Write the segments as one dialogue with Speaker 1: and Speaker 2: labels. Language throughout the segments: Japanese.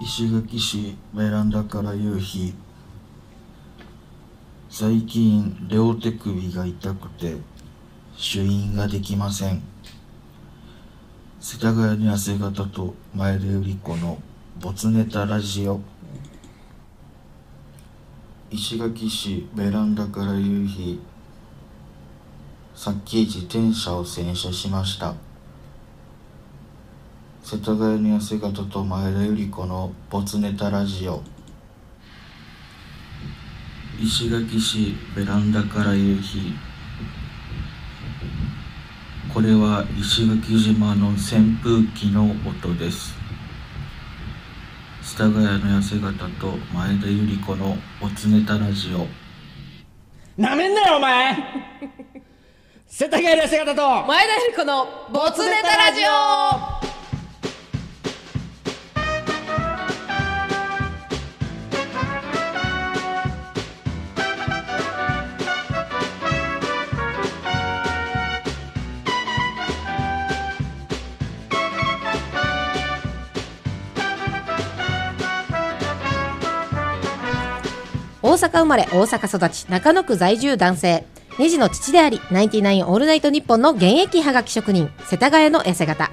Speaker 1: 石垣市ベランダから夕日最近両手首が痛くて主飲ができません世田谷に汗型と前田由里子の没ネタラジオ石垣市ベランダから夕日さっき自転車を洗車しました世田谷に汗型と前田由里子の没ネタラジオ石垣市ベランダから夕日これは石垣島の扇風機の音です世田谷の痩せ方と前田由里子のおつネタラジオ
Speaker 2: なめんなよお前世田谷の姿と
Speaker 3: 前田由里子のボツネタラジオ大阪生まれ大阪育ち中野区在住男性2児の父でありナインティナインオールナイトニッポンの現役はがき職人世田谷の痩せ型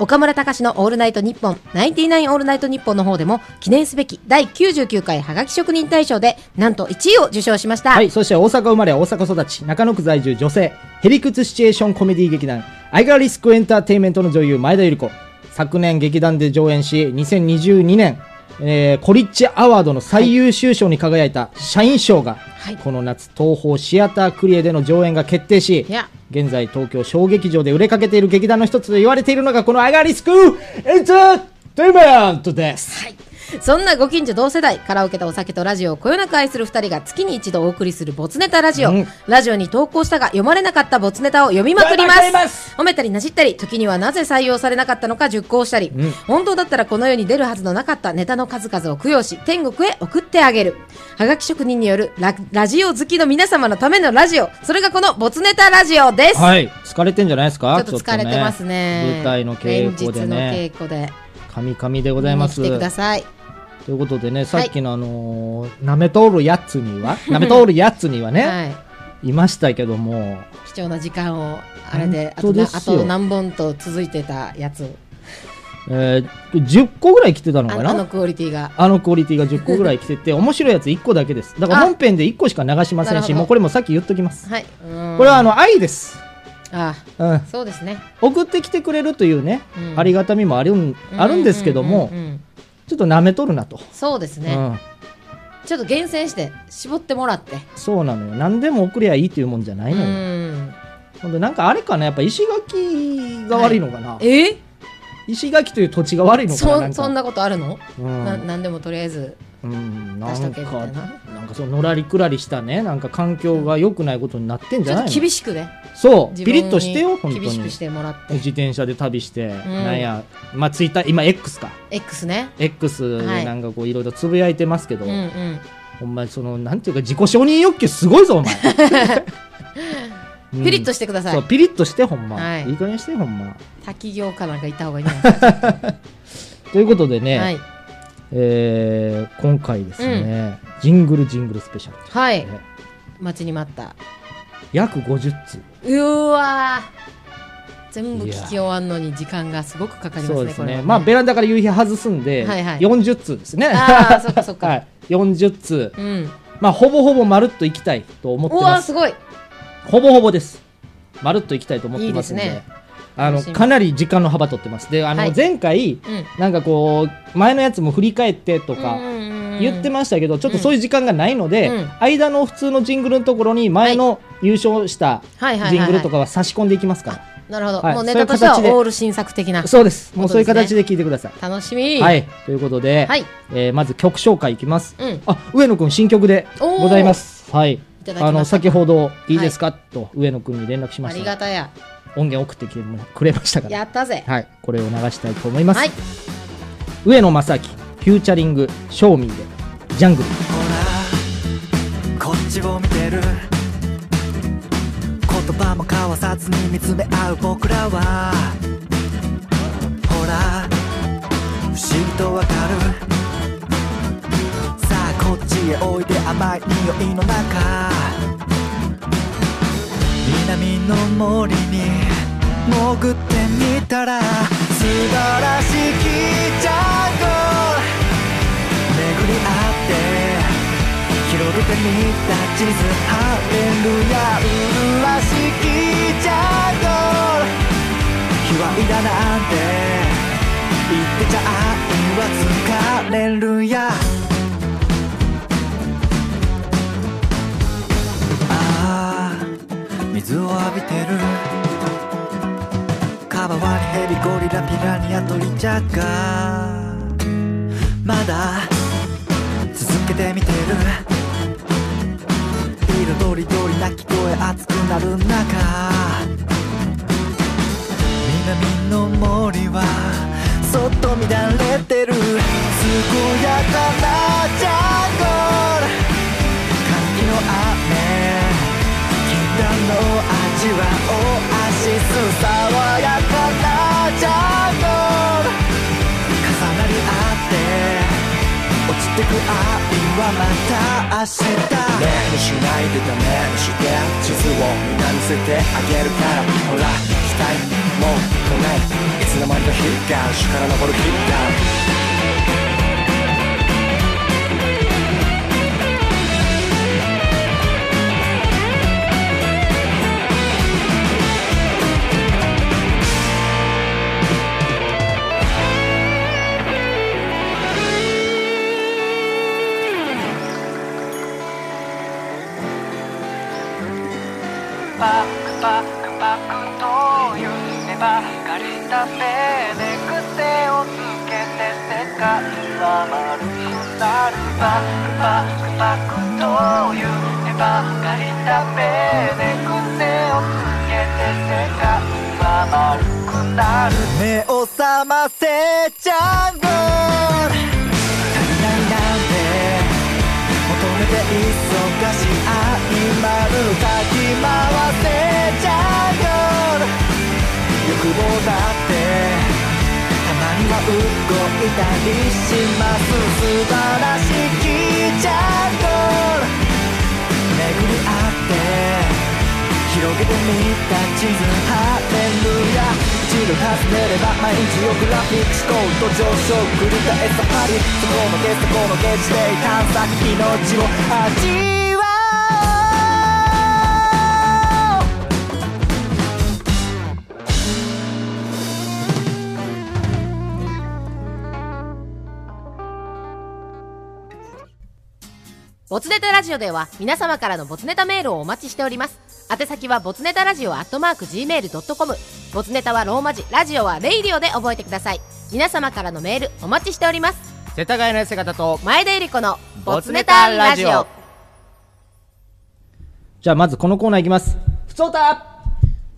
Speaker 3: 岡村隆史のオールナイトニッポンナインティナインオールナイトニッポンの方でも記念すべき第99回はがき職人大賞でなんと1位を受賞しました、
Speaker 2: はいそして大阪生まれ大阪育ち中野区在住女性ヘリクツシチュエーションコメディ劇団アイガーリスクエンターテインメントの女優前田由里子昨年劇団で上演し2022年、えーコリッチアワードの最優秀賞に輝いた社員賞が、
Speaker 3: い
Speaker 2: この夏東宝シアタークリエでの上演が決定し
Speaker 3: いや
Speaker 2: 現在東京小劇場で売れかけている劇団の一つと言われているのがこのアイガーリスクエンターテインメントです
Speaker 3: そんなご近所同世代カラオケとお酒とラジオをこよなく愛する2人が月に一度お送りするボツネタラジオ、
Speaker 2: うん
Speaker 3: ラジオに投稿したが読まれなかったボツネタを読みまくりま
Speaker 2: いただ
Speaker 3: す
Speaker 2: きます
Speaker 3: 褒めたりなじったり時にはなぜ採用されなかったのか熟考したり、本当だったらこの世に出るはずのなかったネタの数々を供養し天国へ送ってあげるはがき職人によるララジオ好きの皆様のためのラジオそれがこのボツネタラジオです、
Speaker 2: はい疲れてんじゃないですか
Speaker 3: ちょっと疲れてますね
Speaker 2: ちょっと舞台の稽古で
Speaker 3: 連
Speaker 2: ね
Speaker 3: 日の稽古で
Speaker 2: カミカミでございます
Speaker 3: 見に来てください
Speaker 2: ということでねさっきのあのーなめとおるやつにはなめとおるやつにはね、
Speaker 3: はい
Speaker 2: い、ましたけども
Speaker 3: 貴重な時間をあれであと
Speaker 2: 本当
Speaker 3: な
Speaker 2: で
Speaker 3: あ
Speaker 2: すよ
Speaker 3: と何本と続いてたやつ
Speaker 2: えー、10個ぐらい来てたの
Speaker 3: あ
Speaker 2: か
Speaker 3: あ
Speaker 2: な
Speaker 3: のクオリティが
Speaker 2: あのクオリティが10個ぐらい来て て面白いやつ1個だけですだから
Speaker 3: あ
Speaker 2: 本編で1個しか流しません
Speaker 3: なる
Speaker 2: し
Speaker 3: ほど
Speaker 2: もうこれもさっき言っときます
Speaker 3: はいこ
Speaker 2: これはあの愛です、
Speaker 3: あ
Speaker 2: うん、
Speaker 3: そうですね
Speaker 2: 送ってきてくれるというね、
Speaker 3: うん
Speaker 2: ありがたみもあるんあるんですけども、
Speaker 3: うんうんうんうん
Speaker 2: ちょっとなめとるなと、
Speaker 3: そうですね、
Speaker 2: うん、
Speaker 3: ちょっと厳選して絞ってもらって
Speaker 2: そうなのよ何でも送りゃいいというもんじゃないのよ、
Speaker 3: うん
Speaker 2: ほんでなんかあれかなやっぱ石垣が悪いのかな、
Speaker 3: え
Speaker 2: 石垣という土地が悪いのかなな
Speaker 3: そ
Speaker 2: んか
Speaker 3: そんなことあるの、
Speaker 2: うん
Speaker 3: ななんでもとりあえず
Speaker 2: うん、な
Speaker 3: 出しと
Speaker 2: ん
Speaker 3: け
Speaker 2: か
Speaker 3: みたいな
Speaker 2: なんかそののらりくらりしたねなんか環境が良くないことになってんじ
Speaker 3: ち
Speaker 2: ゃ
Speaker 3: ょ
Speaker 2: ない
Speaker 3: っ
Speaker 2: の
Speaker 3: と厳しくね
Speaker 2: そう
Speaker 3: 自
Speaker 2: ピ
Speaker 3: 分
Speaker 2: リ
Speaker 3: に
Speaker 2: ッとしてよ本当に
Speaker 3: 厳しくしてもらって
Speaker 2: 自転車で旅して、なんやまあツイッター今 X か
Speaker 3: X ね
Speaker 2: X で
Speaker 3: はい
Speaker 2: なんかこういろいろつぶやいてますけど、
Speaker 3: うんうん
Speaker 2: お前そのなんていうか自己承認欲求すごいぞお 前
Speaker 3: ピリッと
Speaker 2: し
Speaker 3: してくだ
Speaker 2: て
Speaker 3: さい、
Speaker 2: そうピリッとしてほんま、
Speaker 3: はい
Speaker 2: い、い加減してほんま
Speaker 3: 滝行かなんか行った方がいいんじゃないですか
Speaker 2: ということでね、
Speaker 3: はい
Speaker 2: えー今回ですね、ジングルジングルスペシャル、
Speaker 3: はい
Speaker 2: ね
Speaker 3: 待ちに待った
Speaker 2: 約50通
Speaker 3: うわー全部聞き終わんのに時間がすごくかかりますね
Speaker 2: そうです
Speaker 3: これ
Speaker 2: ね
Speaker 3: は
Speaker 2: まあベランダから夕日外すんで、
Speaker 3: はいはい
Speaker 2: 40通ですね
Speaker 3: あーそっかそっ か
Speaker 2: はい、40通
Speaker 3: うん
Speaker 2: まあほぼほぼまるっといきたいと思って
Speaker 3: うわ
Speaker 2: ま
Speaker 3: ー
Speaker 2: す
Speaker 3: すごい
Speaker 2: ほぼほぼですまるっといきたいと思ってますんで
Speaker 3: いいですね
Speaker 2: あの
Speaker 3: 楽しみ
Speaker 2: かなり時間の幅取ってますであの、
Speaker 3: はい
Speaker 2: 前回
Speaker 3: うん
Speaker 2: なんかこう前のやつも振り返ってとか言って
Speaker 3: ま
Speaker 2: ましたけど、ちょっとそういう時間がないので、
Speaker 3: うん
Speaker 2: 間の普通のジングルのところに前の優勝した
Speaker 3: はいはいはいはい
Speaker 2: ジングルとかは差し込んでいきますから、
Speaker 3: なるほど、
Speaker 2: はい
Speaker 3: もうネタとしては
Speaker 2: そういう形で
Speaker 3: オール新作的な
Speaker 2: そうですもう
Speaker 3: そ
Speaker 2: そううい
Speaker 3: で
Speaker 2: う
Speaker 3: すね
Speaker 2: 形で聞いてください
Speaker 3: 楽しみ
Speaker 2: はい、ということで、
Speaker 3: はい
Speaker 2: えーまず曲紹介いきます。
Speaker 3: うん
Speaker 2: あ、上野くん新曲で
Speaker 3: おー
Speaker 2: ございます。はい。
Speaker 3: ただきました
Speaker 2: あの先ほどいいですか、と上野くんに連絡しま
Speaker 3: あ
Speaker 2: し
Speaker 3: り
Speaker 2: た
Speaker 3: が
Speaker 2: ら。
Speaker 3: たや
Speaker 2: 音源送ってきてくれましたから。
Speaker 3: やったぜ
Speaker 2: はい、これを流したいと思います。
Speaker 3: はい
Speaker 2: 上野正樹フューチャリングショーミーでジャングル。
Speaker 4: ほらこっちを見てる言葉も交わさずに見つめ合う僕らはほら不思議とわかる
Speaker 5: へおいで甘い匂いの中南の森に潜ってみたら素晴らしきジャングル巡り合って広げてみた地図ハレルヤうらしきジャングル卑猥だなんて言ってちゃ愛は疲れるやああ水を浴びてる川にヘビゴリラピラニア鳥ジャガーまだ続けてみてる色とりどり鳴き声熱くなる中南の森はそっと乱れてる健やかなジャングル歓喜の雨禁断の味はオアシス爽やかなジャングル重なり合って落ちてく愛はまた明日
Speaker 6: 目にしないでダメにして地図をみんな見せてあげるからほら期待もう来ないいつの間にかヒッガン主から登るヒッガン
Speaker 4: バックバックバックという夢ばかりだべで癖をつけて世界は丸くなるバックバックバックという夢ばかりだべで癖をつけて世界は丸くなる
Speaker 5: 目を覚ませジャングル足りないなんて求めて忙しい合間るかき回せジャングル欲望だってたまには動いたりします素晴らしきジャングル巡り合って広げてみた地図ハレルヤ一度尋ねれば毎日をグラフィック思考と上昇繰り返すパリそこのゲストこのゲスで探索命を味わう
Speaker 3: ボツネタラジオでは皆様からのボツネタメールをお待ちしております。宛先はボツネタラジオアットマーク Gmail.com。ボツネタはローマ字、ラジオはレイディオで覚えてください。皆様からのメールお待ちしております。
Speaker 2: 世田谷の痩せ方と
Speaker 3: 前田ゆり子のボツネタラジオ。
Speaker 2: じゃあまずこのコーナーいきますふつおた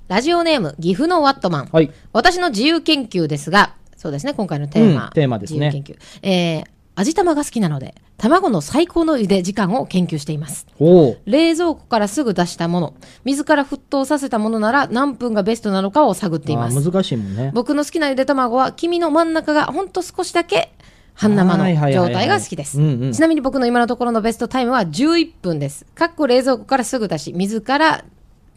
Speaker 3: ラジオネーム、岐阜のワットマン。
Speaker 2: はい
Speaker 3: 私の自由研究ですが、そうですね、今回のテーマ。
Speaker 2: うんテーマですね
Speaker 3: 自由研究。えー、味玉が好きなので、卵の最高の茹で時間を研究しています。
Speaker 2: おお
Speaker 3: 冷蔵庫からすぐ出したもの、自ら沸騰させたものなら何分がベストなのかを探っています。
Speaker 2: 難しいもんね
Speaker 3: 僕の好きなゆで卵は黄身の真ん中がほんと少しだけ半生の
Speaker 2: はいはいはいはい
Speaker 3: 状態が好きです
Speaker 2: うんうん
Speaker 3: ちなみに僕の今のところのベストタイムは11分ですかっこ冷蔵庫からすぐ出し水から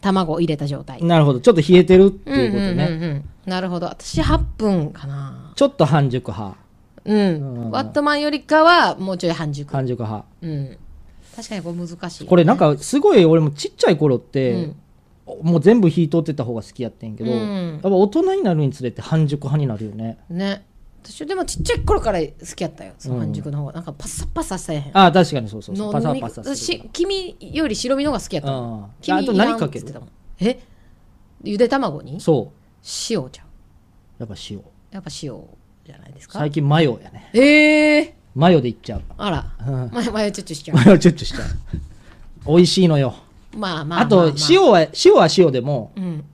Speaker 3: 卵を入れた状態
Speaker 2: なるほどちょっと冷えてるっていうことね、
Speaker 3: うんうんうんうんなるほど私8分かな
Speaker 2: ちょっと半熟派
Speaker 3: うん、ワットマンよりかはもうちょい半熟
Speaker 2: 半熟派
Speaker 3: うん確かにこれ難しい
Speaker 2: これなんかすごい俺もちっちゃい頃って、もう全部火通ってた方が好きやってんけど、
Speaker 3: うん
Speaker 2: やっぱ大人になるにつれて半熟派になるよね
Speaker 3: ね私でもちっちゃい頃から好きやったよその半熟の方がなんかパサパサされへん
Speaker 2: ああ確かにそうそうそう
Speaker 3: の
Speaker 2: パサ
Speaker 3: 飲み
Speaker 2: パサする
Speaker 3: し黄身より白身の方が好きやったも
Speaker 2: あ
Speaker 3: ん
Speaker 2: あ
Speaker 3: 黄身
Speaker 2: あと何
Speaker 3: いらん
Speaker 2: か
Speaker 3: っ
Speaker 2: ける
Speaker 3: つってたもんえゆで卵に
Speaker 2: そう
Speaker 3: 塩じゃん
Speaker 2: やっぱ塩
Speaker 3: やっぱ塩じゃないですか
Speaker 2: 最近マヨやね
Speaker 3: ええ
Speaker 2: マヨでいっちゃう
Speaker 3: あら
Speaker 2: うん
Speaker 3: ままよちょっちょしちゃ
Speaker 2: マヨチュッチュし ちゃう美味しいのよ
Speaker 3: うまあまあ
Speaker 2: あと塩は塩は塩でも
Speaker 3: 塩うん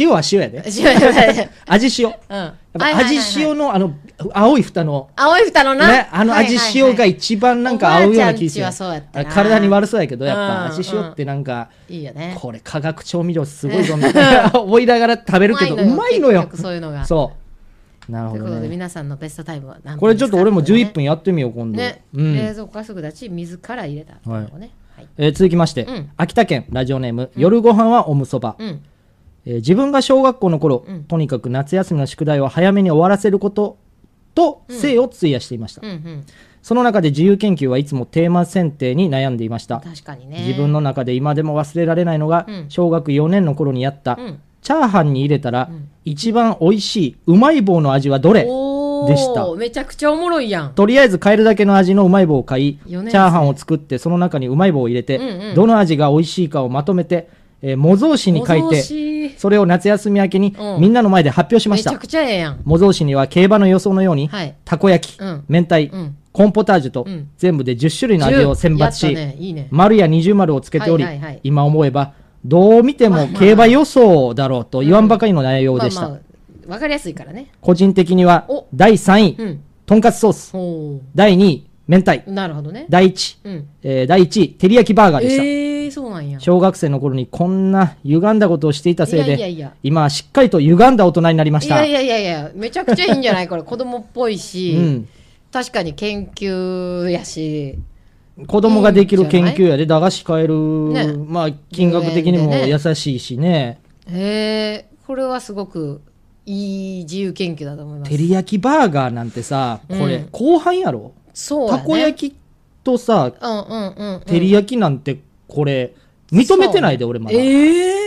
Speaker 2: 塩は塩やで
Speaker 3: 塩塩
Speaker 2: 味塩やっ
Speaker 3: うんや
Speaker 2: ぱ味塩のあの青い蓋の
Speaker 3: 青い蓋のな、
Speaker 2: ね、あの
Speaker 3: はいはい
Speaker 2: 味
Speaker 3: はい
Speaker 2: 塩が一番なんか合うような気する
Speaker 3: おばあちゃんちはそうやったな
Speaker 2: 体に悪そうやけどやっぱ
Speaker 3: うん
Speaker 2: 味塩ってなんか
Speaker 3: いいよね
Speaker 2: これ化 学調味料すごいぞみたいな思いながら食べるけどうまいの
Speaker 3: 結
Speaker 2: よ
Speaker 3: 局そういうのが
Speaker 2: そうなる
Speaker 3: と
Speaker 2: ほ
Speaker 3: いうこ
Speaker 2: ど
Speaker 3: とで
Speaker 2: ね
Speaker 3: 皆さんのベストタイムは何分
Speaker 2: これちょっと俺も
Speaker 3: ですか
Speaker 2: 11分やってみよう今度、
Speaker 3: ね、
Speaker 2: うん
Speaker 3: 冷蔵庫がすぐだち水から入れた
Speaker 2: はい
Speaker 3: 卵ねはい、
Speaker 2: えー続きまして、
Speaker 3: うん
Speaker 2: 秋田県ラジオネーム、夜ご飯はおむそば、
Speaker 3: うん
Speaker 2: えー自分が小学校の頃、
Speaker 3: うん
Speaker 2: とにかく夏休みの宿題を早めに終わらせることと精を費やしていました、
Speaker 3: うんうん
Speaker 2: その中で自由研究はいつもテーマ選定に悩んでいました
Speaker 3: 確かにね
Speaker 2: 自分の中で今でも忘れられないのが、
Speaker 3: うん
Speaker 2: 小学4年の頃にやった、
Speaker 3: うん
Speaker 2: チャーハンに入れたら、
Speaker 3: ん
Speaker 2: 一番美味しいうまい棒の味はどれ
Speaker 3: おー
Speaker 2: でした
Speaker 3: めちゃくちゃおもろいやん
Speaker 2: とりあえず買えるだけの味のうまい棒を買い、チ
Speaker 3: 四
Speaker 2: ャ
Speaker 3: 年生
Speaker 2: ーハンを作って、その中にうまい棒を入れて、
Speaker 3: うんうん
Speaker 2: どの味が美味しいかをまとめて、えー模造紙に書い
Speaker 3: 模造紙
Speaker 2: て、それを夏休み明けに、
Speaker 3: うん
Speaker 2: みんなの前で発表しまし
Speaker 3: めちゃ
Speaker 2: た。
Speaker 3: くちゃええやん
Speaker 2: 模造紙には競馬の予想のように、
Speaker 3: はい
Speaker 2: たこ焼き、
Speaker 3: うん
Speaker 2: 明太、
Speaker 3: うん
Speaker 2: コーンポタージュと、
Speaker 3: うん
Speaker 2: 全部で10種類の味を選抜
Speaker 3: 10
Speaker 2: し、
Speaker 3: やったねいいね
Speaker 2: 丸や二重丸をつけており、
Speaker 3: はいはいはい
Speaker 2: 今思えば、どう見ても競馬予想だろうと言わんばかりの内容でした。
Speaker 3: まあまあわかりやすいからね
Speaker 2: 個人的には
Speaker 3: お、
Speaker 2: 第3位、
Speaker 3: うん
Speaker 2: とんかつソース、
Speaker 3: ほ
Speaker 2: 第2位、明太
Speaker 3: う、なるほどね
Speaker 2: 第1位、
Speaker 3: うん
Speaker 2: えー第1位、照り焼きバーガーでした。
Speaker 3: ええー、そうなんや
Speaker 2: 小学生の頃にこんな歪んだことをしていたせいで、
Speaker 3: いやいやいや
Speaker 2: 今はしっかりと歪んだ大人になりまし
Speaker 3: い
Speaker 2: た。
Speaker 3: やいやいやいやめちゃくちゃいいんじゃないこれ子供っぽいし、
Speaker 2: うん
Speaker 3: 確かに研究やし
Speaker 2: 子供ができる
Speaker 3: いいんじゃ
Speaker 2: 研
Speaker 3: ない
Speaker 2: 究やで、駄菓子買える、
Speaker 3: ね
Speaker 2: まあ、金額的にも
Speaker 3: 10円で
Speaker 2: 優
Speaker 3: ね
Speaker 2: しいしね。
Speaker 3: へえこれはすごくいい自由研究だと思います
Speaker 2: 照り焼きバーガーなんてさ、これ、
Speaker 3: うん
Speaker 2: 後半やろ
Speaker 3: そうや、
Speaker 2: た
Speaker 3: ね、
Speaker 2: こ焼きとさ、
Speaker 3: うんうんうん、うん、
Speaker 2: 照り焼きなんて、これ、認めてないで、俺まだ。
Speaker 3: ええ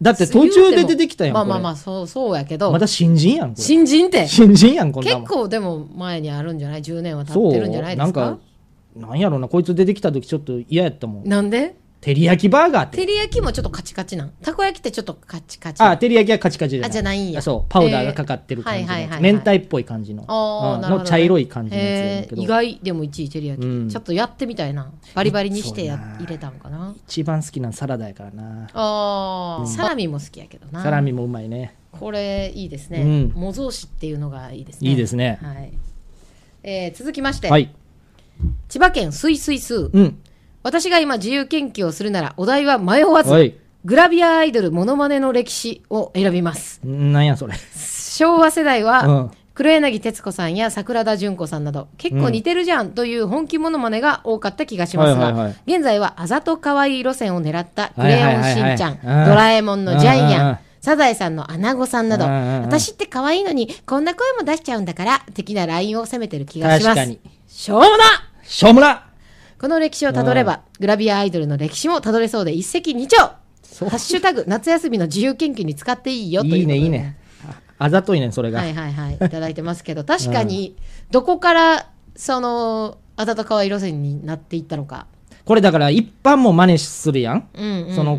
Speaker 2: だって途中で出てきたやん、
Speaker 3: まあまあま
Speaker 2: こ
Speaker 3: あそうそうやけ
Speaker 2: れ
Speaker 3: ど
Speaker 2: また新人やん、これ。
Speaker 3: 新人って
Speaker 2: 新人やん、こんなもん
Speaker 3: 結。構でも前にあるんじゃない10年は経
Speaker 2: そ
Speaker 3: っ
Speaker 2: う
Speaker 3: てるんじゃないで
Speaker 2: な
Speaker 3: す
Speaker 2: ん
Speaker 3: か
Speaker 2: かなんやろうなこいつ出てきた時ちょっと嫌やったもん
Speaker 3: なんで
Speaker 2: 照り焼きバーガーって
Speaker 3: 照り焼きもちょっとカチカチなんたこ焼きってちょっとカチカチ
Speaker 2: あ照り焼きはカチカチじゃない
Speaker 3: あじゃないんや
Speaker 2: あそうパウダーがかかってる感じの
Speaker 3: えーはい
Speaker 2: や
Speaker 3: は
Speaker 2: つ
Speaker 3: いはいはい
Speaker 2: 明太っぽい感じの
Speaker 3: あー
Speaker 2: うん
Speaker 3: なるほどね
Speaker 2: の茶色い感じのやつやねん
Speaker 3: へ
Speaker 2: け
Speaker 3: え
Speaker 2: ど
Speaker 3: 意外でも1位照り焼き、
Speaker 2: うん
Speaker 3: ちょっとやってみたいなバリバリにしてや
Speaker 2: そうやな
Speaker 3: 入れたんかな
Speaker 2: 一番好きなのサラダやからな
Speaker 3: あーサラミも好きやけどな
Speaker 2: サラミもうまいね
Speaker 3: これいいですね、
Speaker 2: うん
Speaker 3: 模造紙っていうのがいいですね
Speaker 2: いいですね
Speaker 3: はいえー続きまして、
Speaker 2: はい
Speaker 3: 千葉県すいすいすー
Speaker 2: うん
Speaker 3: 私が今自由研究をするならお題は迷わず、
Speaker 2: はい
Speaker 3: グラビアアイドルモノマネの歴史を選びます
Speaker 2: なんやそれ
Speaker 3: 昭和世代は、
Speaker 2: うん
Speaker 3: 黒柳徹子さんや桜田淳子さんなど結構似てるじゃんという本気モノマネが多かった気がしますが、
Speaker 2: はいはいはい
Speaker 3: 現在はあざと可愛い路線を狙った「クレヨンしんちゃん」
Speaker 2: はいはいはいはいうん
Speaker 3: ドラえもんのジャイ
Speaker 2: うんうん
Speaker 3: ア
Speaker 2: うん
Speaker 3: ン」サザエさんのアナゴさんなど、
Speaker 2: うんうんうん
Speaker 3: 私って可愛いのにこんな声も出しちゃうんだから的なラインを攻めてる気がしま
Speaker 2: 確
Speaker 3: す
Speaker 2: かに
Speaker 3: しょうもな
Speaker 2: しょうもな
Speaker 3: この歴史をたどれば、グラビアアイドルの歴史もたどれそうで一石二鳥ハ
Speaker 2: そう
Speaker 3: ッシュタグ夏休みの自由研究に使っていいよという
Speaker 2: いいね
Speaker 3: こと
Speaker 2: い
Speaker 3: で
Speaker 2: いねああざといねそれが
Speaker 3: はいはいはいいただいてま すけど確かにどこからそのあざとかわい路線になっていったのか、
Speaker 2: これだから一般も真似するやん
Speaker 3: うんうんうんうん
Speaker 2: その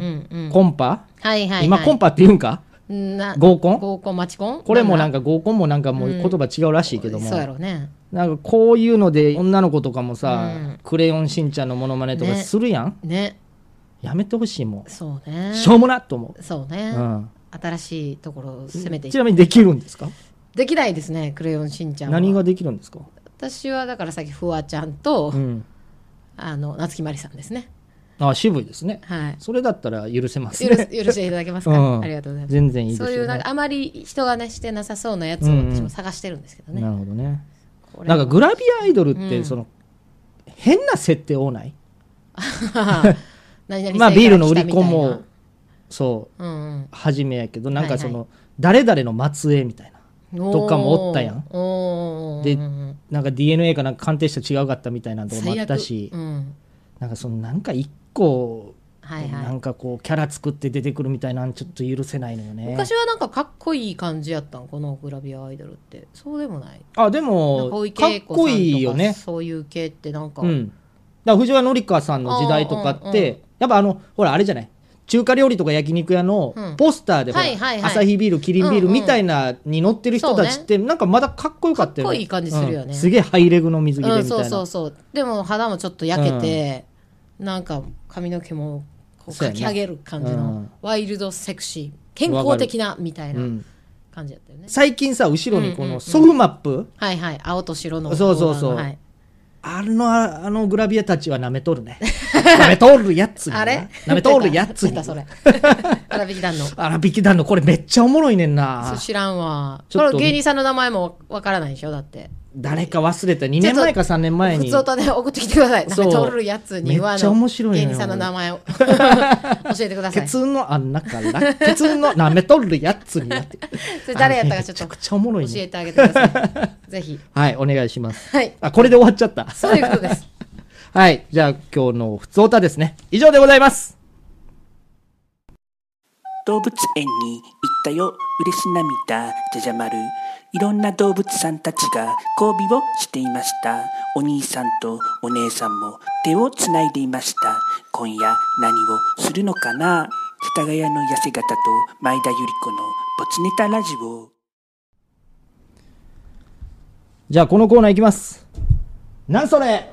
Speaker 2: コンパ
Speaker 3: はいはい、はい、
Speaker 2: 今コンパって言うんか
Speaker 3: な
Speaker 2: 合コン
Speaker 3: 合コンマチコン
Speaker 2: これもなん
Speaker 3: か
Speaker 2: か合コンもなんかもう言葉違うらしいけども、
Speaker 3: そうやろうね
Speaker 2: なんかこういうので女の子とかもさ、
Speaker 3: うん
Speaker 2: クレヨンしんちゃんのモノマネとか
Speaker 3: ね
Speaker 2: するやん、
Speaker 3: ね
Speaker 2: やめてほしいも
Speaker 3: そうね
Speaker 2: んしょうもなと思
Speaker 3: そう
Speaker 2: う、
Speaker 3: ね、
Speaker 2: うん
Speaker 3: 新しいところを攻めてい
Speaker 2: ちなみにできるんですか
Speaker 3: できないですね「クレヨンしんちゃんは」
Speaker 2: 何ができるんですか、
Speaker 3: 私はだからさっきフワちゃんと、
Speaker 2: うん、
Speaker 3: あの夏木マリさんですね
Speaker 2: あ渋いですね
Speaker 3: はい
Speaker 2: それだったら許せます
Speaker 3: 許す
Speaker 2: ね
Speaker 3: 許していただけますか、
Speaker 2: うん
Speaker 3: ありがとうございます
Speaker 2: 全然いいですよ、
Speaker 3: そう
Speaker 2: ね、
Speaker 3: いうなんかあまり人がねしてなさそうなやつ
Speaker 2: う
Speaker 3: を
Speaker 2: んうん
Speaker 3: 私も探してるんですけど ね。
Speaker 2: なるほどね
Speaker 3: これ
Speaker 2: なんかグラビアアイドルって
Speaker 3: うん
Speaker 2: その、変な設定多 ない
Speaker 3: 何々
Speaker 2: まあ
Speaker 3: 星
Speaker 2: ビール
Speaker 3: から
Speaker 2: の売
Speaker 3: 来た
Speaker 2: り
Speaker 3: み
Speaker 2: 子
Speaker 3: たいな
Speaker 2: もそう
Speaker 3: うん
Speaker 2: 初めやけどなんかその、
Speaker 3: は
Speaker 2: 誰々の末裔みたいな
Speaker 3: うん、
Speaker 2: とかもおったやん
Speaker 3: おー。
Speaker 2: で
Speaker 3: うん
Speaker 2: なんか DNA かなんか鑑定したら違うかったみたいなのとかも
Speaker 3: 最
Speaker 2: あっ
Speaker 3: 悪
Speaker 2: たし、
Speaker 3: うん、
Speaker 2: なんかそのなんか一個、
Speaker 3: はい
Speaker 2: な
Speaker 3: は
Speaker 2: ん
Speaker 3: い。
Speaker 2: かこうキャラ作って出てくるみたいなんちょっと許せないのよね
Speaker 3: 昔はなんかかっこいい感じやったんこのグラビアアイドルってそうでもない
Speaker 2: あで
Speaker 3: なん
Speaker 2: も
Speaker 3: か
Speaker 2: か
Speaker 3: 小
Speaker 2: っ
Speaker 3: 池栄子さんと
Speaker 2: こ
Speaker 3: か
Speaker 2: いいよね
Speaker 3: そういう系ってなんか、
Speaker 2: うんだから藤原紀香さんの時代とかっ
Speaker 3: うんうんう
Speaker 2: てやっぱあのほらあれじゃない中華料理とか焼肉屋
Speaker 3: う
Speaker 2: の
Speaker 3: ん
Speaker 2: ポスターでほら
Speaker 3: はいはいはい
Speaker 2: アサヒビールキリンビール
Speaker 3: うんうん
Speaker 2: みたいなに乗ってる人たちってなんかまだかっこよかったよ
Speaker 3: かっこいい感じするよね
Speaker 2: うんすげえハイレグの水着でみ
Speaker 3: う
Speaker 2: たい
Speaker 3: ん、
Speaker 2: な
Speaker 3: そうそうそうでも肌もちょっと焼けて、なんか髪の毛もこう
Speaker 2: そう
Speaker 3: か
Speaker 2: やな
Speaker 3: き上げる感じ
Speaker 2: う
Speaker 3: の
Speaker 2: ん
Speaker 3: ワイルドセクシー健康的なみたいな
Speaker 2: うん
Speaker 3: 感じだったよね、
Speaker 2: 最近さ後ろにこ
Speaker 3: うんうんう
Speaker 2: の
Speaker 3: ん
Speaker 2: ソフマップ、
Speaker 3: はいはい青と白の
Speaker 2: そうそうそう
Speaker 3: オーナーのはい
Speaker 2: あのああのグラビアたちは舐めとるね 舐めとるやつ。
Speaker 3: あれ
Speaker 2: 舐めとるやつ
Speaker 3: 出。たそれ。荒引き団の。
Speaker 2: あら、ビキ団のこれめっちゃおもろいねんな
Speaker 3: そう。知らんわ。
Speaker 2: ちょっと
Speaker 3: これ芸人さんの名前もわからないでしょだって。
Speaker 2: 誰か忘れた。2年前か3年前に
Speaker 3: 普。通とね、送ってきてください。な
Speaker 2: そうん
Speaker 3: か通るやつには、
Speaker 2: めっちゃ面白いの
Speaker 3: 芸
Speaker 2: よ
Speaker 3: 人さんの名前を教えてくださ
Speaker 2: ケ
Speaker 3: い。
Speaker 2: ツの穴から、 ケツの舐めとるやつになって。
Speaker 3: それ誰やったかち
Speaker 2: あれ
Speaker 3: ょっ
Speaker 2: めちゃ
Speaker 3: と
Speaker 2: くちゃおもろい
Speaker 3: 教え
Speaker 2: ね。
Speaker 3: てあげてください。ぜひ。
Speaker 2: はい、お願いします。
Speaker 3: はい。
Speaker 2: あ、これで終わっちゃった。
Speaker 3: そういうことです。
Speaker 2: はい。じゃあ今日のふつおたですね。以上でございます。
Speaker 7: 動物園に行ったよ嬉し涙じゃじゃ丸いろんな動物さんたちが交尾をしていましたお兄さんとお姉さんも手をつないでいました今夜何をするのかな世田谷の痩せ方と前田由里子のボツネタラジオ
Speaker 2: じゃあこのコーナーいきます。なんそれ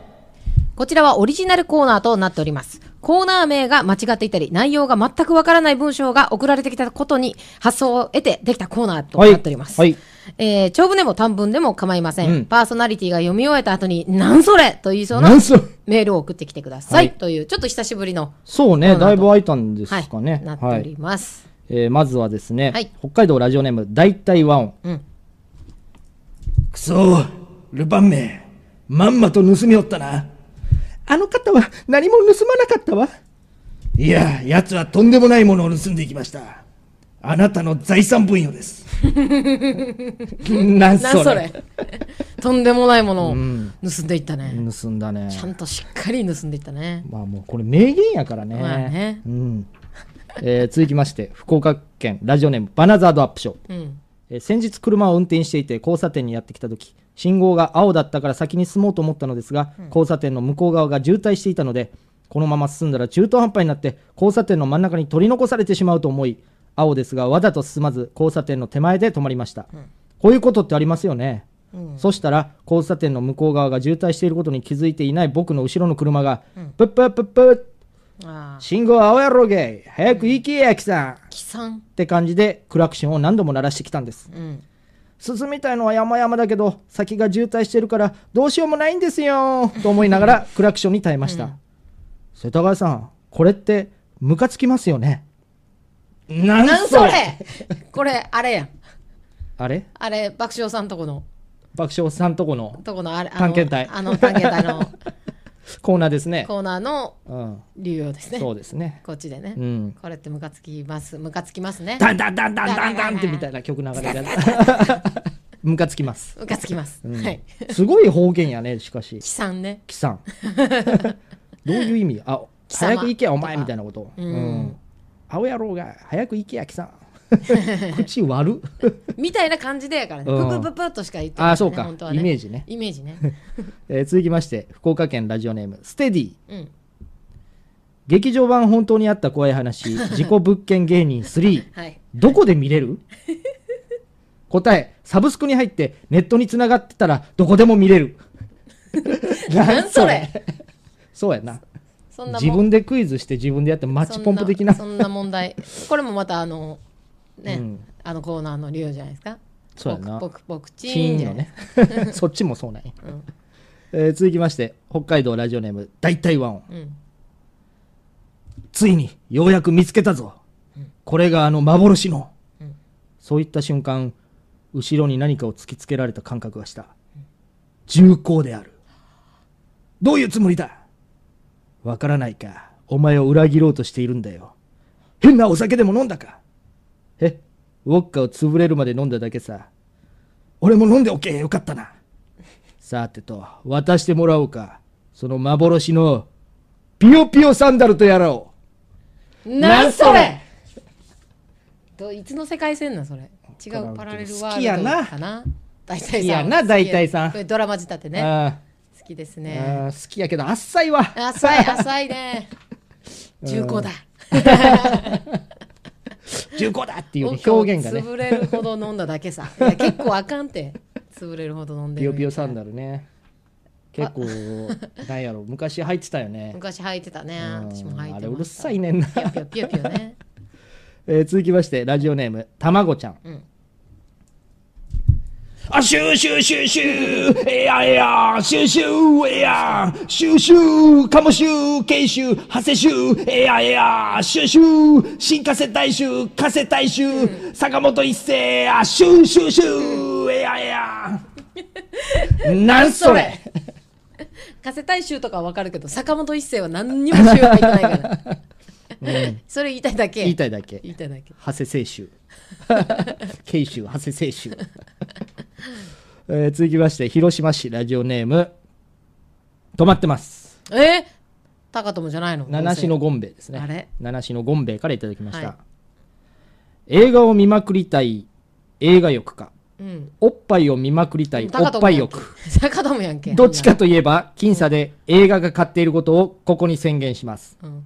Speaker 3: こちらはオリジナルコーナーとなっております。コーナー名が間違っていたり、内容が全くわからない文章が送られてきたことに発想を得てできたコーナーとなっております。
Speaker 2: はいはい
Speaker 3: えー長文でも短文でも構いません。
Speaker 2: うん
Speaker 3: パーソナリティが読み終えた後に、なんそれと言いそうな
Speaker 2: なんそれ
Speaker 3: メールを送ってきてください。
Speaker 2: はい
Speaker 3: という、ちょっと久しぶりの、
Speaker 2: そう
Speaker 3: コーナ
Speaker 2: ね、
Speaker 3: ーと
Speaker 2: だいぶ空いたんです
Speaker 3: はい
Speaker 2: かね。
Speaker 3: なっております。
Speaker 2: えーまずはですね、
Speaker 3: はい
Speaker 2: 北海道ラジオネーム大体和音、
Speaker 3: うん
Speaker 2: くそールパンめまんまと盗みおったなあの方は何も盗まなかったわいや奴はとんでもないものを盗んでいきましたあなたの財産分与ですなん
Speaker 3: なん
Speaker 2: それ
Speaker 3: それとんでもないものを盗んでいったね。
Speaker 2: 盗んだね
Speaker 3: ちゃんとしっかり盗んでいったね。
Speaker 2: まあもうこれ名言やからね。
Speaker 3: まあね
Speaker 2: うん。えー続きまして、福岡県ラジオネームバナザードアップショー。
Speaker 3: うん。
Speaker 2: えー先日車を運転していて交差点にやってきた時信号が青だったから先に進もうと思ったのですが、交差点の向こう側が渋滞していたのでこのまま進んだら中途半端になって交差点の真ん中に取り残されてしまうと思い青ですがわざと進まず交差点の手前で止まりました、こういうことってありますよね、そしたら交差点の向こう側が渋滞していることに気づいていない僕の後ろの車が、プップップップッ
Speaker 3: ああ、
Speaker 2: 信号青やろげ早く行けやきさんっ
Speaker 3: 貴さん。
Speaker 2: て感じでクラクションを何度も鳴らしてきたんです
Speaker 3: うん。
Speaker 2: 進みたいのは山々だけど先が渋滞してるからどうしようもないんですよと思いながらクラクションに耐えました、世田谷さんこれってムカつきますよねな
Speaker 3: なんそれこれ、あれやん。
Speaker 2: あれ
Speaker 3: あれ、爆笑さんとこの、
Speaker 2: 爆笑さんとこの
Speaker 3: とこのあれ、あの
Speaker 2: 探検隊
Speaker 3: あの、探検隊の
Speaker 2: コーナーですね、
Speaker 3: コーナーの
Speaker 2: うん、
Speaker 3: 流用ですね。
Speaker 2: そうですね
Speaker 3: こっちでね。
Speaker 2: うん
Speaker 3: これってムカつきます。ムカつきますね。
Speaker 2: ダンダンダンダンダンダンってみたいな曲流れがムカつきます、
Speaker 3: ムカつきます。
Speaker 2: うん
Speaker 3: はい。
Speaker 2: すごい方言やねしかし
Speaker 3: 貴さんね。
Speaker 2: 貴 さんどういう意味あ
Speaker 3: 貴様
Speaker 2: 早く行けやお前みたいなこと、
Speaker 3: ん
Speaker 2: うん青やろうが早く行けや貴さん 口悪っ
Speaker 3: みたいな感じでやからね。
Speaker 2: う
Speaker 3: プ
Speaker 2: ん
Speaker 3: プププとしか言ってない、ね。
Speaker 2: あそうか、
Speaker 3: 本当は
Speaker 2: イメー
Speaker 3: ジ。
Speaker 2: ジね、
Speaker 3: イメージね。
Speaker 2: えー続きまして福岡県ラジオネームステディ
Speaker 3: うん。
Speaker 2: 劇場版本当にあった怖い話 自己物件芸人3
Speaker 3: はい。
Speaker 2: どこで見れる答えサブスクに入ってネットにつながってたらどこでも見れ る
Speaker 3: なんそれ
Speaker 2: そうやな
Speaker 3: そんなもん
Speaker 2: 自分でクイズして自分でやってマッチポンプ的な
Speaker 3: そんなそんな問 題。これもまたあの、ね、
Speaker 2: うん
Speaker 3: あのコーナーの流用じゃないですか。
Speaker 2: そうやな
Speaker 3: ポクポクポクチ
Speaker 2: チ
Speaker 3: ーン
Speaker 2: ー
Speaker 3: じ
Speaker 2: ン
Speaker 3: ゃ
Speaker 2: の
Speaker 3: ない
Speaker 2: ねそっちもそうなんや、えー続きまして北海道ラジオネーム大体ワン、
Speaker 3: うん
Speaker 2: ついにようやく見つけたぞ、これがあの幻の、そういった瞬間後ろに何かを突きつけられた感覚がした重厚であるどういうつもりだわからないかお前を裏切ろうとしているんだよ変なお酒でも飲んだかえウォッカを潰れるまで飲んだだけさ俺も飲んでおけよかったなさてと渡してもらおうかその幻のピヨピヨサンダルとやらを
Speaker 3: なんそ
Speaker 2: なんそ
Speaker 3: れ
Speaker 2: れ
Speaker 3: どいつの世界線なんそれ違
Speaker 2: わからんけ
Speaker 3: う
Speaker 2: ど
Speaker 3: パラレルワ
Speaker 2: 好きや
Speaker 3: ール
Speaker 2: な
Speaker 3: ドかな大体さ
Speaker 2: 好
Speaker 3: ん
Speaker 2: きやな大体さん
Speaker 3: これドラマ仕立てね
Speaker 2: あ
Speaker 3: 好きです
Speaker 2: ー
Speaker 3: ね
Speaker 2: あー好きやけど浅いわ
Speaker 3: 浅 い浅いね重厚だ
Speaker 2: 重厚だっていうね、
Speaker 3: 僕も
Speaker 2: 表現がね
Speaker 3: 潰れるほど飲んだだけさいや結構あかんて潰れるほど飲ん
Speaker 2: ピ
Speaker 3: でる
Speaker 2: ヨピヨサンダルね結構なんやろ昔入ってたよね
Speaker 3: 昔履いてたね
Speaker 2: うん
Speaker 3: 私も履いてました
Speaker 2: あれうるさいねんな
Speaker 3: ピヨピヨピヨピヨね
Speaker 2: えー続きましてラジオネームたまごちゃん、
Speaker 3: うん
Speaker 2: あ、シューシューシューシュー、えやえや、シューシュー、えや、シューシュー、カモシュー、ケイシュー、ハセシュー、えやえや、シューシュー、新加瀬大衆、加瀬大衆、坂本一世、あ、シューシューシュー、えやえや。なんそ れ
Speaker 3: 加瀬大衆とかはわかるけど坂本一世は何にも知らないから それ言いたいだけ
Speaker 2: 言いたいだけ。
Speaker 3: 言いたいだけ
Speaker 2: 長谷清 州慶州長谷清州、 えー続きまして広島市ラジオネーム止まってます
Speaker 3: えー、高友じゃないの
Speaker 2: 七市のゴンベイですね
Speaker 3: あれ
Speaker 2: 七市のゴンベイからいただきました、
Speaker 3: はい
Speaker 2: 映画を見まくりたい映画欲か
Speaker 3: うん
Speaker 2: おっぱいを見まくりたいお
Speaker 3: 高
Speaker 2: っ
Speaker 3: 友
Speaker 2: ぱい
Speaker 3: やんけ
Speaker 2: 欲
Speaker 3: 高友やんけ
Speaker 2: どっちかといえば僅差で映画が買っていることをここに宣言します
Speaker 3: うん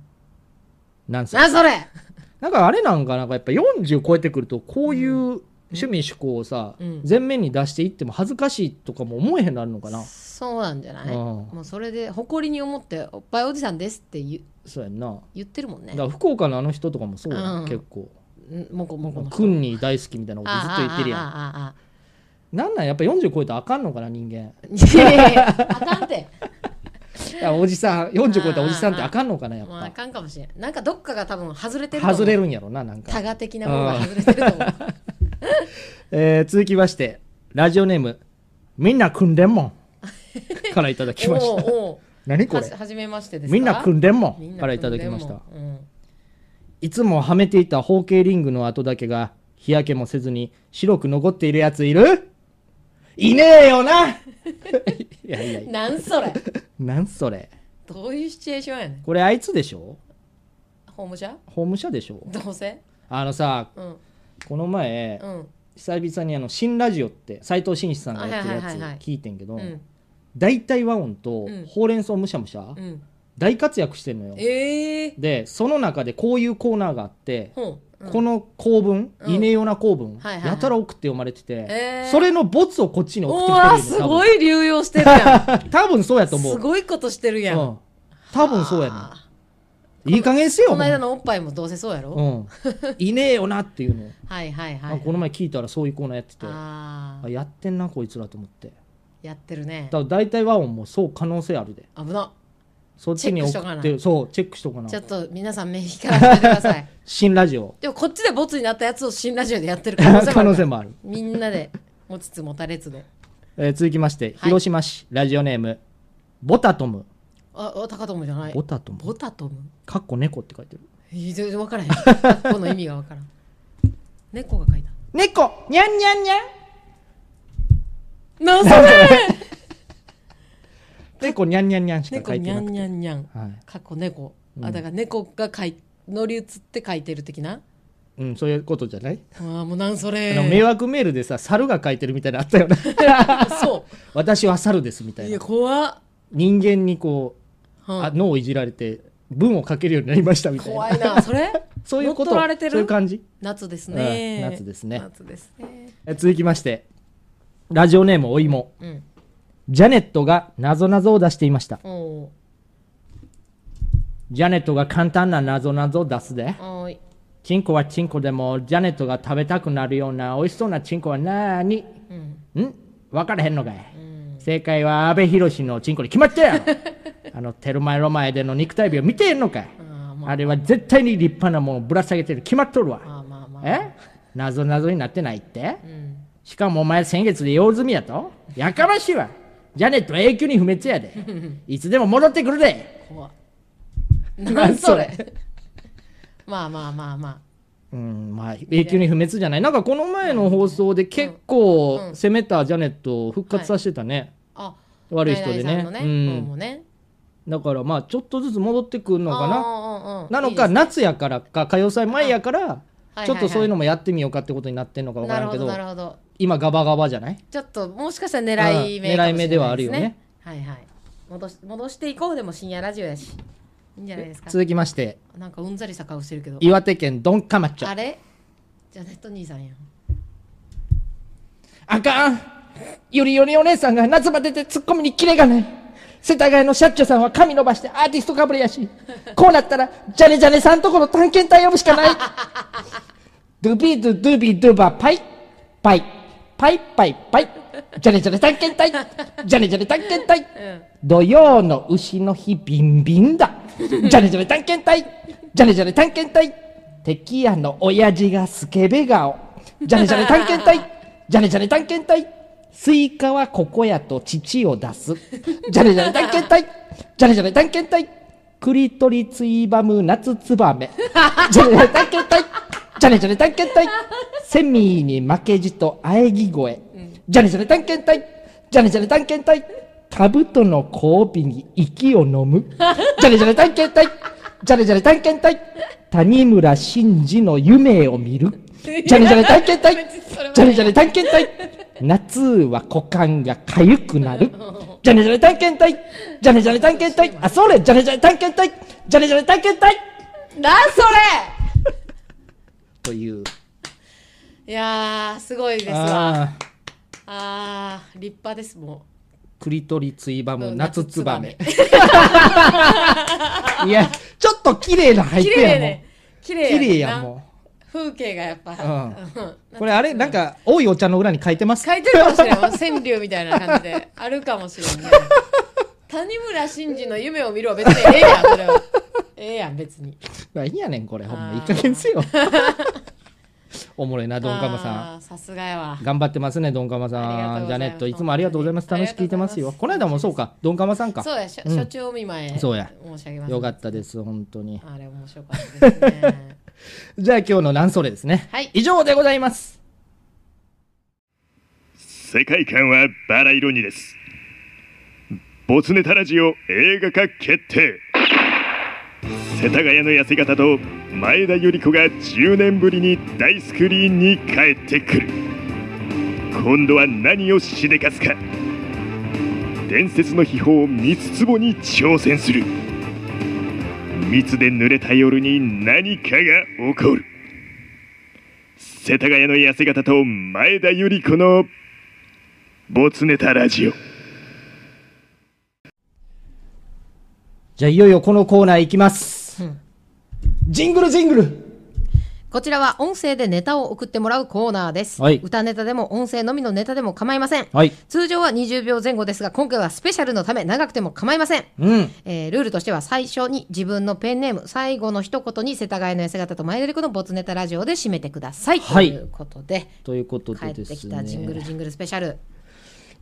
Speaker 2: なんせ
Speaker 3: なんそれ
Speaker 2: なんかあれなんかなんかやっぱ40超えてくるとこういう趣味趣向をさ、
Speaker 3: うん
Speaker 2: 前面に出していっても恥ずかしいとかも思えへんなるのかな、
Speaker 3: そうなんじゃない
Speaker 2: うん
Speaker 3: もうそれで誇りに思っておっぱいおじさんですって言
Speaker 2: そうやんな
Speaker 3: 言ってるもんね
Speaker 2: だから福岡のあの人とかもそうやん、
Speaker 3: うん
Speaker 2: 結構
Speaker 3: うんもこもこの人
Speaker 2: クンニー大好きみたいなことずっと言ってるやん
Speaker 3: ああああああ
Speaker 2: なんなんやっぱ40超えたらあかんのかな人間
Speaker 3: いやいやいや あかんて
Speaker 2: いやおじさん40超えたおじさんってあかんのかなやっ
Speaker 3: まああ
Speaker 2: ぱ
Speaker 3: かんかもしれんなんかどっかが多分外れてると思う
Speaker 2: 外れるんやろななんか
Speaker 3: タガ的なものが外れてると思う
Speaker 2: えー続きましてラジオネームみんな組んでんもんからいただきました
Speaker 3: おうおう
Speaker 2: 何こ
Speaker 3: は
Speaker 2: れ
Speaker 3: じはじめましてですか
Speaker 2: みんな組んでんも
Speaker 3: みん
Speaker 2: ん
Speaker 3: な
Speaker 2: からいただきました
Speaker 3: 組んでも
Speaker 2: いつもはめていた方形リングの跡だけが日焼けもせずに白く残っているやついるいねえよな いやいや
Speaker 3: う
Speaker 2: い
Speaker 3: ん
Speaker 2: や、
Speaker 3: なんそれ
Speaker 2: なんそれ。
Speaker 3: どういうシチュエーションやねん
Speaker 2: これあいつでしょ
Speaker 3: ホームじゃ
Speaker 2: 法務者でしょ
Speaker 3: どうせ
Speaker 2: あのさ、
Speaker 3: うん
Speaker 2: この前
Speaker 3: う、ん
Speaker 2: 久々にあの新ラジオって斎藤真一さんがやってるやつ
Speaker 3: はいはいはいはい
Speaker 2: 聞いてんけど
Speaker 3: う、ん
Speaker 2: 大体和音と
Speaker 3: うん
Speaker 2: ほうれん草むしゃむしゃ
Speaker 3: うん
Speaker 2: 大活躍してんのよ。
Speaker 3: ええ
Speaker 2: で、その中でこういうコーナーがあって、
Speaker 3: ほううん
Speaker 2: この構文、
Speaker 3: うん
Speaker 2: イネオな構文、
Speaker 3: はいはいはい
Speaker 2: やたら送って読まれてて、
Speaker 3: えー
Speaker 2: それのボツをこっちに送っ
Speaker 3: お
Speaker 2: てきて
Speaker 3: わ
Speaker 2: る
Speaker 3: す
Speaker 2: よ
Speaker 3: ごい流用してるや
Speaker 2: 多分多分そうやと
Speaker 3: ん
Speaker 2: 思う。
Speaker 3: すごいことしてるやん、
Speaker 2: うん。多分そうやね
Speaker 3: あ
Speaker 2: ん。いい加減せ
Speaker 3: ー
Speaker 2: よ。
Speaker 3: この間
Speaker 2: の。
Speaker 3: のおっぱいもどうせそうやろ、
Speaker 2: うん。 いねえよなっていうの。
Speaker 3: はいはいは
Speaker 2: あ
Speaker 3: い
Speaker 2: この前聞いたらそういうコーナーやってて、あ
Speaker 3: ああ
Speaker 2: やってんなこいつらと思って。
Speaker 3: やってるね
Speaker 2: だから大体和音もそう可能性あるで。
Speaker 3: 危な
Speaker 2: そっちに
Speaker 3: チェ
Speaker 2: 送
Speaker 3: ックしとかな
Speaker 2: ってる。そう、チェックしとかな
Speaker 3: ちょ。っと皆さん目光らせてくだ さい
Speaker 2: 新ラジオ。
Speaker 3: でもこっちでボツになったやつを新ラジオでやってる可能性もあ る
Speaker 2: 可能性もある。
Speaker 3: みんなで持ちつ持たれつで
Speaker 2: えー続きまして、広島市ラジオネーム、ボタトム。
Speaker 3: ああ高友じゃない
Speaker 2: ボタトム。
Speaker 3: ボタトム
Speaker 2: かっこ猫って書いてる。
Speaker 3: いや全然分からへんこの意味が分からん猫が書いた
Speaker 2: 猫にゃんにゃんにゃん
Speaker 3: なんそれ
Speaker 2: 猫にゃんにゃんにゃんしか
Speaker 3: 猫
Speaker 2: 書い
Speaker 3: に
Speaker 2: て
Speaker 3: ゃ
Speaker 2: なく
Speaker 3: ん
Speaker 2: て。
Speaker 3: にゃんにゃん
Speaker 2: はい。
Speaker 3: 過去猫、
Speaker 2: うん
Speaker 3: あだから猫が書い乗り移って書いてる的な
Speaker 2: うん、そういうことじゃない、
Speaker 3: あーもうなんそ
Speaker 2: あ
Speaker 3: れ
Speaker 2: の迷惑メールでさ、猿が書いてるみたいなのあったよな。
Speaker 3: そ
Speaker 2: 私は猿ですみた
Speaker 3: う
Speaker 2: い
Speaker 3: いや
Speaker 2: な。
Speaker 3: 怖っ、
Speaker 2: 人間にこう、
Speaker 3: は
Speaker 2: あ
Speaker 3: あ、
Speaker 2: 脳をいじられて、文を書けるようになりましたみたい
Speaker 3: 怖
Speaker 2: な。
Speaker 3: いなそれ
Speaker 2: そういうこと。
Speaker 3: 乗っ取られてる
Speaker 2: そういう感じ。
Speaker 3: 夏ですね、
Speaker 2: うん夏ですね
Speaker 3: 夏ですね
Speaker 2: え続きまして、ラジオネームお芋。
Speaker 3: うん
Speaker 2: ジャネットが謎謎を出していました。
Speaker 3: おー
Speaker 2: ジャネットが簡単な謎謎を出すで。
Speaker 3: おーい
Speaker 2: チンコはチンコでも、ジャネットが食べたくなるような美味しそうなチンコはなーに、ん分からへんのかい、正解は阿部寛のチンコに決まったやろ あの、テルマエロマエでの肉体美を見てへんのかい
Speaker 3: あー
Speaker 2: あれは絶対に立派なものをぶら下げてる決まっとるわ。
Speaker 3: まあまあまあ
Speaker 2: え謎謎になってないって、しかもお前先月で用済みやとやかましいわジャネットは永久に不滅やでいつでも戻ってくるで
Speaker 3: 怖 っなんそれ まあまあまあま
Speaker 2: うんまあ永久に不滅じゃないなんかこの前の放送で結構
Speaker 3: うんうん
Speaker 2: 攻めたジャネットを復活させてたね、
Speaker 3: ああ
Speaker 2: 悪い人で
Speaker 3: ナイナ
Speaker 2: ね
Speaker 3: イさんのね、
Speaker 2: う
Speaker 3: 方
Speaker 2: ん
Speaker 3: もね
Speaker 2: だからまあちょっとずつ戻ってくるのかなな
Speaker 3: な
Speaker 2: のか
Speaker 3: いいで
Speaker 2: 夏やからか歌謡祭前やから
Speaker 3: はい
Speaker 2: ちょっとそういうのもやってみようかってことになってんのか
Speaker 3: す
Speaker 2: 分
Speaker 3: な
Speaker 2: からん
Speaker 3: るほ
Speaker 2: け
Speaker 3: ど
Speaker 2: ど
Speaker 3: なるほど
Speaker 2: 今ガバガバじゃない
Speaker 3: ちょっともしかしたら狙い目かもしれないす、ね、
Speaker 2: うん狙い目ではあるよね
Speaker 3: はいはい戻し戻していこうでも深夜ラジオやしいいんじゃないですか
Speaker 2: 続きまして
Speaker 3: なんかうんざりさ顔してるけど
Speaker 2: 岩手県ドンカマッチョ
Speaker 3: あれジャネット兄さんやん
Speaker 2: あかんよりよりお姉さんが夏まででツッコミにキレがない世田谷の社長さんは髪伸ばしてアーティストかぶれやしこうなったらジャネジャネさんとこの探検隊呼ぶしかない ドゥビードゥドゥビードゥバパイパイパイパイパイじゃれじゃれ探検隊じゃれじゃれ探検隊、土曜の牛の日ビンビン だじゃれじゃれ探検隊じゃれじゃれ探検隊敵屋の親父がスケベ顔じゃれじゃれ探検隊じゃれじゃれ探検隊スイカはここやと乳を出すじゃれじゃれ探検隊じゃれじゃれ探検隊クリトリツイバムナツツバメじゃれじゃれ探検隊じゃれじゃれ探検隊セミに負けじと喘ぎ声じゃれじゃれ探検隊じゃれじゃれ探検隊カブトの交尾に息を飲むじゃれじゃれ探検隊じゃれじゃれ探検隊谷村新司の夢を見るじゃれじゃれ探検隊じゃれじゃれ探検隊夏は股間が痒くなるじゃれじゃれ探検隊じゃれじゃれ探検隊あ、それじゃれじゃれ探検隊じゃれじゃれ探検隊
Speaker 8: なんそ
Speaker 2: という。
Speaker 8: れいやー、すごいですわ。
Speaker 2: ああ、
Speaker 8: あー、立派です、も
Speaker 2: クリトリツイバ
Speaker 8: う。
Speaker 2: ム
Speaker 8: うん
Speaker 2: 夏ツバメ。。いや、ちょっと綺麗な背
Speaker 8: 綺
Speaker 2: 景
Speaker 8: 麗
Speaker 2: やもん
Speaker 8: ね。。綺麗
Speaker 2: 綺麗やもん。
Speaker 8: 風景がやっぱ。
Speaker 2: うん
Speaker 8: うん
Speaker 2: これあれなんか、多いお茶の裏に書いてます
Speaker 8: 書いてるかもしれんわ。川柳みたいな感じで。 あるかもしれんね。谷村新司の夢を見るは別にええやん、それ は。ええやん、別に。
Speaker 2: まあいいやねん、これ。ほんま
Speaker 8: あー
Speaker 2: いい加減せ よ。おもろいな、ドンカマさ
Speaker 8: あーさすがやわ。
Speaker 2: ん。頑張ってますね、ドンカマ
Speaker 8: あ
Speaker 2: さ。
Speaker 8: りがとうんご
Speaker 2: ジ
Speaker 8: ざいま
Speaker 2: ャ
Speaker 8: す
Speaker 2: ネット、いつもありがとうございます。楽しく聞いてますよ。
Speaker 8: ありがとう
Speaker 2: こ
Speaker 8: ご
Speaker 2: の
Speaker 8: ざいます
Speaker 2: 間もそうか、ドンカマさんか。
Speaker 8: そうや、しょ
Speaker 2: うん
Speaker 8: 初中お見舞い。
Speaker 2: そうや
Speaker 8: 申し上げます。
Speaker 2: よかったです、本当に。
Speaker 8: あれ面白かったですね。
Speaker 2: じゃあ今日のなんそれですね。
Speaker 8: はい
Speaker 2: 以上でございます。
Speaker 9: 世界観はバラ色にですボツネタラジオ映画化決定世田谷の痩せ方と前田由里子が10年ぶりに大スクリーンに帰ってくる今度は何をしでかすか伝説の秘宝三つ壺に挑戦する蜜で濡れた夜に何かが起こる世田谷の痩せ方と前田由里子のボツネタラジオ
Speaker 2: じゃあいよいよこのコーナーいきます。ジングルジングル
Speaker 3: こちらは音声でネタを送ってもらうコーナーです、
Speaker 2: はい
Speaker 3: 歌ネタでも音声のみのネタでも構いません、
Speaker 2: はい。
Speaker 3: 通常は20秒前後ですが今回はスペシャルのため長くても構いません、
Speaker 2: うん。
Speaker 3: えールールとしては最初に自分のペンネーム最後の一言に世田谷の痩せ方と前田陸のボツネタラジオで締めてください、
Speaker 2: はい
Speaker 3: ということで
Speaker 2: ということ
Speaker 3: 帰
Speaker 2: で
Speaker 3: って
Speaker 2: で
Speaker 3: き
Speaker 2: す
Speaker 3: たジングル
Speaker 2: ね。
Speaker 3: ジングルスペシャル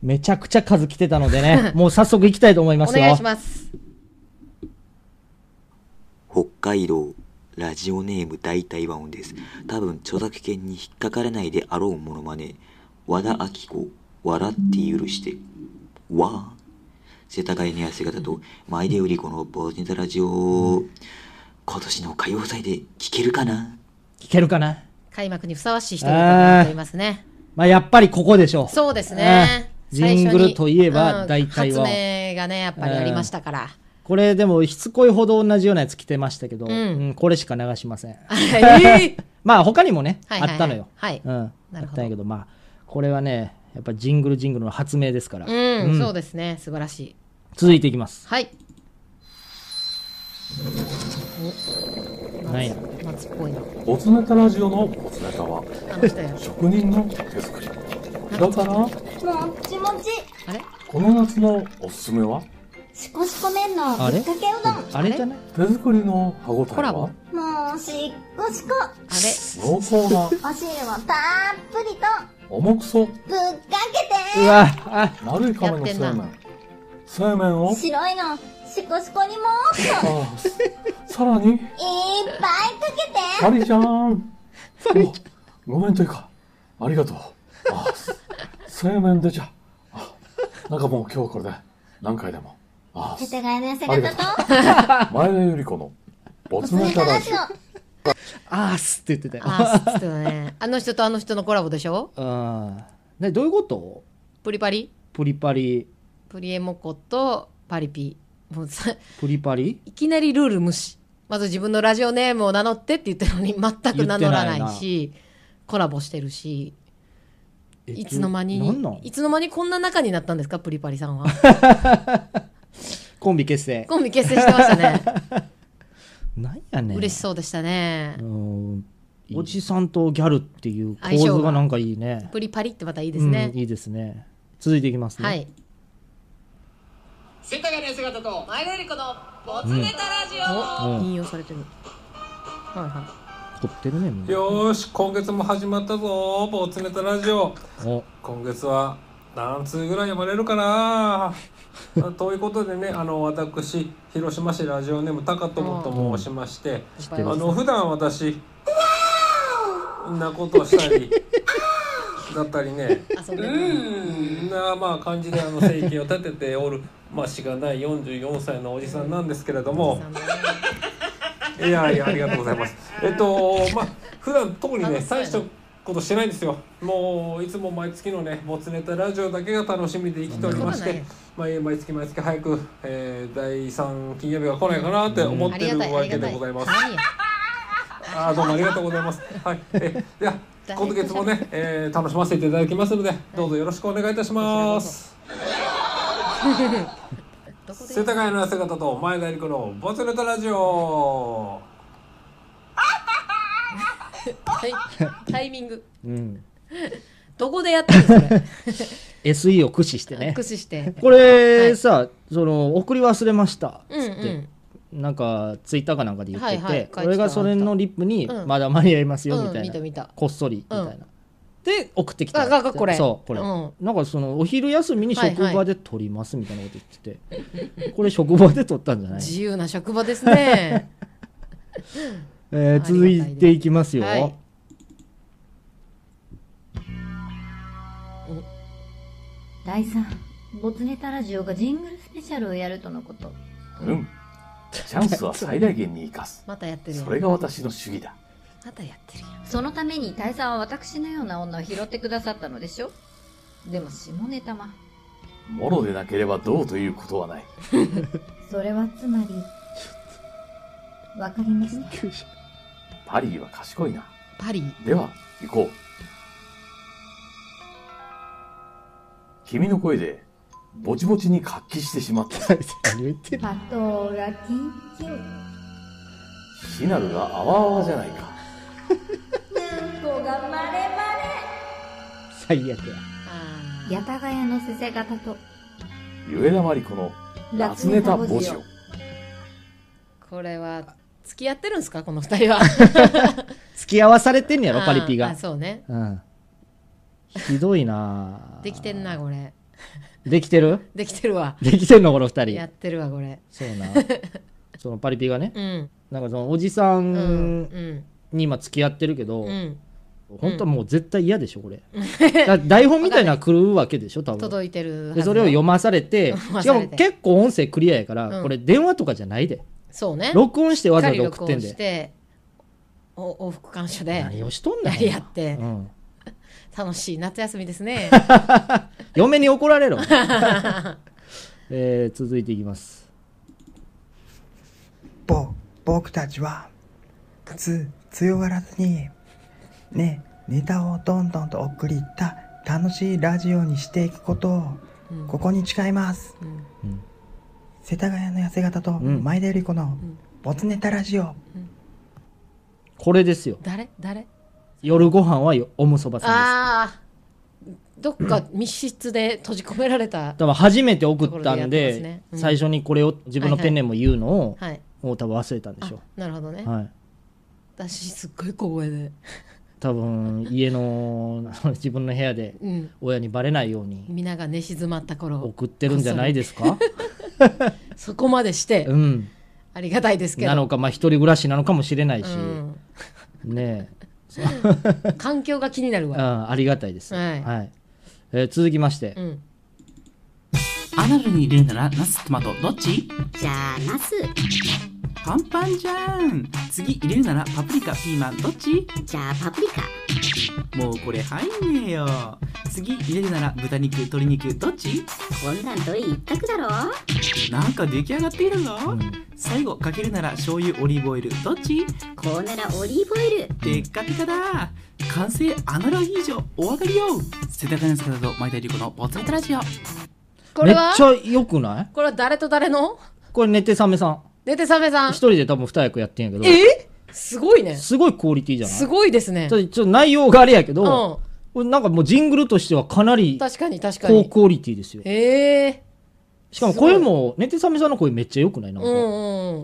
Speaker 2: めちゃくちゃ数来てたので ね、もう早速行きたいと思いま
Speaker 3: お
Speaker 2: すよ。
Speaker 3: 願いします
Speaker 10: 北海道ラジオネーム大体和音です多分著作権に引っかからないであろうものまね和田明子笑って許してわ世田谷の痩せ方と前出売り子のボーネタラジオ今年の歌謡祭で聴けるかな
Speaker 2: 聞けるかな
Speaker 3: 開幕にふさわしい人だと思いますね
Speaker 2: まあやっぱりここでしょう。
Speaker 3: そうですね
Speaker 2: えージングルといえば大
Speaker 3: 最初
Speaker 2: 体
Speaker 3: にうん
Speaker 2: は
Speaker 3: 発明がねやっぱりありましたから、
Speaker 2: これでもしつこいほど同じようなやつ来てましたけど、うんんこれしか流しません。
Speaker 3: えー
Speaker 2: まあ他にもね、
Speaker 3: はいはいはい
Speaker 2: あったのよ。
Speaker 3: はい
Speaker 2: うん、あ
Speaker 3: なるほど
Speaker 2: ったんやけど、まあこれはね、やっぱジングルジングルの発明ですから、
Speaker 3: うん、
Speaker 2: うん
Speaker 3: そうですね素晴らしい
Speaker 2: 続いていきます。
Speaker 3: はい
Speaker 2: なんや
Speaker 3: 夏っぽいな
Speaker 11: ボツネタラジオのボツネタは
Speaker 3: あの人や
Speaker 11: 職人の手作り。だから、
Speaker 12: もっちもち
Speaker 3: あれ
Speaker 11: この夏のおすすめは
Speaker 12: しこしこ麺のぶ
Speaker 2: あれ
Speaker 12: っかけうど
Speaker 2: あれじゃない
Speaker 11: 手作りの歯ご
Speaker 3: コ
Speaker 11: たえ
Speaker 3: ラボ
Speaker 11: は
Speaker 12: んもうしっこしこ
Speaker 3: あれ
Speaker 11: 濃厚な
Speaker 12: お汁をたっぷりと
Speaker 11: 重くそ
Speaker 12: ぶっか
Speaker 2: う
Speaker 12: け
Speaker 2: わあ
Speaker 11: 丸い亀のそうめ。
Speaker 3: やってんなん
Speaker 11: そうめんを
Speaker 12: て白いのしこしこにもっと
Speaker 11: あさらに、
Speaker 12: いっぱいかけて
Speaker 11: パリじゃー ん。おごめんというか、ありがとう。あそうめんでじゃ。あなんかもう今日これで何回でも。あ
Speaker 12: 世田谷の痩せ
Speaker 11: ありが
Speaker 12: 方と
Speaker 11: 前田由里子のボツ
Speaker 12: お
Speaker 11: ネ
Speaker 12: ネタ
Speaker 11: タ
Speaker 12: ラ
Speaker 11: ラ
Speaker 12: ジ
Speaker 11: ジ
Speaker 12: オ
Speaker 11: オ。
Speaker 2: あーすって言ってたよ。
Speaker 3: あーそうだねあの人とあの人のコラボでしょ
Speaker 2: あー ねどういうこと
Speaker 3: プリパリ
Speaker 2: プリパリ、
Speaker 3: プリエモコとパリピもうさ
Speaker 2: プリパリ
Speaker 3: いきなりルール無視まず自分のラジオネームを名乗ってって言ったのに全く名乗らないしコラボしてるし
Speaker 2: え
Speaker 3: いつの間に
Speaker 2: なんなん
Speaker 3: いつの間にこんな仲になったんですかプリパリさん は
Speaker 2: コンビ結成。
Speaker 3: コンビ結成してましたね
Speaker 2: なんやねん
Speaker 3: 嬉しそうでしたね
Speaker 2: うんおじさんとギャルっていう構
Speaker 3: 相性
Speaker 2: 図
Speaker 3: が
Speaker 2: がなんかいいね。
Speaker 3: プリパリってまたいいですね
Speaker 2: うん、いいですね。続いていきますね。
Speaker 13: はい。
Speaker 14: 世田谷の姿と前田由里子のボ
Speaker 2: ツネタ
Speaker 14: ラジ
Speaker 2: うん
Speaker 13: 引用さ れてる。はいは
Speaker 2: 撮ってるね、みんな。
Speaker 15: よーし今月も始まったぞボツネタラジオ
Speaker 2: お
Speaker 15: 今月は何通ぐらい読まれるかなあということでねあの私広島市ラジオネームタカトモと申しまして
Speaker 2: う
Speaker 15: あ
Speaker 2: ん
Speaker 15: の普段私こんなことしたりだったりねうーんなまあ感じであの生計を立てておるまあしがない44歳のおじさんなんですけれどもいやいやありがとうございますえっとまあ普段特にね大したことしてないんですよもういつも毎月のねボツネタラジオだけが楽しみで生きておりまし
Speaker 13: そんな
Speaker 15: て
Speaker 13: こ
Speaker 15: 毎毎月毎月早く、えー第3金曜日が来ないかなって思ってるわけでございます。あーどうもありがとうございます。はい、えでは今月もね、えー楽しませていただきますので、どうぞよろしくお願いいたします。世田谷の姿と前田理子のボツネタラジオ。
Speaker 3: い。タイミング。
Speaker 2: うん。
Speaker 3: どこでやって るんですか
Speaker 2: SE を駆使してね。
Speaker 3: 駆使して
Speaker 2: これさ、その、送り忘れました。
Speaker 3: うん
Speaker 2: つってなんか、ツイッターかなんかで言ってて、
Speaker 3: はいはい書いてた
Speaker 2: 俺がそれのリップに、
Speaker 3: うん
Speaker 2: まだ間に合いますよ、み
Speaker 3: う
Speaker 2: たい
Speaker 3: ん見
Speaker 2: な。
Speaker 3: た見た
Speaker 2: こっそり、みたいな。
Speaker 3: うん
Speaker 2: で、送ってきた。
Speaker 3: あががこれ
Speaker 2: そう、これ。
Speaker 3: うん
Speaker 2: なんか、その、お昼休みに職
Speaker 3: はいは
Speaker 2: 場
Speaker 3: い
Speaker 2: で撮ります、みたいなこと言ってて。これ、職場で撮ったんじゃない
Speaker 3: 自由な職場です ね。
Speaker 2: えー続いていきますよ。
Speaker 3: はい
Speaker 16: 第3ボツネタラジオがジングルスペシャルをやるとのこと
Speaker 11: うんチャンスは最大限に生かす
Speaker 16: またやってるよ
Speaker 11: それが私の主義だ
Speaker 16: またやってるよそのために大佐は私のような女を拾ってくださったのでしょでも下ネタま
Speaker 11: もろでなければどうということ はない
Speaker 16: それはつまりわかりました
Speaker 11: パリーは賢いな
Speaker 3: パリ。
Speaker 11: では行こう君の声でぼちぼちに活気してし まった
Speaker 16: パトラキンキュン
Speaker 11: シナルがあわあわじゃないか
Speaker 16: 子がまれ
Speaker 2: 最悪や。
Speaker 16: まれ 八田ヶ谷のせせ方と
Speaker 11: ゆえだまりこの夏ネタ募集
Speaker 3: これは付き合ってるんですかこの二人は。
Speaker 2: 付き合わされてんねやろ、パリピ
Speaker 3: あー
Speaker 2: が
Speaker 3: あ。そうね。
Speaker 2: うん。ひどいな
Speaker 3: できてんなこれ。
Speaker 2: ぁできてる
Speaker 3: できてるわ。
Speaker 2: できてんの、この二
Speaker 3: や
Speaker 2: 人
Speaker 3: っ。てるわこれ。
Speaker 2: そうな。そのパリピがね。
Speaker 3: うん
Speaker 2: なんかそのおじさ
Speaker 3: うんん
Speaker 2: に今付き合ってるけど、
Speaker 3: うん。
Speaker 2: 本当はもう絶対嫌でしょ、これ。だ台本みたいなの来るわけでしょ、多分。
Speaker 3: 届いてるはず
Speaker 2: でそれを読まされて、
Speaker 3: 読ま
Speaker 2: しか
Speaker 3: され
Speaker 2: も
Speaker 3: て
Speaker 2: 結構音声クリアやから、
Speaker 3: うん
Speaker 2: これ電話とかじゃないで。
Speaker 3: そうね。
Speaker 2: 録音してわざわざ送ってんで
Speaker 3: しっかり録音してお往復感謝で。
Speaker 2: 何をしとんねん
Speaker 3: やり合って、
Speaker 2: うん
Speaker 3: 楽しい夏休みで すね。
Speaker 2: 嫁に怒ら れろ。えー続いていきます。
Speaker 17: ぼ僕たちはつ強がらずにねネタをどんどんと送り入った楽しいラジオにしていくことを
Speaker 3: うん
Speaker 17: ここに誓います、
Speaker 2: うん
Speaker 17: 世田谷の痩せ方と前田由里子のボツネタラジオ、
Speaker 2: これですよ。
Speaker 3: 誰誰
Speaker 2: 夜ご飯はよおむそばさんで
Speaker 3: ああーどっか密室で閉じ込められた
Speaker 2: す。多分初めて送ったん
Speaker 3: ところでや
Speaker 2: で、
Speaker 3: ってますねうん
Speaker 2: 最初にこれを自分のペンネームを言うのを、
Speaker 3: はいはい
Speaker 2: もう多分忘れたんでしょ
Speaker 3: なるほどね、
Speaker 2: う。はい。
Speaker 3: 私すっごい小声で
Speaker 2: 多分家の自分の部屋で
Speaker 3: うん
Speaker 2: 親にバレないように
Speaker 3: 皆が寝静まった頃
Speaker 2: 送ってるんじゃないですか
Speaker 3: そこまでして、
Speaker 2: うん
Speaker 3: ありがたいですけど
Speaker 2: なのかまあ一人暮らしなのかもしれないし、
Speaker 3: うん
Speaker 2: ねえ
Speaker 3: 環境が気になる
Speaker 2: う
Speaker 3: わ、
Speaker 2: んありがたいです、
Speaker 3: はい
Speaker 2: えー続きまして、
Speaker 3: うん
Speaker 18: アナルに入れるならナストマトどっち
Speaker 12: じゃあナス
Speaker 18: パンパンじゃん次入れるならパプリカピーマンどっち
Speaker 12: じゃあパプリカ
Speaker 18: もうこれ入んねえよ次入れるなら豚肉鶏肉どっち
Speaker 12: こんなんどれ一択だろ
Speaker 18: なんか出来上がっているぞ、最後かけるなら醤油オリーブオイルどっち
Speaker 12: こうならオリーブオイル
Speaker 18: でっかでかだ完成アナログ以上お上がりよ世田谷の姿と前田理子のボツネタラジオ
Speaker 3: これは
Speaker 2: めっちゃ良くない
Speaker 3: これは誰と誰の
Speaker 2: これ寝てさめさん
Speaker 3: 寝てさめさん
Speaker 2: 一人で多分二役やってんやけど
Speaker 3: えすごいね
Speaker 2: すごいクオリティじゃない
Speaker 3: すごいですね
Speaker 2: ちょっとちょっと内容があれやけど、
Speaker 3: うん
Speaker 2: これなんかもうジングルとしてはかなり
Speaker 3: 確かに確か
Speaker 2: 高
Speaker 3: に。
Speaker 2: クオリティですよ。
Speaker 3: ええ
Speaker 2: しかも声も、寝てさめさんの声めっちゃ良くないなんか、
Speaker 3: うんうん。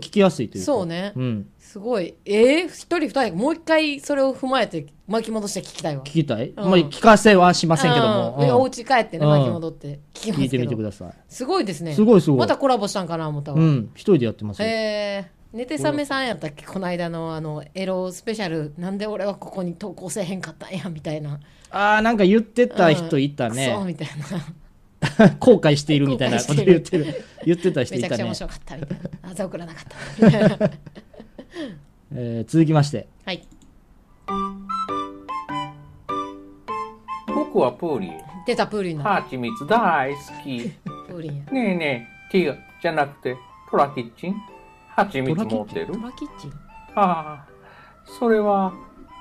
Speaker 2: 聞きやすいというか。
Speaker 3: そうね
Speaker 2: うん。
Speaker 3: すごい。ええ一人二役、もう一回それを踏まえて巻き戻して聞きたいわ。
Speaker 2: 聞きたい、
Speaker 3: うん
Speaker 2: まあ聞かせはしませんけども。
Speaker 3: うんで
Speaker 2: うん
Speaker 3: お家帰ってね
Speaker 2: うん
Speaker 3: 巻き戻って聞きますけど
Speaker 2: 聞いてみてください。
Speaker 3: すごいですね。
Speaker 2: すごいすごい
Speaker 3: またコラボしたんかな思ったわ。
Speaker 2: うん。一人でやってますよ。
Speaker 3: へえ寝てさめさんやったっけこの間のあのエロスペシャルなんで俺はここに投稿せえへんかったんやみたいな
Speaker 2: ああ、なんか言ってた人いた
Speaker 3: うんクソ
Speaker 2: ね。
Speaker 3: みたいな
Speaker 2: 後悔しているみたいなこと言ってる。言ってた人い
Speaker 3: めちゃ
Speaker 2: た
Speaker 3: くちゃ
Speaker 2: ね
Speaker 3: 面。白かったみたいなあざ送らなかったみたいな
Speaker 2: えー続きまして。
Speaker 3: はい
Speaker 11: 僕は プーリン。
Speaker 3: 出たプーリン
Speaker 11: ハ
Speaker 3: だ
Speaker 11: チミツ大好き。
Speaker 3: プーリンや
Speaker 11: ねえねえ、ティガじゃなくて、トラキッチンハチミツ持ってる
Speaker 3: トラキッチン
Speaker 11: ああ、それは、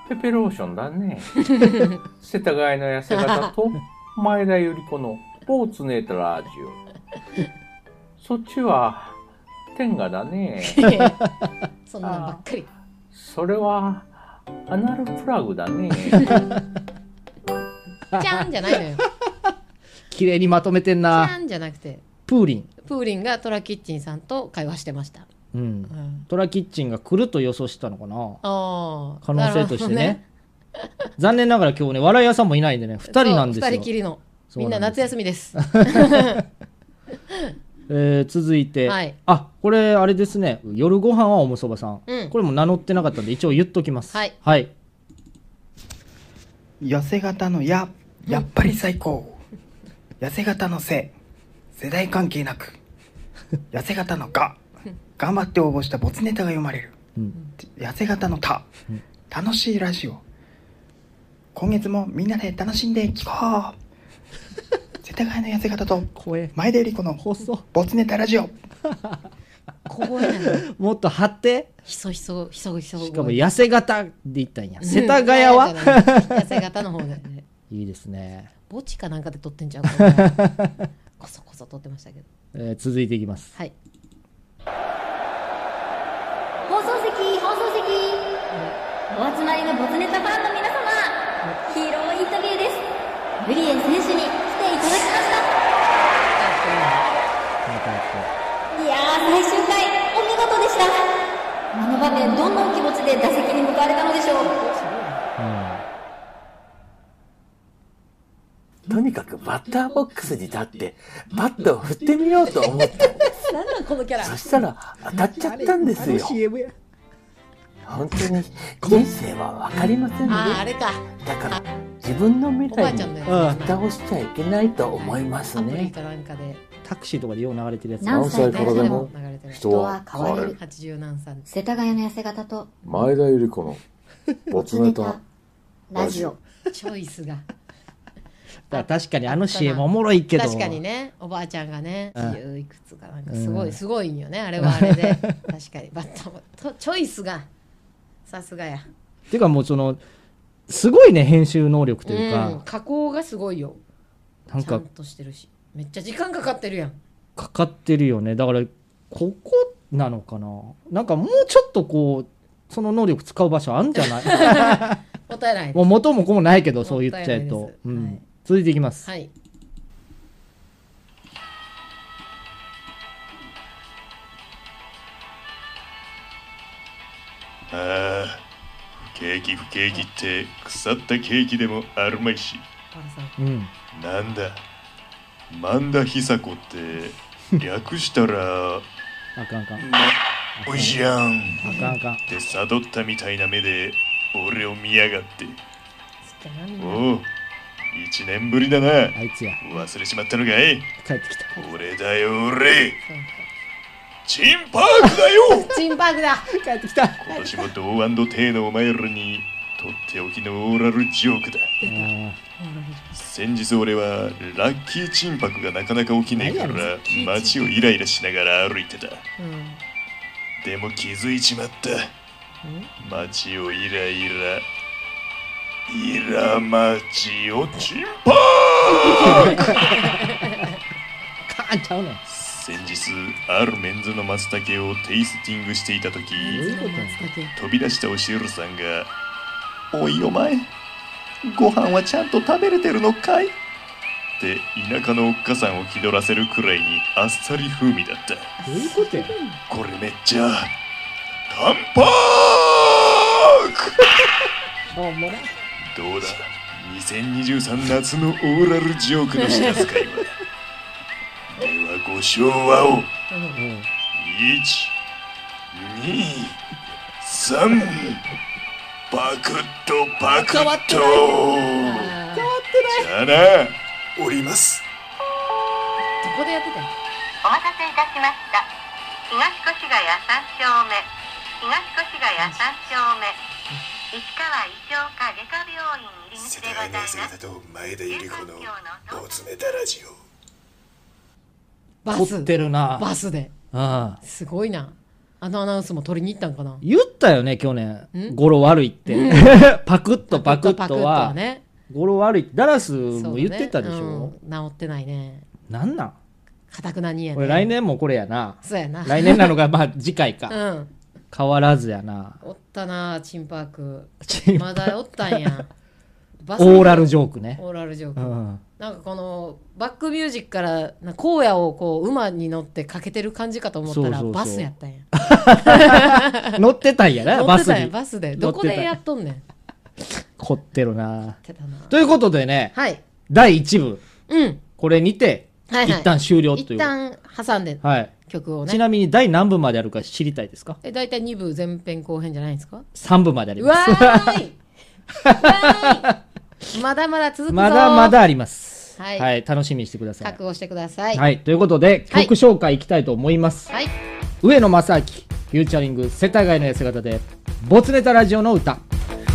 Speaker 11: ペペローション だね。世田谷の痩せ方と、前田由里子のスポーツネータラジオ。そっちは、天下 だね。
Speaker 3: そんなんばっかり
Speaker 11: それは、アナルプラグ だね。
Speaker 3: ちゃんじゃないのよ
Speaker 2: 綺麗にまとめてん
Speaker 3: ちゃ
Speaker 2: な。
Speaker 3: んじゃなくて
Speaker 2: プーリン。
Speaker 3: プーリンがトラキッチンさんと会話してました
Speaker 2: うん。トラキッチンが来ると予想したのかな。
Speaker 3: ああ
Speaker 2: 可能性としてね。残念ながら今日ね、笑い屋さんもいないんでね、二人なんですよ。
Speaker 3: 2人きりの
Speaker 2: そう
Speaker 3: み
Speaker 2: なんんで
Speaker 3: な
Speaker 2: す
Speaker 3: 夏休みです
Speaker 2: えー続いて、
Speaker 3: はい
Speaker 2: あこれあれですね夜ご飯はおむそばさん、
Speaker 3: うん
Speaker 2: これも名乗ってなかったんで一応言っときます
Speaker 3: はい、
Speaker 2: はい、
Speaker 17: 痩せ型のや、やっぱり最高。痩せ型のせ、世代関係な く。痩せ型のが、頑張って応募したボツネタが読まれる。
Speaker 2: うん
Speaker 17: 痩せ型のた、楽しいラジオ。今月もみんなで楽しんでいこ う。世田谷の痩せ型と、前田由里子のボツネタラジオ。
Speaker 2: もっと張って
Speaker 3: ひそひそひそひそ し
Speaker 2: しかも痩せ型で言ったんや世田谷は
Speaker 3: 痩せ型の方でね
Speaker 2: いいですね、
Speaker 3: 墓地かなんかで撮ってんじゃんこれこそこそ撮ってましたけど
Speaker 2: えー続いていきます
Speaker 3: はい
Speaker 16: 放送席放送席お集まりのボツネタファンの皆様ヒーローインタビューですグリエ選手に来ていただきましたいやー最終回お見事でしたあの場面どんなお気持ちで打席に向かわれたのでしょう
Speaker 4: とにかくバッターボックスに立って、バットを振ってみようと思った。
Speaker 3: 何なんこのキャラ
Speaker 4: そしたら当たっちゃったんですよ。
Speaker 2: や
Speaker 4: 本当に人生は分かりませんね。
Speaker 3: あああれか
Speaker 4: だから自分の未
Speaker 3: おばあ
Speaker 4: 来
Speaker 3: ち
Speaker 4: に
Speaker 3: ゃんのやつ
Speaker 4: 蓋をしちゃいけないと思いますね。
Speaker 3: かなんかで
Speaker 2: タクシーとかでよう流れてるやつ
Speaker 4: 何歳からでも
Speaker 3: 流れてる
Speaker 4: 人は
Speaker 19: 変われる
Speaker 3: 80何歳
Speaker 19: 世田谷の痩せ方と
Speaker 20: 前田由里子のボツネ タ。
Speaker 19: ラジオ
Speaker 3: チョイスが
Speaker 2: だから確かにあの CM おもろいけど
Speaker 3: 確かにねおばあちゃんがね
Speaker 2: うん
Speaker 3: 10いくつかなんかすご
Speaker 2: う
Speaker 3: い
Speaker 2: ん
Speaker 3: すごいんよねあれはあ れで確かにバッタもとチョイスがさすがや
Speaker 2: ていうかもうそのすごいね編集能力というか、
Speaker 3: うん、加工がすごいよ
Speaker 2: なんか
Speaker 3: ちゃんとしてるしめっちゃ時間かかってるやん
Speaker 2: かかってるよねだからここなのかななんかもうちょっとこうその能力使う場所あるんじゃない
Speaker 3: もったいな い
Speaker 2: もう元も子もないけど、そう言っちゃう
Speaker 3: もっ
Speaker 2: と
Speaker 3: たいないで。
Speaker 2: うん続いていきます。
Speaker 3: はい
Speaker 21: ああケーキ不景気って腐ったケーキでもあるまいし
Speaker 3: パラさん
Speaker 2: うん。
Speaker 21: なんだ万田久子って略したら
Speaker 2: あかんあかん。
Speaker 21: おいじゃん
Speaker 2: あかんあかん
Speaker 21: って悟ったみたいな目で俺を見やがって
Speaker 3: お
Speaker 21: おう1年ぶりだな
Speaker 2: あいつや
Speaker 21: 忘れちまったのかい
Speaker 2: 帰ってきた
Speaker 21: 俺だよ俺チンパークだよ
Speaker 3: チンパークだ
Speaker 2: 帰ってきた
Speaker 21: 今年も同安の体のお前らにとっておきのオーラルジョークだ先日俺はラッキーチンパクがなかなか起きねえか
Speaker 22: 何や
Speaker 21: ら
Speaker 22: ラッキーチンパク
Speaker 21: 街をイライラしながら歩いてた
Speaker 3: うん
Speaker 21: でも気づいちまった街をイライライラ街をチンパ
Speaker 2: カーンちゃうねん。
Speaker 21: 先日あるメンズの松茸をテイスティングしていた時
Speaker 3: どういうことや
Speaker 21: 飛び出したおしるさんが「おいお前ご飯はちゃんと食べれてるのかいって田舎のおっかさんを気取らせるくらいにあっさり風味だった
Speaker 2: どういうことや
Speaker 21: これめっちゃタンパー
Speaker 2: おもろい
Speaker 21: クどうだ2023夏のオーラルジョークの品遣いはではご唱和を123パクッとパクッとじゃあなおります
Speaker 3: こでやってたよ
Speaker 16: お待たせいたしました東越谷三丁目東越谷三丁目石川医療科外科病院入り口でございます
Speaker 21: 姿と前田ゆり子のボツネタラジオ
Speaker 3: バ
Speaker 2: 凝ってるな
Speaker 3: バスで
Speaker 2: うん
Speaker 3: すごいなあのアナウンスも取りに行ったんかな
Speaker 2: 言ったよね去年
Speaker 3: ん
Speaker 2: 語呂悪いって、
Speaker 3: うん
Speaker 2: パクッとパクッとは
Speaker 3: ね
Speaker 2: 語呂悪いってダラス
Speaker 3: そ
Speaker 2: も
Speaker 3: うだね
Speaker 2: 言ってたでしょ、
Speaker 3: うん治ってないね
Speaker 2: なんなん
Speaker 3: かたくなにやね
Speaker 2: 俺来年もこれやな
Speaker 3: そうやな
Speaker 2: 来年なのがまあ次回か、
Speaker 3: うん
Speaker 2: 変わらずやな
Speaker 3: おったなチンパーク
Speaker 2: チンパー
Speaker 3: ま
Speaker 2: ク
Speaker 3: だおったんやバス
Speaker 2: オーラルジョークね
Speaker 3: オーラルジョーク、
Speaker 2: うん
Speaker 3: なんかこのバックミュージックからな荒野をこう馬に乗ってかけてる感じかと思ったら
Speaker 2: そうそうそう
Speaker 3: バスやったんや
Speaker 2: 乗ってたんや な
Speaker 3: 乗ってたんや
Speaker 2: バ
Speaker 3: バ
Speaker 2: ス
Speaker 3: ス
Speaker 2: に
Speaker 3: でどこで
Speaker 2: 乗
Speaker 3: や
Speaker 2: って
Speaker 3: っとんねん
Speaker 2: 凝ってるなということでね、
Speaker 3: はい
Speaker 2: 第1部、
Speaker 3: うん
Speaker 2: これにて、
Speaker 3: はいはい
Speaker 2: 一旦終了とい
Speaker 3: 一
Speaker 2: う、
Speaker 3: 旦挟んで、
Speaker 2: はい
Speaker 3: 曲をね
Speaker 2: ちなみに第何部まであるか知りたいですか
Speaker 3: え大体2部前編後編じゃないんですか
Speaker 2: 3部まであり
Speaker 3: うわ
Speaker 2: ます
Speaker 3: ーいまだまだ続くぞ
Speaker 2: まだまだあります
Speaker 3: はい
Speaker 2: 楽しみにしてください
Speaker 3: 覚悟してください
Speaker 2: はい、ということで
Speaker 3: はい
Speaker 2: 曲紹介いきたいと思います、
Speaker 3: はい
Speaker 2: 上野正明フューチャリング世田谷の痩せ方で「ボツネタラジオの歌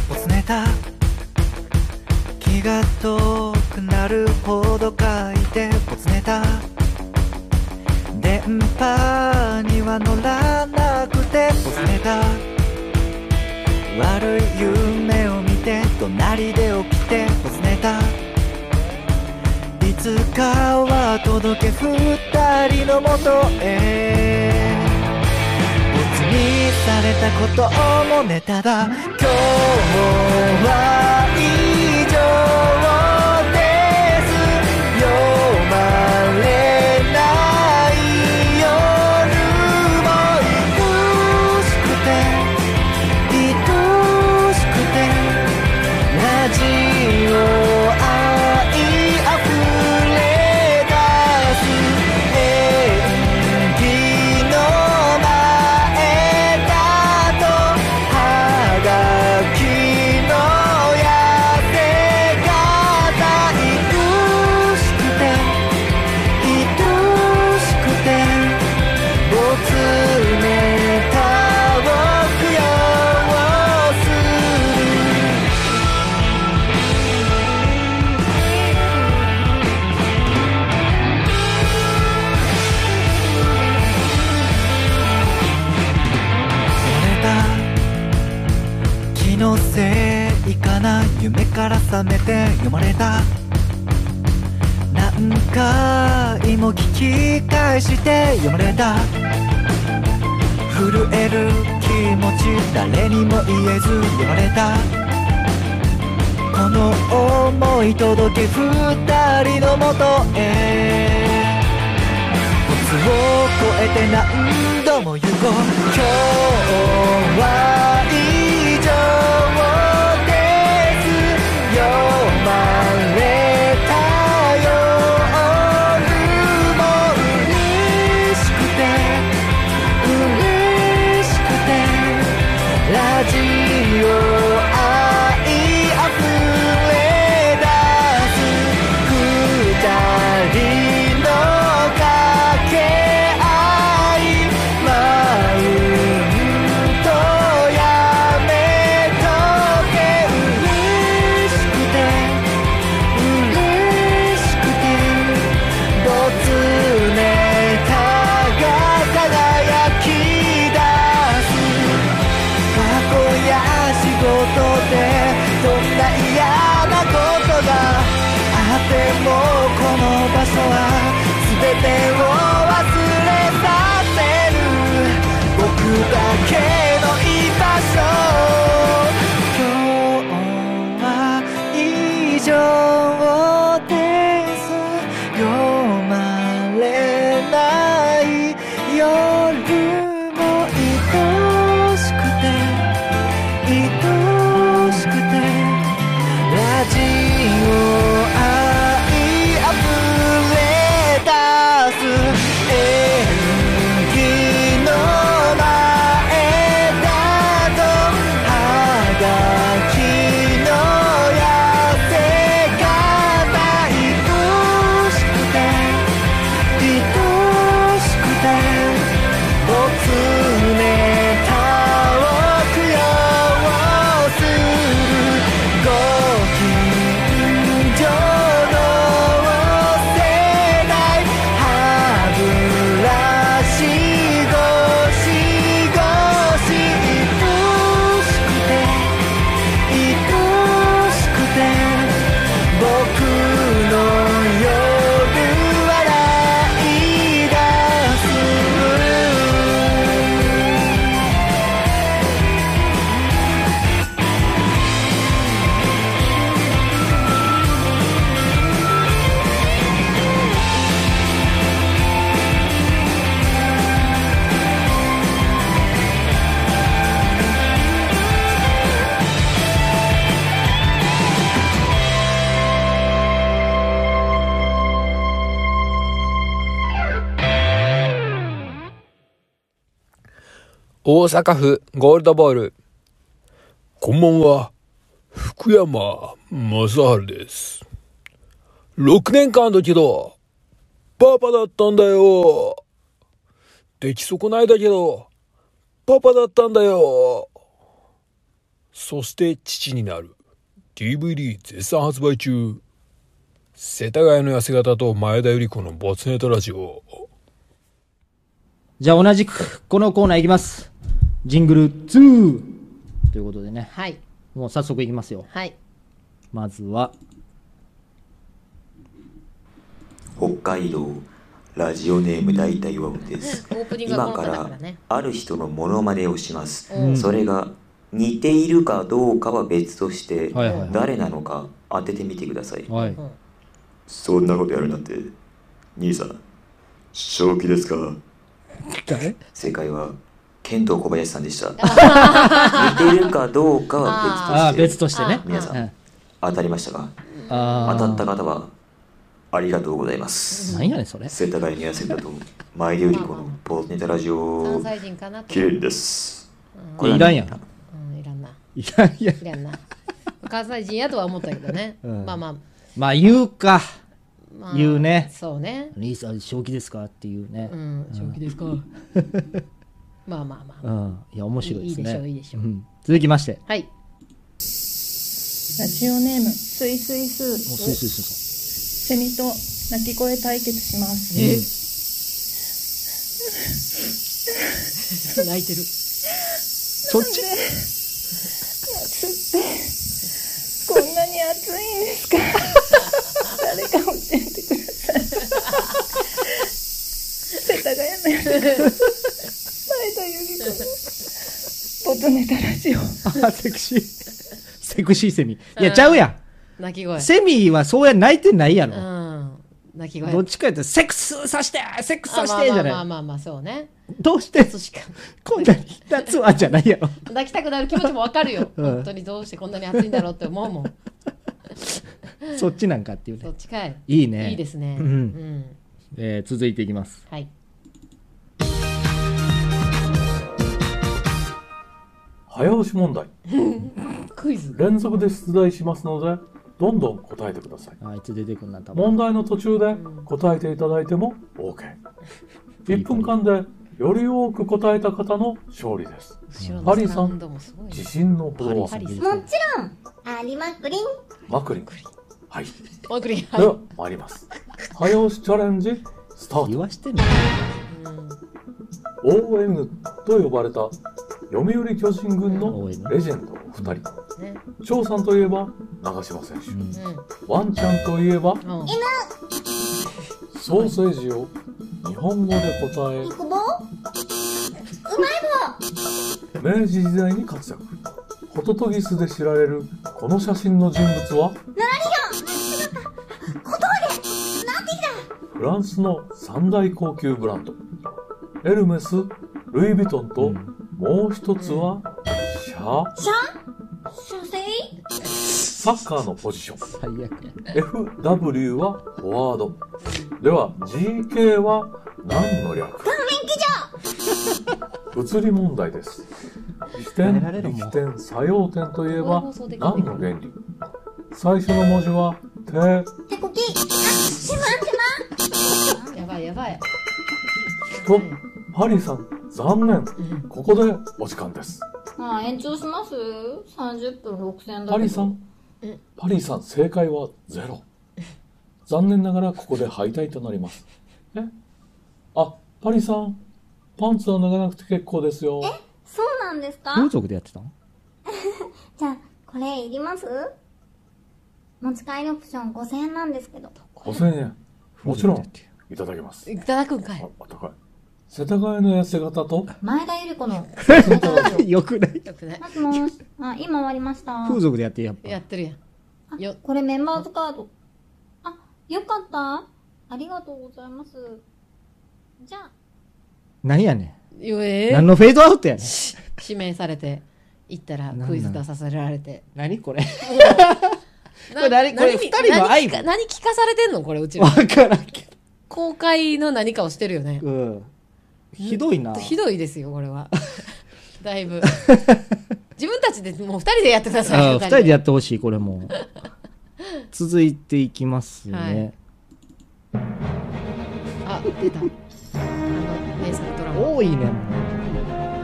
Speaker 4: ボツネタ気が遠くなるほど書いてボツネタ電波には乗らなくてボツネタ悪い夢を見て隣で起きてボツネタいつかは届け二人のもとへ没にされたこともネタだ今日は以上です読まれない夜も愛しくて愛しくてラジオ愛あふれ出す永遠「木の前だとはがきのやせ方」「愛しくて愛しくてボツネタを供養する」
Speaker 5: 気のせいかな夢から覚めて読まれた
Speaker 4: 何回も聞き返して読まれた震える気持ち誰にも言えず読まれたこの思い届け二人のもとへ靴を越えて何度も行こう今日は以上です読まれた夜も嬉しくて嬉しくてラジオ愛あふれ出す二人の掛け合いマウントや
Speaker 23: 大阪府ゴールドボール。
Speaker 24: こんばんは。福山雅治です。6年間だけど、パパだったんだよ。出来損ないだけど、パパだったんだよ。そして父になる。DVD 絶賛発売中。世田谷の痩せ方と前田由里子のボツネタラジオ。
Speaker 2: じゃあ同じく、このコーナーいきます。ジングル2ということでね。
Speaker 1: はい。
Speaker 2: もう早速いきますよ。
Speaker 1: はい。
Speaker 2: まずは、
Speaker 10: 北海道ラジオネーム大体ワウです
Speaker 1: オープニングは
Speaker 10: 今
Speaker 1: こ
Speaker 10: か
Speaker 1: の方だから
Speaker 10: ら
Speaker 1: ね
Speaker 10: ある人のモノマネをします、
Speaker 1: うん
Speaker 10: それが似ているかどうかは別として
Speaker 25: はいはいはい
Speaker 10: 誰なのか当ててみてください、
Speaker 25: はい
Speaker 10: そんなことやるなんて兄さん正気ですか
Speaker 2: 誰
Speaker 10: 正解は剣道小林さんでした似てるかどうかは別として
Speaker 2: あー別としてね
Speaker 10: 皆さん、
Speaker 2: うん
Speaker 10: 当たりましたか
Speaker 2: あー
Speaker 10: 当たった方はありがとうございます
Speaker 2: 何やねんそれ
Speaker 10: 世田谷に痩せたと前で売り子のポーズネタラジオ
Speaker 3: 関西人かなと
Speaker 10: 綺麗です
Speaker 2: いやいらんやん。
Speaker 3: うんいらんない
Speaker 2: らんやん。
Speaker 3: いらんな関西人やとは思ったけどね、
Speaker 2: うん
Speaker 3: まあまあ
Speaker 2: まあ言うか、
Speaker 3: まあ
Speaker 2: 言うね
Speaker 3: そうね
Speaker 2: 兄さん正気ですかっていうね、
Speaker 3: うん正気で すかまあまあま
Speaker 2: う
Speaker 3: あ
Speaker 2: んいや面白いですね
Speaker 3: いいでしょういいでしょうん
Speaker 2: 続きま して
Speaker 3: はい
Speaker 4: ラジオネームスイスイスー
Speaker 2: もうスイスイス
Speaker 4: セミと鳴き声対決します
Speaker 2: え
Speaker 3: 泣いてる
Speaker 4: そっち夏ってこんなに暑いんですか誰か教えてください世田谷の前田由里子 のボトネタラジオ
Speaker 2: イスイあセクシーセクシーセミいやちゃうやん
Speaker 3: 泣き声
Speaker 2: セミはそうや泣いてないや
Speaker 3: う
Speaker 2: ろ、
Speaker 3: ん泣き声
Speaker 2: どっちかやったらセックスさしてセックスさしてじゃない、
Speaker 3: まあまあまあまあまあそうね
Speaker 2: どうしてこんなに夏はじゃないや ろ
Speaker 3: 抱きたくなる気持ちもわかるよ、
Speaker 2: うん
Speaker 3: 本当にどうしてこんなに暑いんだろうって思うもん
Speaker 2: そっちなんかっていうね
Speaker 3: そっちかい
Speaker 2: いいね
Speaker 3: いいですね
Speaker 2: うん
Speaker 3: うん
Speaker 2: えー続いていきます
Speaker 3: はい
Speaker 11: 早押し 問題。
Speaker 3: クイズ
Speaker 11: 連続で出題しますので、どんどん答えてください。
Speaker 2: あいつ出てくるな、多分
Speaker 11: 問題の途中で答えていただいても OK。1分間でより多く答えた方の勝利です。パリさん、自信のほどは
Speaker 12: もちろん有馬クリン
Speaker 11: マクリン。はい。
Speaker 3: マクリン
Speaker 11: では、参ります。早押しチャレンジ、スタート。
Speaker 2: 言わして
Speaker 11: ON と呼ばれた読売巨人軍のレジェンドお二人。
Speaker 3: ね
Speaker 11: 張さんといえば長島選手、ワンちゃんといえば、ソーセージを日本語で答え
Speaker 12: 久保うまい
Speaker 11: 明治時代に活躍ホトトギスで知られるこの写真の人物は
Speaker 12: 棒ナラリアン小峠なってきた
Speaker 11: フランスの三大高級ブランドエルメスルイ・ヴィトンと、もう一つはシャー
Speaker 12: シャン射精
Speaker 11: サッカーのポジション FW はフォワードでは GK は何の略
Speaker 12: 画面記
Speaker 11: 物理問題です。起点、力点、作用点といえば何の原理最初の文字は手。
Speaker 12: 手こきあ手間
Speaker 3: 手間やばいやばい
Speaker 11: と、ハリーさん、残念。ここでお時間です。
Speaker 16: まあ延長します ?30 分6000円だけど
Speaker 11: ハリーさん、ハリーさん、正解はゼロ。残念ながらここで敗退となります。えあ、ハリーさん、パンツは脱がなくて結構ですよ。
Speaker 12: そうなんですか
Speaker 2: 族でやってたの
Speaker 12: じゃあこれいります持ち帰りオプション5000円なんですけど
Speaker 11: 5000円。もちろん、いただけます。
Speaker 3: いただくんかい
Speaker 11: 高い。世田谷の痩せ方と、
Speaker 16: 前田由里子の
Speaker 2: よくない
Speaker 16: もしもしあ今終わりました
Speaker 2: 風俗でやってやっぱ
Speaker 3: やってるやん
Speaker 16: あこれメンバーズカードあよかったありがとうございますじゃあ
Speaker 2: 何やね
Speaker 3: よえ
Speaker 2: ん何のフェードアウトやねん
Speaker 3: 指名されて行ったらクイズ出させられて
Speaker 2: 何こ れ
Speaker 3: こ
Speaker 2: れ何これ二人の愛
Speaker 3: 何何聞かされてんのこれうちら分
Speaker 2: からん
Speaker 3: けど公開の何かをしてるよね
Speaker 2: うんひどいな
Speaker 3: ひどいですよこれは
Speaker 8: だいぶ自分たちでもう二人でやってください
Speaker 2: あー
Speaker 8: よ
Speaker 2: 二人でやってほしい、これも。続いていきますね。
Speaker 8: あ出たあの名作ドラマ
Speaker 2: 多いね。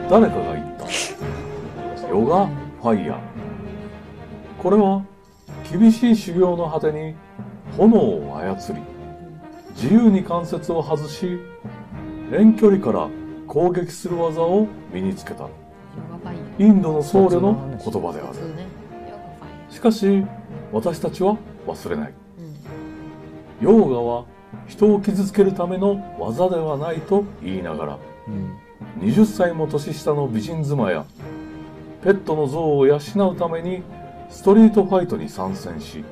Speaker 11: 誰かが言った。ヨガファイヤー。これは、厳しい修行の果てに、炎を操り、自由に関節を外し、遠距離から攻撃する技を身につけた。インドの僧侶の言葉である。しかし、私たちは忘れない。ヨーガは人を傷つけるための技ではないと言いながら、20歳も年下の美人妻や、ペットの像を養うためにストリートファイトに参戦し、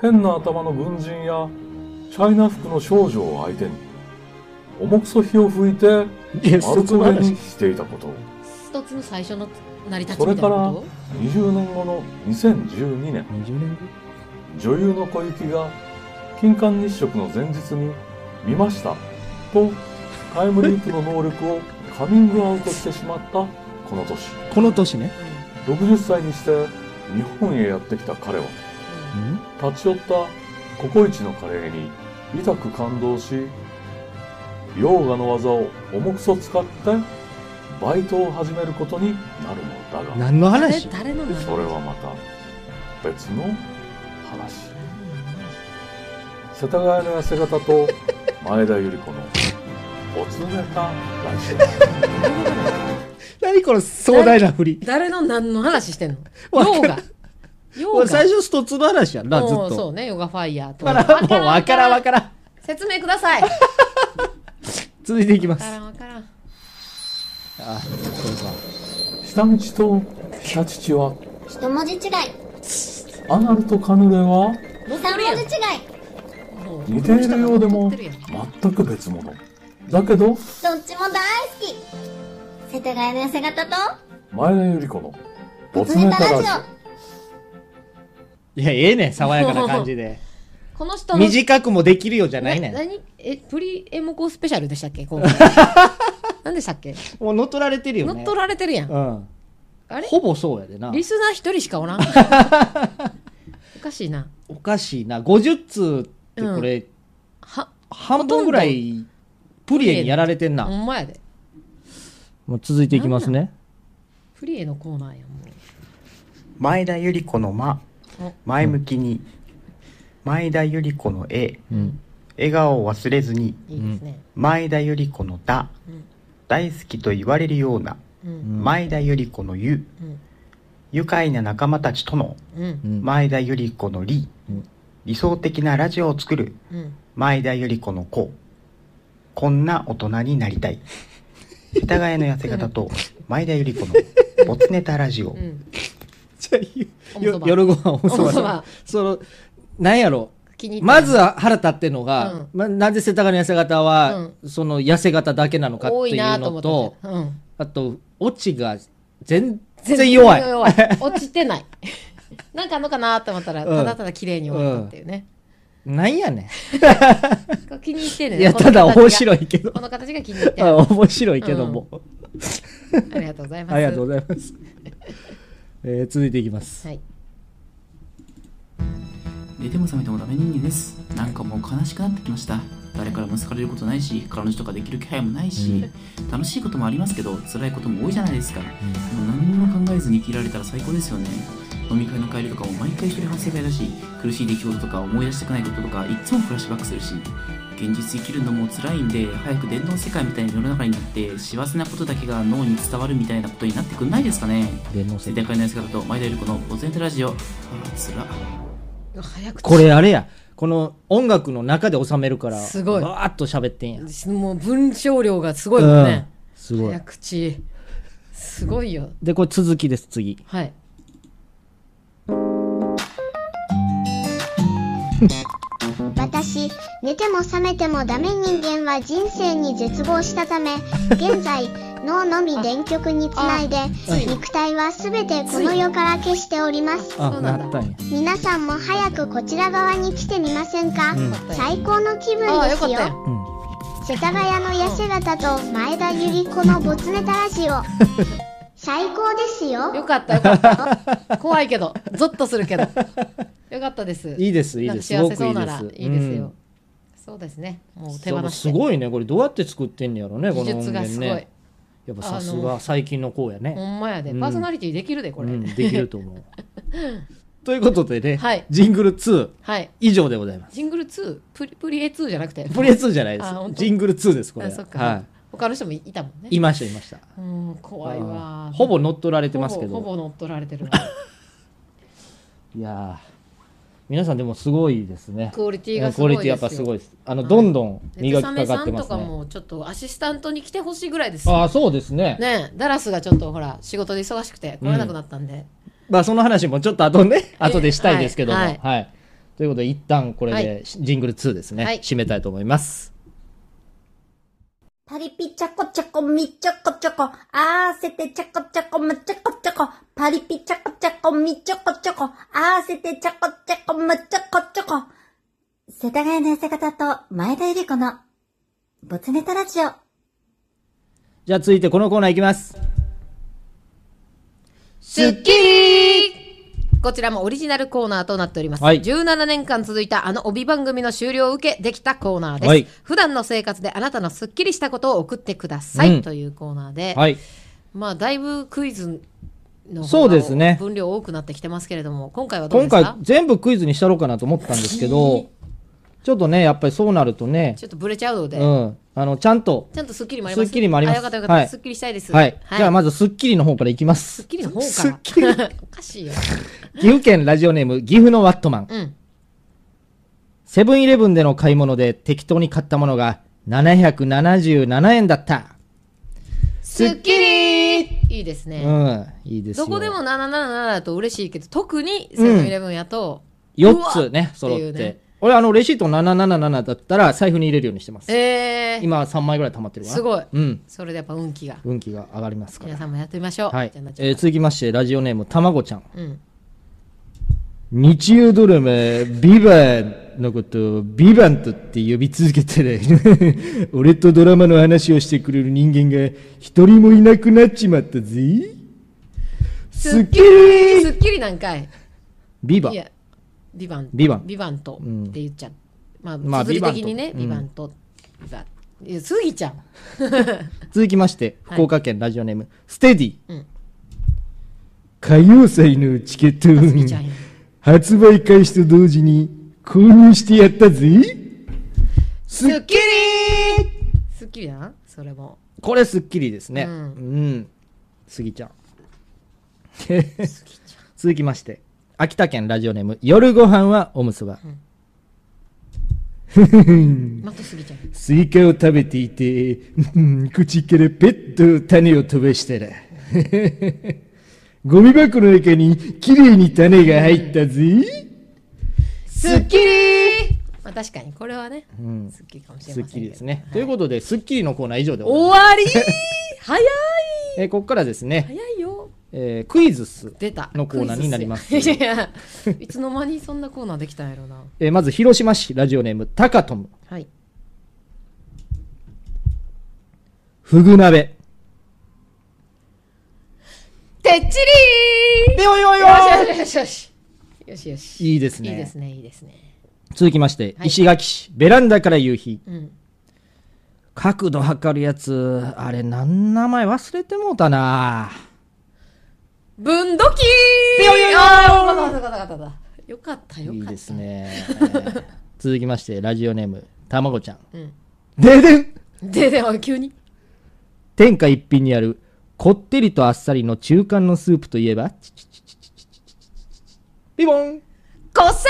Speaker 11: 変な頭の軍人やチャイナ服の少女を相手に、重くそ火を吹いて
Speaker 2: いや
Speaker 11: 丸
Speaker 2: そこ
Speaker 11: く
Speaker 2: ま
Speaker 11: め
Speaker 2: で
Speaker 11: にしていたこと。
Speaker 8: 一つの最初の成り立ち
Speaker 11: それ
Speaker 8: みた
Speaker 11: か
Speaker 8: いな
Speaker 11: ら
Speaker 8: こ
Speaker 11: 20年後の2012年女優の小雪が金環日食の前日に「見ました」とタイムリープの能力をカミングアウトしてしまったこの年
Speaker 2: この年ね。
Speaker 11: 60歳にして日本へやってきた彼は立ち寄ったココイチのカレーに痛く感動しヨーガの技を重くそ使ってバイトを始めることになるのだが
Speaker 2: 何の話
Speaker 8: 誰の
Speaker 11: それはまた別の話世田谷の痩せ方と前田由里子のおつネタラジ
Speaker 2: 何この壮大な振り。
Speaker 8: と誰の何の話してんの
Speaker 2: わか
Speaker 8: ヨーガヨ
Speaker 2: 俺
Speaker 8: ーガ
Speaker 2: 最初一つの話やんな、ずっ
Speaker 8: うんそう
Speaker 2: と。
Speaker 8: ねヨガファイヤーと
Speaker 2: わからん、もうわからんわからん。
Speaker 8: 説明くだ さいわ
Speaker 2: 続いていきま
Speaker 8: か
Speaker 2: す。
Speaker 8: らんわからん
Speaker 2: あ、そうか。
Speaker 11: オ下道と下乳は
Speaker 12: 一文字違い
Speaker 11: アナルとカヌレは
Speaker 12: 三文字違い
Speaker 11: 似ているようでも全く別物だけど
Speaker 12: どっちも大好き世田谷の痩せ方と
Speaker 11: 前田由里子の
Speaker 12: ボ
Speaker 11: ボ
Speaker 12: ツ
Speaker 11: ツ
Speaker 12: ネ
Speaker 11: ネ
Speaker 12: タ
Speaker 11: タ
Speaker 12: ラ
Speaker 11: ラ
Speaker 12: ジ
Speaker 11: ジ
Speaker 12: オ
Speaker 11: オ
Speaker 2: いや、ええねん、爽やかな感じ で。
Speaker 8: この人の
Speaker 2: 短くもできるよじゃないね。
Speaker 8: なん何えプリエモコスペシャルでしたっけ 今回何でしたっけ
Speaker 2: もう乗っ取られてるよね。
Speaker 8: 乗っ取られてるやん
Speaker 2: うん。
Speaker 8: あれ
Speaker 2: ほぼそうやでな。
Speaker 8: リスナー一人しか おらんおかしいな
Speaker 2: おかしいな。50通ってこれ、半分ぐらい、プリエにやられてん
Speaker 8: ほ
Speaker 2: な。
Speaker 8: んまやで
Speaker 2: もう続いていきますね。
Speaker 8: プリエのコーナーやんも
Speaker 26: 前田由里子の間
Speaker 8: お
Speaker 26: 前向きに前田由里子の絵
Speaker 2: うん。
Speaker 26: 笑顔を忘れずに
Speaker 8: ういいですね
Speaker 26: 前田由里子のだ
Speaker 8: うん
Speaker 26: 大好きと言われるような
Speaker 8: うん
Speaker 26: 前田由里子のゆ
Speaker 8: うん
Speaker 26: 愉快な仲間たちとの
Speaker 8: うん
Speaker 26: 前田由里子のり理想的なラジオを作る
Speaker 8: うん
Speaker 26: 前田由里子の子こんな大人になりたい世田谷の痩せ方 と前田由里子のボツネタラジオ
Speaker 8: うん
Speaker 2: よ夜ご飯おそ
Speaker 8: お
Speaker 2: ば
Speaker 8: そば
Speaker 2: そのなんやろ
Speaker 8: 気に入った
Speaker 2: まずは腹立ってんのが、まなぜ世田谷の痩せ方は、その痩せ方だけなのかって
Speaker 8: 多い
Speaker 2: い
Speaker 8: な
Speaker 2: う
Speaker 8: と思
Speaker 2: の
Speaker 8: っ
Speaker 2: と
Speaker 8: たうん
Speaker 2: あとオチが全然弱い
Speaker 8: い落ちてない なんかあんのかなと思ったら
Speaker 2: うん
Speaker 8: ただただ綺麗に終わったっていうね
Speaker 2: なんやね
Speaker 8: これ気に入ってる
Speaker 2: ん
Speaker 8: ね
Speaker 2: いや
Speaker 8: この
Speaker 2: ただ
Speaker 8: 形が
Speaker 2: 面白いけど
Speaker 8: この形が気に入って
Speaker 2: あ面白いけども、
Speaker 8: ありがとうございます
Speaker 2: ありがとうございます、えー続いていきます、
Speaker 8: はい
Speaker 18: 寝ても覚めてもダメ人間ですなんかもう悲しくなってきました誰からも好かれることないし彼女とかできる気配もないし、楽しいこともありますけど辛いことも多いじゃないですか、もう何にも考えずに生きられたら最高ですよね飲み会の帰りとかも毎回一人反省会だし苦しい出来事とか思い出したくないこととかいっつもフラッシュバックするし現実生きるのも辛いんで早く電動世界みたいな世の中になって幸せなことだけが脳に伝わるみたいなことになってくんないですかね
Speaker 2: 電脳
Speaker 18: 世田谷のやつ方と前田由里子のボツネタラジオああつら
Speaker 8: 早く
Speaker 2: これあれやこの音楽の中で収めるから
Speaker 8: すごい
Speaker 2: バーッと喋ってんや
Speaker 8: もう文章量がすごいもんね、
Speaker 2: うんすごい
Speaker 8: 早口すごいよ
Speaker 2: でこれ続きです次
Speaker 8: はい
Speaker 9: 私寝ても覚めてもダメ人間は人生に絶望したため現在脳のみ電極につないで肉体は全てこの世から消しております
Speaker 2: あなったんや
Speaker 9: 皆さんも早くこちら側に来てみませんか、
Speaker 2: うん
Speaker 9: 最高の気分
Speaker 8: あ
Speaker 9: で
Speaker 8: よ
Speaker 9: す
Speaker 8: かっ
Speaker 9: よ
Speaker 8: たよ
Speaker 9: 世田谷の痩せ型と前田ゆり子のボツネタラジオ最高ですよ
Speaker 3: よかったよかった怖いけどゾッとするけどよかったです
Speaker 2: いいですいいです
Speaker 3: なんか幸せそうなら
Speaker 2: すごく
Speaker 3: い
Speaker 2: い
Speaker 3: い
Speaker 2: い
Speaker 3: で
Speaker 2: ですす
Speaker 3: よそうですねもう手
Speaker 2: で
Speaker 3: 放
Speaker 2: も
Speaker 3: して
Speaker 2: すごいねこれどうやって作ってんねやろねこの
Speaker 3: 技
Speaker 2: 音
Speaker 3: 術がす
Speaker 2: 源
Speaker 3: ごい
Speaker 2: ねやっぱさす
Speaker 3: あの
Speaker 2: が最近の子やね
Speaker 3: ほんまやで
Speaker 2: うん
Speaker 3: パーソナリティできるでこれ
Speaker 2: うんできると 思うということでね、
Speaker 3: はい
Speaker 2: ジングル2
Speaker 3: はい
Speaker 2: 以上でございます
Speaker 3: ジングル2プリプリエ2じゃなくて
Speaker 2: プレイ2じゃないで
Speaker 3: あ本
Speaker 2: す
Speaker 3: 当
Speaker 2: ジングル2ですこれ
Speaker 3: あ
Speaker 2: は
Speaker 3: そっか、
Speaker 2: は
Speaker 3: 他の人もいたもんね
Speaker 2: いいましたいました
Speaker 3: うん怖いわ
Speaker 2: ほぼ乗っ取られてますけ
Speaker 3: ほぼ
Speaker 2: ど
Speaker 3: ほぼ乗っ取られてるな
Speaker 2: いやー皆さんでもすごいですね
Speaker 3: クオリティがす
Speaker 2: う
Speaker 3: ご
Speaker 2: ん
Speaker 3: い
Speaker 2: クオリティやっぱ
Speaker 3: です
Speaker 2: す
Speaker 3: よ
Speaker 2: ごいですあのどんどん 磨き
Speaker 3: サ
Speaker 2: か
Speaker 3: メ
Speaker 2: か
Speaker 3: さ
Speaker 2: って
Speaker 3: ん
Speaker 2: ま
Speaker 3: と
Speaker 2: す
Speaker 3: か
Speaker 2: ね
Speaker 3: もちょっとアシスタントに来てほしいぐらいです
Speaker 2: ああそうですね
Speaker 3: ねえダラスがちょっとほら仕事で忙しくて来れなくなったんで、
Speaker 2: まあその話もちょっと後 ね後でしたいですけども
Speaker 3: は
Speaker 2: はいい、ということで一旦これ
Speaker 3: は
Speaker 2: でジングル2ですね、
Speaker 12: はい
Speaker 2: 締めたいと思います
Speaker 12: パリピチャコチャコミチャコチャコ合わせてチャコチャコムチャコチャコパリピチャコチャコミチャコチャコ合わせてチャコチャコムチャコチャコ世田谷の痩せ方と前田ゆり子のボツネタラジオ
Speaker 2: じゃあ続いてこのコーナーいきます
Speaker 3: すっきりこちらもオリジナルコーナーとなっております、
Speaker 2: はい
Speaker 3: 17年間続いたあの帯番組の終了を受けできたコーナーです、
Speaker 2: はい
Speaker 3: 普段の生活であなたのすっきりしたことを送ってください、
Speaker 2: うん
Speaker 3: というコーナーで、
Speaker 2: はい
Speaker 3: まあだいぶクイズの方が
Speaker 2: そうですね
Speaker 3: 分量多くなってきてますけれども今回はどうで
Speaker 2: 今
Speaker 3: すか
Speaker 2: 回全部クイズにしたろうかなと思ったんですけどちょっとねやっぱりそうなるとね
Speaker 3: ちょっとブレちゃうので、
Speaker 2: うんあのちゃんと
Speaker 3: ちゃんとスッキリもあり
Speaker 2: す
Speaker 3: ます
Speaker 2: っきりもあります
Speaker 3: よかったよかった、
Speaker 2: はい
Speaker 3: スッキリしたいです
Speaker 2: はい、じゃあま
Speaker 3: ず
Speaker 2: ずスッキリの方からいきます
Speaker 3: スッキリの方から
Speaker 2: すっ
Speaker 3: おかしいよ
Speaker 2: 岐阜県ラジオネーム岐阜のワットマン
Speaker 3: うん
Speaker 2: セブンイレブンでの買い物で適当に買ったものが777円だった。
Speaker 3: スッキリいいですね、
Speaker 2: うん、いいですよ。
Speaker 3: どこでも777だと嬉しいけど特にセブンイレブンやと、
Speaker 2: 4つね、
Speaker 3: うわ
Speaker 2: 揃って。
Speaker 3: っていうね
Speaker 2: 俺、あの、レシート777だったら財布に入れるようにしてます。
Speaker 3: えー、
Speaker 2: 今3枚ぐらい溜まってるわ。
Speaker 3: すごい、
Speaker 2: うん。
Speaker 3: それでやっぱ運気が
Speaker 2: 運気が上がりますから。
Speaker 3: 皆さんもやってみましょう
Speaker 2: はい
Speaker 3: じゃあな。
Speaker 2: えー続きまして、ラジオネーム、たまごちゃん。
Speaker 3: うん
Speaker 2: 日曜ドラマ、ビバンのことをビバントって呼び続けたら、 俺とドラマの話をしてくれる人間が一人もいなくなっちまったぜ。
Speaker 3: スッキリスッキリなんかい
Speaker 2: ビバ
Speaker 3: い。やビバン
Speaker 2: ビバン
Speaker 3: ビバンとって言っちゃう、ま
Speaker 2: ま
Speaker 3: あ
Speaker 2: あ
Speaker 3: 物理的にねビ
Speaker 2: ビ
Speaker 3: バ
Speaker 2: バ
Speaker 3: ン
Speaker 2: ン
Speaker 3: と、ビバいやスギ ちゃん
Speaker 2: 続きまして、
Speaker 3: はい
Speaker 2: 福岡県ラジオネーム、ステディ。
Speaker 3: うん
Speaker 2: 歌謡祭のチケットを発売開始と同時に購入してやったぜ。
Speaker 3: スッキリスッキリだなそれも
Speaker 2: これスッキリですね。
Speaker 3: う
Speaker 2: うんん。スギちゃん。 続きまして、秋田県ラジオネーム、夜ご飯はおむすば。
Speaker 3: またスギちゃん
Speaker 2: スイカを食べていて、うん口からペッと種を飛ばしたら、 ゴミ箱の中にきれいに種が入ったぜ。
Speaker 3: スッキリまあ確かにこれはね
Speaker 2: うん、
Speaker 3: スッキリかもしれ
Speaker 2: ス
Speaker 3: ま
Speaker 2: ッ
Speaker 3: せ
Speaker 2: キ
Speaker 3: んけ
Speaker 2: リ
Speaker 3: ど
Speaker 2: ですね。ということで、スッキリのコーナー以上で
Speaker 3: 終わ り早い
Speaker 2: えーここからですね、
Speaker 3: 早いよ
Speaker 2: えークイズッス
Speaker 3: 出た
Speaker 2: のコーナーになります
Speaker 3: ク。イズっすよいやいつの間にそんなコーナーできたんやろうな
Speaker 2: えーまず、広島市ラジオネーム、タカトム。
Speaker 3: はい
Speaker 2: フグ鍋。
Speaker 3: てっちりー
Speaker 2: でおいおいおい
Speaker 3: よしよしよしよしよし
Speaker 2: いいですね
Speaker 3: いいですねいいですね
Speaker 2: 続きまして、
Speaker 3: はい
Speaker 2: 石垣市ベランダから夕日
Speaker 3: うん
Speaker 2: 角度測るやつあれ何名前忘れてもうたな
Speaker 3: 分度器
Speaker 2: ピヨヨヨー
Speaker 3: あーよかったよかったよかったよかったよ
Speaker 2: いいです ね続きましてラジオネームたまごちゃん
Speaker 3: うん
Speaker 2: ででん
Speaker 3: ででおい急に
Speaker 2: 天下一品にあるこってりとあっさりの中間のスープといえばちちちちちちちちピボン
Speaker 3: こっさ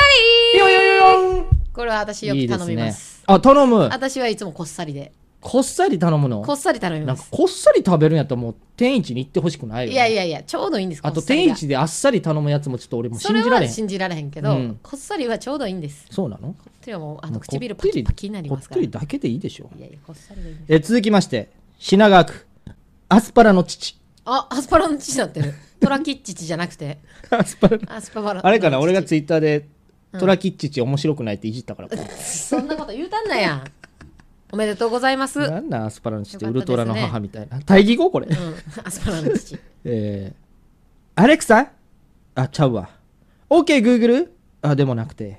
Speaker 3: りー
Speaker 2: よよよ
Speaker 3: これは私よ
Speaker 2: い
Speaker 3: く
Speaker 2: いで
Speaker 3: 頼
Speaker 2: す
Speaker 3: みま
Speaker 2: ね
Speaker 3: す
Speaker 2: あ頼む
Speaker 3: 私はいつもこっさりで
Speaker 2: こっさり頼むの
Speaker 3: こっさり頼み
Speaker 2: な
Speaker 3: ま
Speaker 2: んか
Speaker 3: す
Speaker 2: こっさり食べるんやったらもう天一に行ってほしくないよ、ね、
Speaker 3: いやいやいやちょうどいいんです
Speaker 2: あ
Speaker 3: ことっさり
Speaker 2: 天
Speaker 3: が
Speaker 2: 一であっさり頼むやつもちょっと俺も
Speaker 3: そ
Speaker 2: 信
Speaker 3: れ
Speaker 2: じられ
Speaker 3: は
Speaker 2: へん
Speaker 3: 信じられへんけど、
Speaker 2: うん
Speaker 3: こっさりはちょうどいいんです
Speaker 2: そうなの
Speaker 3: っていうのはもうあ
Speaker 2: も
Speaker 3: の
Speaker 2: うこってり
Speaker 3: 唇パキパキになりますか
Speaker 2: こ
Speaker 3: ら
Speaker 2: っとりだけでいいでしょ
Speaker 3: いやいやこっさりがいいんです
Speaker 2: え続きまして品川区アスパラの父
Speaker 3: あアスパラの父になってるトラキッチチじゃなくて
Speaker 2: アスパラ
Speaker 3: アスパラ
Speaker 2: あれかな俺がツイッターで
Speaker 3: うん
Speaker 2: トラキッチチ面白くないっていじったからか
Speaker 3: そんなこと言うたんなやん
Speaker 27: おめでとうございます。う
Speaker 2: なんだアスパラの父って
Speaker 27: よ
Speaker 2: ウ
Speaker 27: か
Speaker 2: ル
Speaker 27: ったです
Speaker 2: ト
Speaker 27: ね
Speaker 2: ラの母みたいな。大義語これ。
Speaker 27: ん、アスパラの父。
Speaker 2: えー、アレクサあ、ちゃうわ。OK、Google? あ、でもなくて。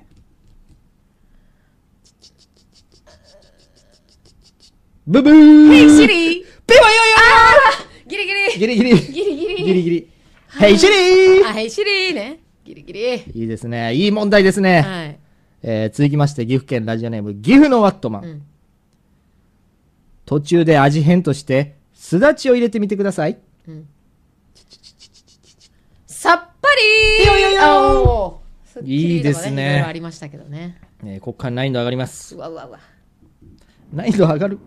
Speaker 2: ブブー
Speaker 8: Hey Siri
Speaker 2: ピワヨヨ
Speaker 3: ギリギリ
Speaker 2: ギリギリ
Speaker 3: ギリギリ
Speaker 2: ギリギリ。Hey Siri!
Speaker 3: あ、ヘイシリーね。ギリギリ。
Speaker 2: いいですね。いい問題ですね。
Speaker 3: はい
Speaker 2: えー続きまして、岐阜県ラジオネーム、岐阜のワットマン。
Speaker 3: うん
Speaker 2: 途中で味変として、すだちを入れてみてください。
Speaker 3: さっぱりー
Speaker 2: よよよ
Speaker 3: あおーすっき
Speaker 2: いい
Speaker 3: りと
Speaker 2: で
Speaker 3: か
Speaker 2: す
Speaker 3: いろいろあ
Speaker 2: ね。
Speaker 3: りましたけどね。
Speaker 2: えーここから難易度上がります
Speaker 3: う。わうわうわ。
Speaker 2: 難易度上がる。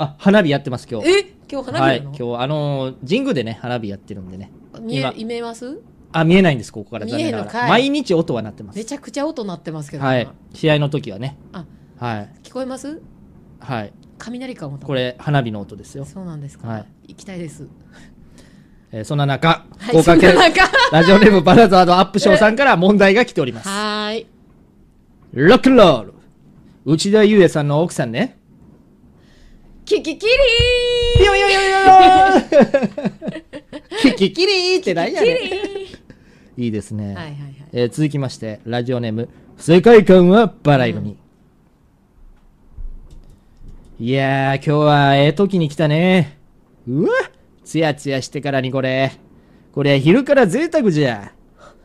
Speaker 2: あ、花火やってます、今日。
Speaker 3: え今日花火
Speaker 2: は、
Speaker 3: ないの
Speaker 2: 今日、あのー神宮でね、花火やってるんでね。
Speaker 3: 見え、見えます
Speaker 2: あ、見えないんです、ここから残念なが。
Speaker 3: 見えんのからい
Speaker 2: 毎日音は鳴ってます。
Speaker 3: めちゃくちゃ音鳴ってますけど。
Speaker 2: はい。試合の時はね。
Speaker 3: あ、
Speaker 2: はい。
Speaker 3: 聞こえます
Speaker 2: はい。
Speaker 3: 雷か思った。
Speaker 2: これ、花火の音ですよ。
Speaker 3: そうなんですか。
Speaker 2: はい。
Speaker 3: 行きたいです。
Speaker 2: えーそんな中、
Speaker 3: はい
Speaker 2: 福岡県
Speaker 3: そんな中
Speaker 2: ラジオネームバラザードアップショーさんから問題が来ております。
Speaker 3: はーい。
Speaker 2: ロックンロール内田裕也さんの奥さんね。
Speaker 3: キキキリー
Speaker 2: よよよよキキキリーって何やねん
Speaker 3: キキキリー
Speaker 2: いいですね。
Speaker 3: はいはいはい
Speaker 2: えー続きまして、ラジオネーム、世界観はバラ色に。いやー、今日はええ時に来たね。うわつやつやしてからにこれ。これ昼から贅沢じゃ。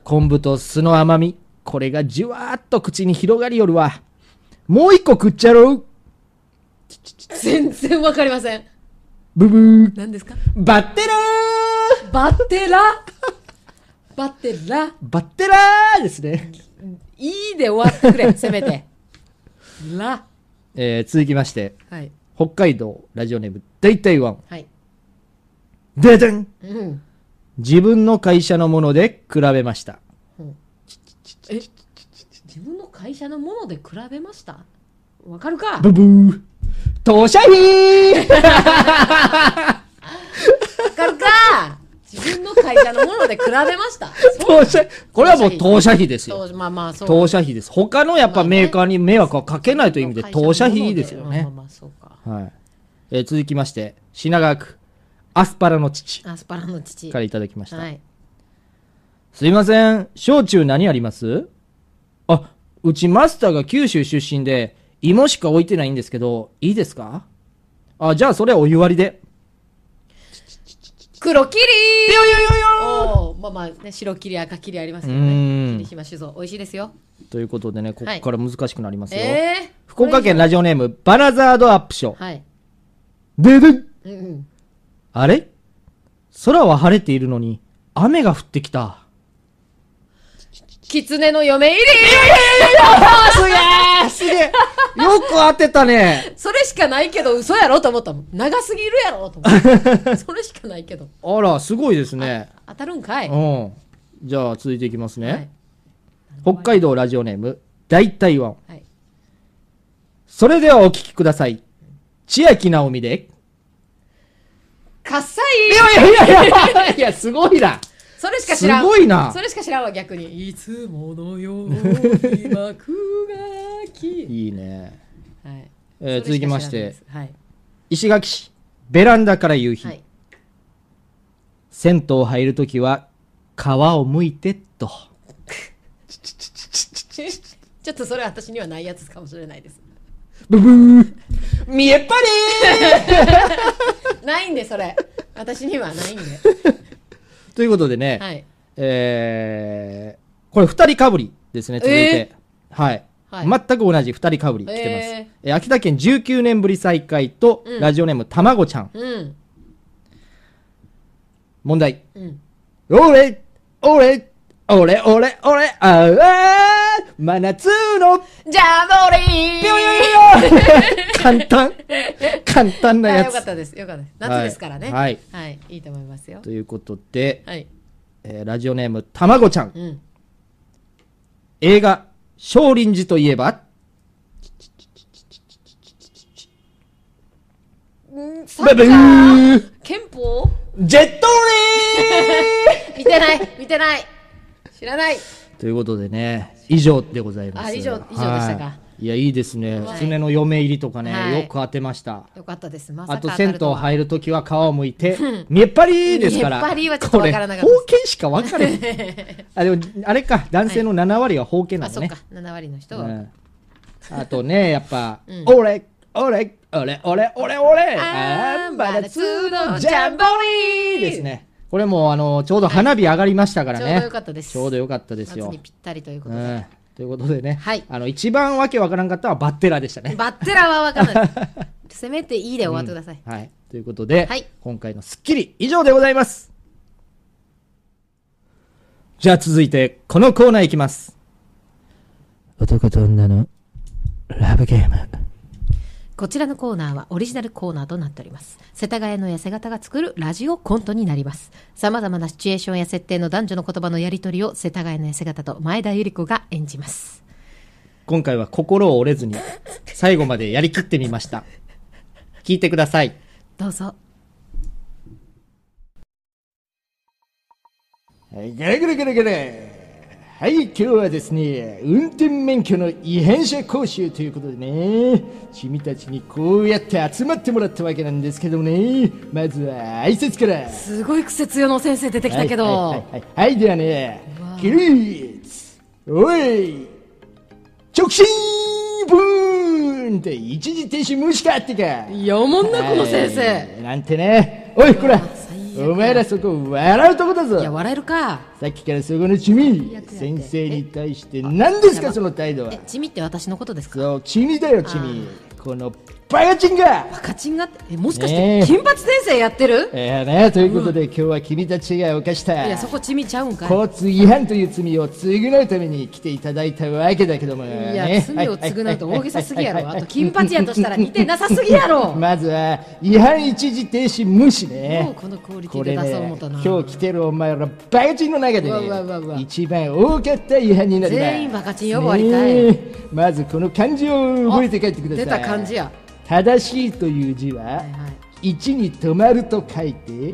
Speaker 2: 昆布と酢の甘み、これがじゅわーっと口に広がりよるわ。もう一個食っちゃろう
Speaker 3: 全然わかりません。
Speaker 2: ブブー。
Speaker 3: 何ですか
Speaker 2: バッテラー
Speaker 3: バッテラバッテラ
Speaker 2: バッテラーですね。
Speaker 3: いいで終わってくれ、せめて。ラ。
Speaker 2: えー続きまして、
Speaker 3: はい。
Speaker 2: 北海道ラジオネーム大体ワン。
Speaker 3: はい。
Speaker 2: ででん
Speaker 3: うん。
Speaker 2: 自分の会社のもので比べました。
Speaker 3: え自分の会社のもので比べましたわかるか
Speaker 2: ブブー。当社費
Speaker 3: わかるか自分の会社のもので比べました
Speaker 2: 当社、 これはもう当社費ですよ。
Speaker 3: 当まあまあそう
Speaker 2: 当社費です。他のやっぱメーカーに迷惑をかけないという意味で当社費ですよね。はい。えー続きまして、品川区、アスパラの父
Speaker 3: アスパラの父
Speaker 2: からいただきました。
Speaker 3: はい
Speaker 2: すいません、焼酎何ありますあ、うちマスターが九州出身で、芋しか置いてないんですけど、いいですかあ、じゃあそれお湯割りで。
Speaker 3: 黒切り
Speaker 2: よよ
Speaker 3: よよおーまあまあね白切り赤切りありますけど
Speaker 2: う
Speaker 3: ね
Speaker 2: ーん
Speaker 3: 霧島酒造美味しいですよ
Speaker 2: ということでね、ここから難しくなりますよ。
Speaker 3: ええ
Speaker 2: 福岡県ラジオネーム、バラザードアップショー。
Speaker 3: はい
Speaker 2: ででん
Speaker 3: うんうん
Speaker 2: あれ空は晴れているのに、雨が降ってきた。
Speaker 3: 狐の嫁入り
Speaker 2: すげえすげえよく当てたね
Speaker 3: それしかないけど嘘やろと思ったもん長すぎるやろと思ったそれしかないけど
Speaker 2: あら、すごいですね。
Speaker 3: 当たるんかい
Speaker 2: うん。じゃあ、続いていきますね。北海道ラジオネーム、大体ワン。
Speaker 3: はい
Speaker 2: それではお聞きください。千秋直美 で。
Speaker 3: かっさ
Speaker 2: い
Speaker 3: い
Speaker 2: いやいやいやいや、すごいな。
Speaker 3: それしか知らん
Speaker 2: すごいな
Speaker 3: それしか知らんわ逆にいつものように幕がき
Speaker 2: いいね。
Speaker 3: はい
Speaker 2: えー
Speaker 3: それ
Speaker 2: 続
Speaker 3: しか知らん
Speaker 2: きまして
Speaker 3: です、はい
Speaker 2: 石垣市、ベランダから夕日。
Speaker 3: はい
Speaker 2: 銭湯入るときは、皮を剥いてっと。
Speaker 3: ちょっとそれ私にはないやつかもしれないです
Speaker 2: ブブー。見えっぱ
Speaker 3: りないんでそれ私にはないんで
Speaker 2: ということでね、
Speaker 3: はい
Speaker 2: えー、これ二人かぶりですね、続いて。はい。
Speaker 3: はい
Speaker 2: 全く同じ二人かぶり来てます。
Speaker 3: え
Speaker 2: えー秋田県19年ぶり再開と、
Speaker 3: うん
Speaker 2: ラジオネームたまごちゃん。
Speaker 3: ーうん
Speaker 2: 問題。
Speaker 3: うん
Speaker 2: 俺、 俺、俺、俺、俺、あーあー、真夏の、
Speaker 3: じゃあモリー
Speaker 2: ぴょよよよ簡 単。簡単なやつ
Speaker 3: あよかったですよかったです夏ですからね
Speaker 2: はい
Speaker 3: はい、い、いと思いますよ
Speaker 2: ということで、
Speaker 3: はい
Speaker 2: えーラジオネームたまごちゃん。
Speaker 3: うん
Speaker 2: 映画、少林寺といえば、
Speaker 3: うんサ
Speaker 2: ブブー
Speaker 3: 憲法
Speaker 2: ジェット
Speaker 3: 見てない見てない知らない
Speaker 2: ということでね、以上でございます。
Speaker 3: あ以上以上でしたか
Speaker 2: はい
Speaker 8: いや、いいですね。
Speaker 3: はい
Speaker 8: 狐の嫁入りとかね、
Speaker 3: はい
Speaker 8: よく当てました。
Speaker 3: よかったです。まさ
Speaker 8: あ
Speaker 3: か当
Speaker 8: と、
Speaker 3: た
Speaker 8: 銭
Speaker 3: る
Speaker 8: 湯
Speaker 3: とは。
Speaker 8: 入るときは皮を剥いて
Speaker 3: うん、
Speaker 8: 見えっぱりですから。
Speaker 3: 見えっ張りはちょっとわからなかった
Speaker 8: こ
Speaker 3: で
Speaker 8: れ
Speaker 3: す
Speaker 8: 封建しかわからない。あ、でも、あれか、男性の7割は封建な
Speaker 3: あ、
Speaker 8: の
Speaker 3: そっ
Speaker 8: ね
Speaker 3: か。。7割の人
Speaker 8: う
Speaker 3: は。
Speaker 8: んあとね、やっぱ
Speaker 3: うん、
Speaker 8: 俺、俺、俺、俺、俺、俺、あー、
Speaker 3: 真夏のジャンボリー
Speaker 8: です。ね。これも、あの、ちょうど花火上がりましたからね。
Speaker 3: はいちょうどよかったです
Speaker 8: ちょうどよかったです
Speaker 3: 夏
Speaker 8: よ
Speaker 3: に。ぴったりということ
Speaker 8: う
Speaker 3: で。
Speaker 8: んということでね、あの、一番わけわからんかったのはバッテラでしたね。
Speaker 3: バッテラはわからない。せめていいで終わってください。
Speaker 8: はい。ということで、
Speaker 3: はい
Speaker 8: 今回のスッキリ以上でございます。じゃあ続いて、このコーナーいきます。男と女のラブゲーム。
Speaker 3: こちらのコーナーはオリジナルコーナーとなっております。世田谷の痩せ方が作るラジオコントになります。様々なシチュエーションや設定の男女の言葉のやりとりを世田谷の痩せ方と前田ゆり子が演じます。
Speaker 8: 今回は心を折れずに、最後までやりきってみました。聞いてください。
Speaker 3: どうぞ。
Speaker 8: ぐれぐれぐれぐれ。はい、今日はですね、運転免許の違反者講習ということでね、君たちにこうやって集まってもらったわけなんですけどもね、まずは挨拶から。
Speaker 3: すごい癖強の先生出てきたけど。
Speaker 8: はいはいはいはい、はいではね、起立おい直進ブーンって一時停止無視かってかや
Speaker 3: もんなこの先生
Speaker 8: なんてねおいこらお前らそこ笑うとこだぞいや
Speaker 3: 笑えるか
Speaker 8: さっきからそこのチミ先生に対して何ですかその態度は
Speaker 3: え、チミって私のことですか
Speaker 8: そうチミだよチミこのバカチンがバ
Speaker 3: カチンがってえもしかし
Speaker 8: ね
Speaker 3: て
Speaker 8: え
Speaker 3: 金髪先生やってる、
Speaker 8: えーねということで今日は君たちが犯した
Speaker 3: いやそこチミちゃうんかい
Speaker 8: 交通違反という罪を償うために来ていただいたわけだけども、
Speaker 3: いや罪を償うと大げさすぎやろあと金髪やとしたら似てなさすぎやろ
Speaker 8: まずは違反一時停止無視ね
Speaker 3: もうこのクオリティ
Speaker 8: こ
Speaker 3: で
Speaker 8: れ
Speaker 3: 出そう
Speaker 8: ね
Speaker 3: 思ったな、
Speaker 8: 今日来てるお前らバカチンの中で
Speaker 3: うわうわ
Speaker 8: ね一番多かった違反になります
Speaker 3: 全員バカチン呼ばわりかい
Speaker 8: ねえまずこの漢字を覚えて帰ってください
Speaker 3: 出た感じや
Speaker 8: 正しいという字は一に止まると書いて、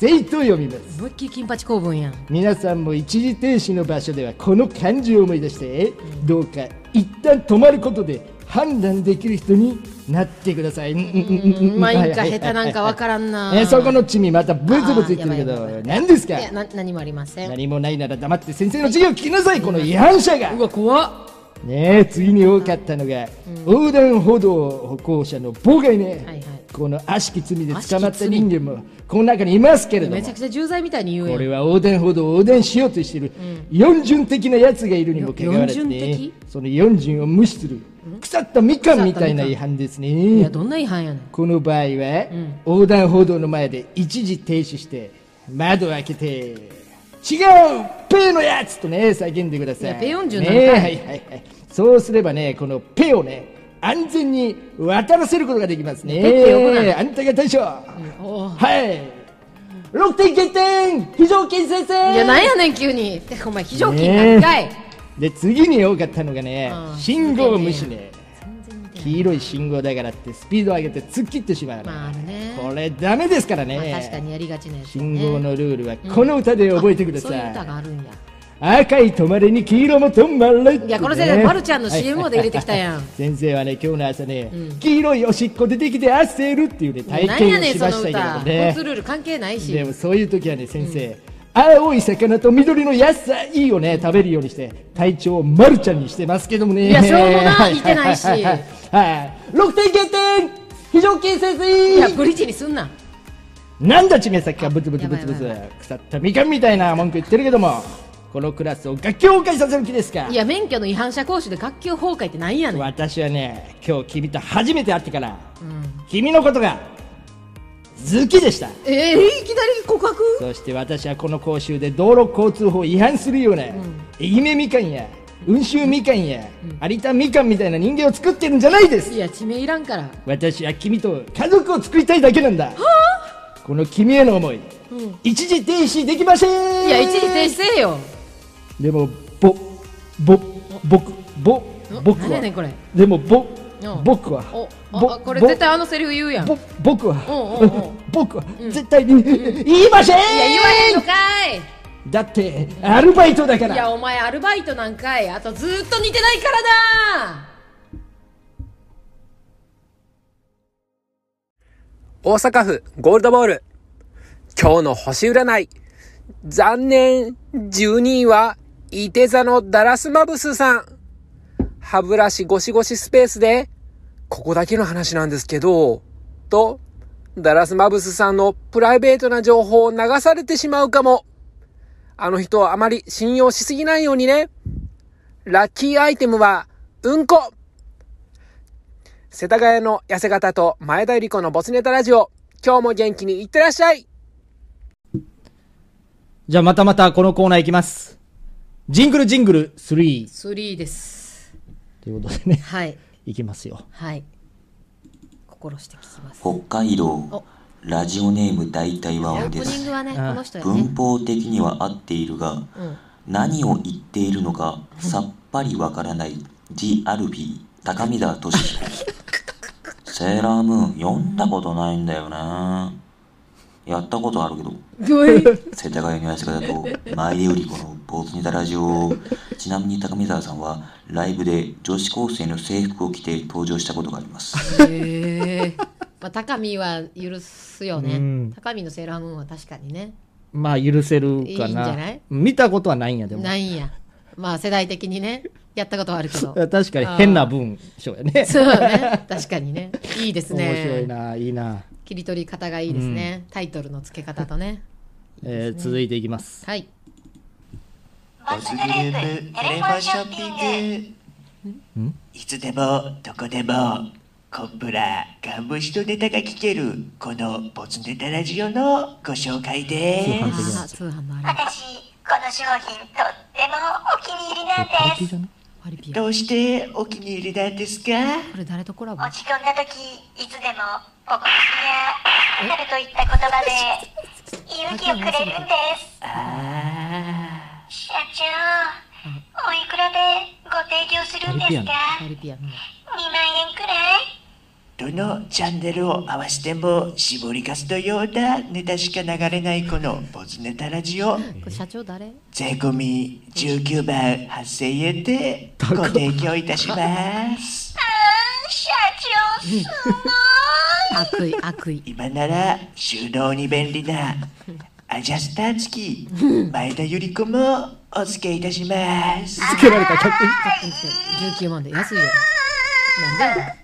Speaker 8: 正と読みます
Speaker 3: 思いっきり金八公文やん
Speaker 8: 皆さんも一時停止の場所ではこの漢字を思い出して、どうか一旦止まることで判断できる人になってください。うん
Speaker 3: まあいいか下手なんかわからんな
Speaker 8: えそこのチミまたブツブツ言ってるけど何ですか
Speaker 3: いやな何もありません
Speaker 8: 何もないなら黙って先生の授業を聞きなさいこの違反者がう
Speaker 3: わ怖
Speaker 8: ねえ次に多かったのが、横断歩道歩行者の妨害ね、この悪しき罪で捕まった人間もこの中にいますけれども
Speaker 3: めちゃくちゃ重罪みたいに言うや
Speaker 8: こ
Speaker 3: ん
Speaker 8: れは横断歩道を横断しようとしている、四巡的なやつがいるにもかかわらず、
Speaker 3: よ四
Speaker 8: ね、その四巡を無視する腐ったみかんみたいな違反ですね
Speaker 3: いやどんな違反やねん
Speaker 8: この場合は、横断歩道の前で一時停止して窓を開けて違うペーのやつとね叫んでくださ
Speaker 3: い
Speaker 8: い
Speaker 3: やペヨンジュ
Speaker 8: ね
Speaker 3: なんかい
Speaker 8: えはいはいはいそうすればねこのペをね安全に渡らせることができますね
Speaker 3: ペって呼ぶな
Speaker 8: あんたが大将
Speaker 3: おう
Speaker 8: はい6点減点非常勤先生
Speaker 3: いやなんやねん急にてかお前非常勤なんかい、
Speaker 8: ねえで次に多かったのがね
Speaker 3: うん
Speaker 8: 信号無視ね黄色い信号だからってスピードを上げて突っ切ってしまう、
Speaker 3: まあね
Speaker 8: これダメですからね、
Speaker 3: まあ確かにやりがちなやつ
Speaker 8: 信号のルールはこの歌で覚えてください、
Speaker 3: そういう歌があるんや
Speaker 8: 赤い止まれに黄色も止まれってね
Speaker 3: いやこの先生まるちゃんの CM まで入れてきたやん
Speaker 8: 先生はね今日の朝ね、
Speaker 3: うん
Speaker 8: 黄色いおしっこ出てきて焦るっていうね体
Speaker 3: なん
Speaker 8: 験
Speaker 3: や
Speaker 8: を
Speaker 3: ねん
Speaker 8: し
Speaker 3: そ
Speaker 8: ま
Speaker 3: の
Speaker 8: したけど
Speaker 3: 歌、
Speaker 8: ね
Speaker 3: 交通ルール関係ないし
Speaker 8: でもそういう時はね先生、青い魚と緑の野菜をね食べるようにして体調をマルちゃんにしてますけどもね
Speaker 3: いやしょうもな
Speaker 8: はい
Speaker 3: 似てないし
Speaker 8: はいはいはい6点減点非常勤先生
Speaker 3: いやブリッジにすんな
Speaker 8: なんだちめさっきはブツブツブツブツ腐ったみかんみたいな文句言ってるけどもこのクラスを楽器崩壊させる気ですか
Speaker 3: いや免許の違反者講習で学級崩壊ってなんやねん
Speaker 8: 私はね今日君と初めて会ってから
Speaker 3: うん
Speaker 8: 君のことが好きでした
Speaker 3: ええいきなり告白
Speaker 8: そして私はこの講習で道路交通法違反するような、愛媛みかんや温州みかんや、有田みかんみたいな人間を作ってるんじゃないです
Speaker 3: いや地名いらんから
Speaker 8: 私は君と家族を作りたいだけなんだこの君への思い
Speaker 3: うん
Speaker 8: 一時停止できません
Speaker 3: いや一時停止せえよ
Speaker 8: でもぼぼ僕ぼ僕
Speaker 3: 何やねんこ
Speaker 8: は
Speaker 3: れ
Speaker 8: でもぼ
Speaker 3: うん
Speaker 8: 僕は
Speaker 3: お
Speaker 8: ぼ
Speaker 3: ああこれ
Speaker 8: ぼ
Speaker 3: 絶対あのセリフ言うやん
Speaker 8: ぼ僕は
Speaker 3: おうおうおう
Speaker 8: 僕は絶対に言いません
Speaker 3: いや言わへんのかい
Speaker 8: だってアルバイトだか
Speaker 3: いや
Speaker 8: ら
Speaker 3: お前アルバイトなんかいあとずーっと似てないからな
Speaker 13: 大阪府ゴールドボール。今日の星占い。残念、12位は、伊手座のダラスマブスさん。歯ブラシゴシゴシスペースで、ここだけの話なんですけど、と、ダラスマブスさんのプライベートな情報を流されてしまうかも。あの人をあまり信用しすぎないようにね。ラッキーアイテムは、うんこ世田谷の痩せ方と前田由里子のボツネタラジオ。今日も元気にいってらっしゃい
Speaker 2: じゃあまたまたこのコーナーいきます。ジングルジングル3。
Speaker 3: スリーです。
Speaker 2: ということでね。
Speaker 3: はい。
Speaker 2: いきますよ。
Speaker 3: はい。心して聞きます。
Speaker 10: 北海道
Speaker 3: お
Speaker 10: ラジオネーム大体和音で
Speaker 3: オープニン
Speaker 10: す
Speaker 3: グはねこの人やね
Speaker 10: 文法的には合っているが、
Speaker 3: うん
Speaker 10: 何を言っているのかさっぱりわからないジ・アルビー高見沢俊彦セーラームーン読んだことないんだよなやったことあるけど
Speaker 3: ごい
Speaker 10: 世田谷の 痩せ方と前で売り子のボツネタラジオちなみに高見沢さんはライブで女子高生の制服を着て登場したことがあります
Speaker 3: へえ。まあ、高見は許すよ
Speaker 2: う
Speaker 3: ね
Speaker 2: ん。
Speaker 3: 高見のセーラームーンは確かにね。
Speaker 2: まあ許せるかな。
Speaker 3: いいんじゃない
Speaker 2: 見たことはないんやでも。
Speaker 3: ないんや。まあ、世代的にね。やったことはあるけど。
Speaker 2: 確かに変な
Speaker 3: あ
Speaker 2: 文章や
Speaker 3: ー
Speaker 2: ね。
Speaker 3: そう ね。確かにね。いいですね。
Speaker 2: 面白いな、いいな。
Speaker 3: 切り取り方がいいですね。タイトルの付け方とね。
Speaker 2: えー続いていきます。
Speaker 3: はい。
Speaker 28: バスグループテレフォンショッピングいつでもどこでもコンプラガンムシとネタが聞けるこのボツネタラジオのご紹介です
Speaker 3: 通販の
Speaker 28: 私この商品とってもお気に入りなんですどうしてお気に入りなんですか
Speaker 3: これ誰とコラボ
Speaker 28: 落ち込んだ時いつでもポコチンやなるといった言葉で勇気をくれるんです社長おいくらでご提供するんですか
Speaker 3: パリピアノ。
Speaker 28: 2万円くらいどのチャンネルを合わせても絞りかすのようなネタしか流れないこのボツネタラジオ
Speaker 3: これ社長誰
Speaker 28: 税込み19万8000円でご提供いたします社長す
Speaker 3: ごい悪意悪意
Speaker 28: 今なら収納に便利なアジャスター付き前田由里子もお付けいたします
Speaker 3: つけられた100円。19万で安いよ。なんで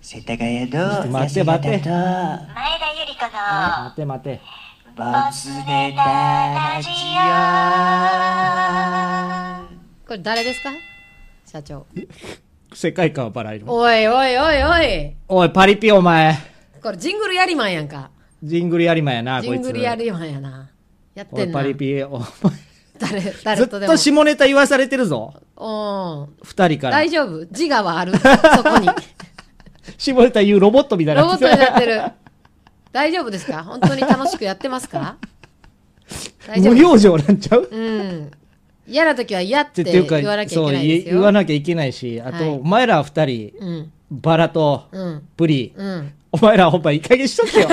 Speaker 28: 世田谷の痩
Speaker 2: 待て
Speaker 28: せ方
Speaker 2: 待
Speaker 28: と
Speaker 2: て
Speaker 28: 前田由里子の
Speaker 2: 待て待て。
Speaker 28: ボツネタラジオ
Speaker 3: これ誰ですか社長。
Speaker 2: 世界観はバラ色。
Speaker 3: おいおいおいおい。
Speaker 2: おい、パリピお前。
Speaker 3: これジングルやりまんやんか。
Speaker 2: ジングルやりまんやな、
Speaker 3: ジ
Speaker 2: こい
Speaker 3: ン
Speaker 2: つ。
Speaker 3: グルやりまんやな。やっ
Speaker 2: お
Speaker 3: てん
Speaker 2: い、
Speaker 3: な
Speaker 2: パ。リピ、お前。
Speaker 3: 誰、誰
Speaker 2: ずっ
Speaker 3: とでも。
Speaker 2: と下ネタ言わされてるぞ。
Speaker 3: うん。
Speaker 2: 二人から
Speaker 3: 大。丈夫自我は あるそこに。
Speaker 2: 下ネタ言うロボットみたいな。
Speaker 3: ロボットになってる。大丈夫ですか本当に楽しくやってますか大丈夫
Speaker 2: 無表情なんちゃう
Speaker 3: うん。嫌な時は嫌っ
Speaker 2: って
Speaker 3: て
Speaker 2: ってい
Speaker 3: 言
Speaker 2: うか
Speaker 3: わなきゃい
Speaker 2: そう
Speaker 3: けないで
Speaker 2: い
Speaker 3: すよ。
Speaker 2: 言わなきゃいけないし、あと、
Speaker 3: はい
Speaker 2: お前ら二人、
Speaker 3: うん。
Speaker 2: バラと
Speaker 3: うん。
Speaker 2: プリ、
Speaker 3: うん。
Speaker 2: お前らほんまいい加減しと けよ。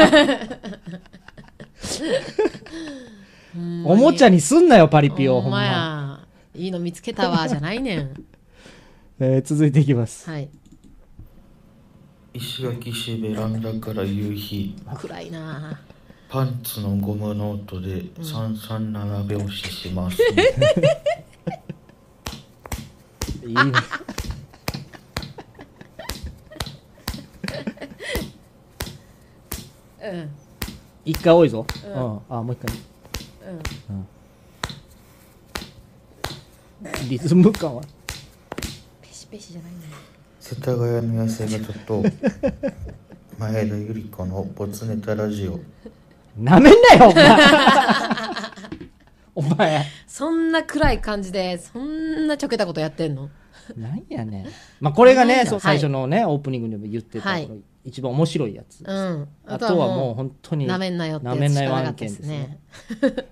Speaker 2: おもちゃにすんなよ、パリピを、ほ
Speaker 3: ほ
Speaker 2: ん
Speaker 3: ん
Speaker 2: ま
Speaker 3: ま。や。いいの見つけたわ、じゃないねん。
Speaker 2: えー続いていきます。
Speaker 3: はい。
Speaker 1: 石垣市ベランダから夕日
Speaker 3: 暗いな
Speaker 1: パンツのゴムの音で337拍子 します、
Speaker 2: いいね。
Speaker 3: ぁ。うん。
Speaker 2: 一回多いぞ。
Speaker 3: う
Speaker 2: うんん。あ、もう一回。
Speaker 3: うん。
Speaker 2: リズム感は。
Speaker 3: ペシペシじゃないね。
Speaker 1: 世田谷の痩せ方と前田由里子のボツネタラジオ
Speaker 2: なめんなよ、お 前お前。
Speaker 3: そんな暗い感じで、そんなちょけたことやってんの
Speaker 2: なんやねん。まあ、これが
Speaker 3: な
Speaker 2: ね
Speaker 3: ん、だ
Speaker 2: そう、
Speaker 3: は
Speaker 2: 最
Speaker 3: い
Speaker 2: 初のね、オープニングでも言ってた、
Speaker 3: はい
Speaker 2: 一番面白いやつ。
Speaker 3: うん。
Speaker 2: あとはもう本当に
Speaker 3: なめんなよって
Speaker 2: な
Speaker 3: や
Speaker 2: めん
Speaker 3: つ
Speaker 2: な
Speaker 3: し
Speaker 2: よ
Speaker 3: かなか
Speaker 2: 案
Speaker 3: ったで
Speaker 2: 件
Speaker 3: す
Speaker 2: ですね
Speaker 3: ね。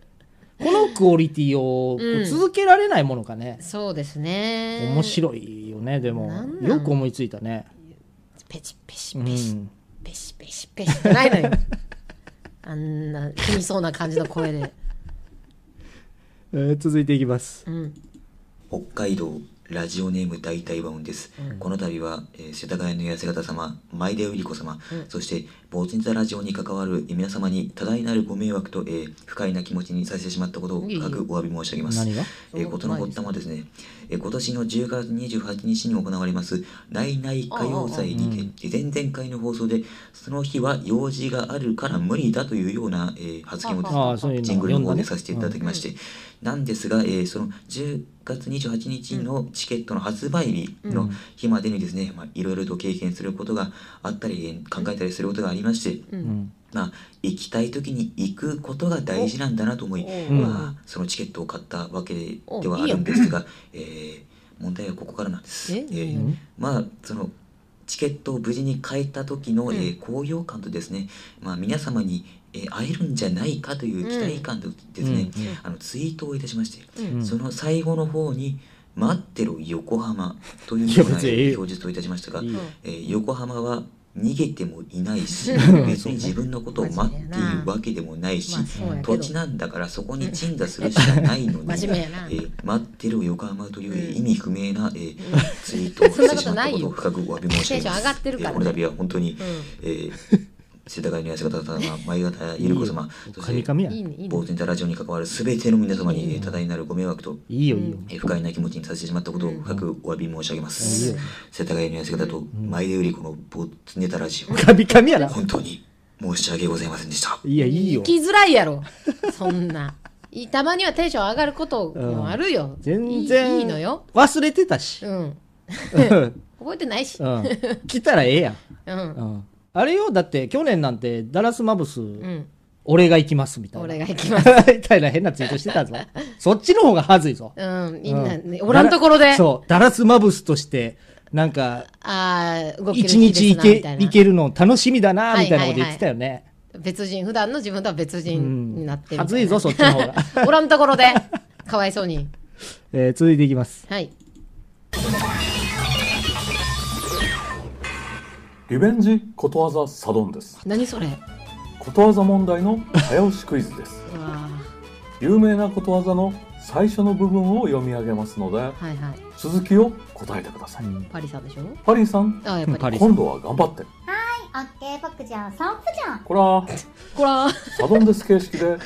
Speaker 2: このクオリティをこう
Speaker 3: うん
Speaker 2: 続けられないものかね。
Speaker 3: そうですね。
Speaker 2: 面白いよね、でも
Speaker 3: なん。な
Speaker 2: よ
Speaker 3: ん
Speaker 2: く思いついたね。
Speaker 3: ペチペチ
Speaker 2: う
Speaker 3: ペチ、
Speaker 2: ん。
Speaker 3: ペチペチペチってな いのよ。あんな、気にそうな感じの声で。
Speaker 2: えー続いていきます。
Speaker 3: うん。
Speaker 10: 北海道ラジオネーム大体和音です、
Speaker 26: うん
Speaker 10: この度は、えー世田谷の痩せ方様前田由里子様、
Speaker 26: うん
Speaker 10: そしてボツネタラジオに関わる皆様に多大なるご迷惑と、えー不快な気持ちにさせてしまったことを
Speaker 26: いえいえ
Speaker 10: 深くお詫び申し上げます
Speaker 26: 何が
Speaker 10: えーことの発端はですね、えー今年の10月28日に行われます内々歌謡祭にて、前々回の放送でその日は用事があるから無理だというような、えー発言をですね
Speaker 2: ああそういうの
Speaker 10: ジングルの方
Speaker 2: 読んだ
Speaker 10: で
Speaker 2: ね
Speaker 10: させていただきまして、なんですが、えーその10月28日のチケットの発売日の日までにですね、まあ、いろいろと経験することがあったり、えー考えたりすることがありまして、
Speaker 26: うん
Speaker 10: まあ、行きたい時に行くことが大事なんだなと思い、
Speaker 26: お
Speaker 10: まあ、そのチケットを買ったわけではあるんですが、えー問題はここからなんです。
Speaker 26: え
Speaker 10: えー
Speaker 26: うん
Speaker 10: まあそのチケットを無事に買えた時の、
Speaker 26: うん
Speaker 10: えー高揚感とですね、まあ、皆様に、えー会えるんじゃないかという期待感とですね、
Speaker 26: うんうん
Speaker 10: あのツイートをいたしまして、
Speaker 26: うん
Speaker 10: その最後の方に「待ってろ横浜」というよう
Speaker 26: いや
Speaker 10: な
Speaker 26: 別にええよ
Speaker 10: 表示をいたしましたが、
Speaker 26: いいよ
Speaker 10: えー横浜は逃げてもいな いし
Speaker 26: うん
Speaker 10: 別に自分のことを待っているわけでもないし、
Speaker 26: そうやけど
Speaker 10: 土地なんだからそこに鎮座するしかないのに、
Speaker 26: 真面目やな
Speaker 10: えー待ってろ横浜というえー意味不明な、えーツイートをしてしまったことを深くお詫び申し上げま
Speaker 3: そんなことないよテンション
Speaker 10: す。
Speaker 3: 上がってるから
Speaker 10: えーこの度は本当に、えー世田谷の痩せ方様、前方ゆる子様、そして、
Speaker 3: いいねいいね
Speaker 10: ボーテンタラジオに関わるすべての皆様に、えー多大なるご迷惑と、
Speaker 2: いいよいいよ
Speaker 10: えー不快な気持ちにさせてしまったことを深くお詫び申し上げます。
Speaker 2: いいよ
Speaker 10: 世田谷の痩せ方と、前田ゆり子のボーツネタラジオ。
Speaker 2: カビカビやな
Speaker 10: 本当に申し訳ございませんでした。
Speaker 2: いやいい
Speaker 3: 生きづらいやろ。そんな。いたまにはテンション上がることもあるよ。
Speaker 2: 全然
Speaker 3: いいいいのよ。
Speaker 2: 忘れてたし、
Speaker 3: うん。
Speaker 2: うん
Speaker 3: 覚えてない し。
Speaker 2: うん、来たらええやん、
Speaker 3: うん。
Speaker 2: うん、あれよだって去年なんてダラスマブス、
Speaker 3: うん。
Speaker 2: 俺が行きますみたいな
Speaker 3: 俺が行き
Speaker 2: ます みたいな変なツイートして たぞそっちの方がはずいぞ
Speaker 3: うん。み
Speaker 2: うん
Speaker 3: な、ね、おらんところで。
Speaker 2: そうダラスマブスとしてなんか
Speaker 3: ああ、動ける
Speaker 2: 一
Speaker 3: 日
Speaker 2: 日行
Speaker 3: ですな
Speaker 2: け
Speaker 3: みたいな
Speaker 2: 行けるの楽しみだなみたいなこと言ってたよね、
Speaker 3: 別人、普段の自分とは別人になってる。
Speaker 2: はずいぞそっちの方が、
Speaker 3: おらんところで。かわいそうに。
Speaker 2: えー続いていきます
Speaker 3: はい。
Speaker 11: リベンジことわざサドンです
Speaker 3: 何それ。
Speaker 11: ことわざ問題の早押しクイズです
Speaker 3: うわ
Speaker 11: 有名なことわざの最初の部分を読み上げますので、
Speaker 3: ーはいはい。
Speaker 11: 続きを答えてください、
Speaker 3: パリさんでしょ
Speaker 11: パリさん
Speaker 3: あやっぱりパリさん
Speaker 11: 今度は頑張って
Speaker 12: オッケー僕じゃあ散歩じゃん
Speaker 11: こら
Speaker 3: こら
Speaker 11: サドンデス形式で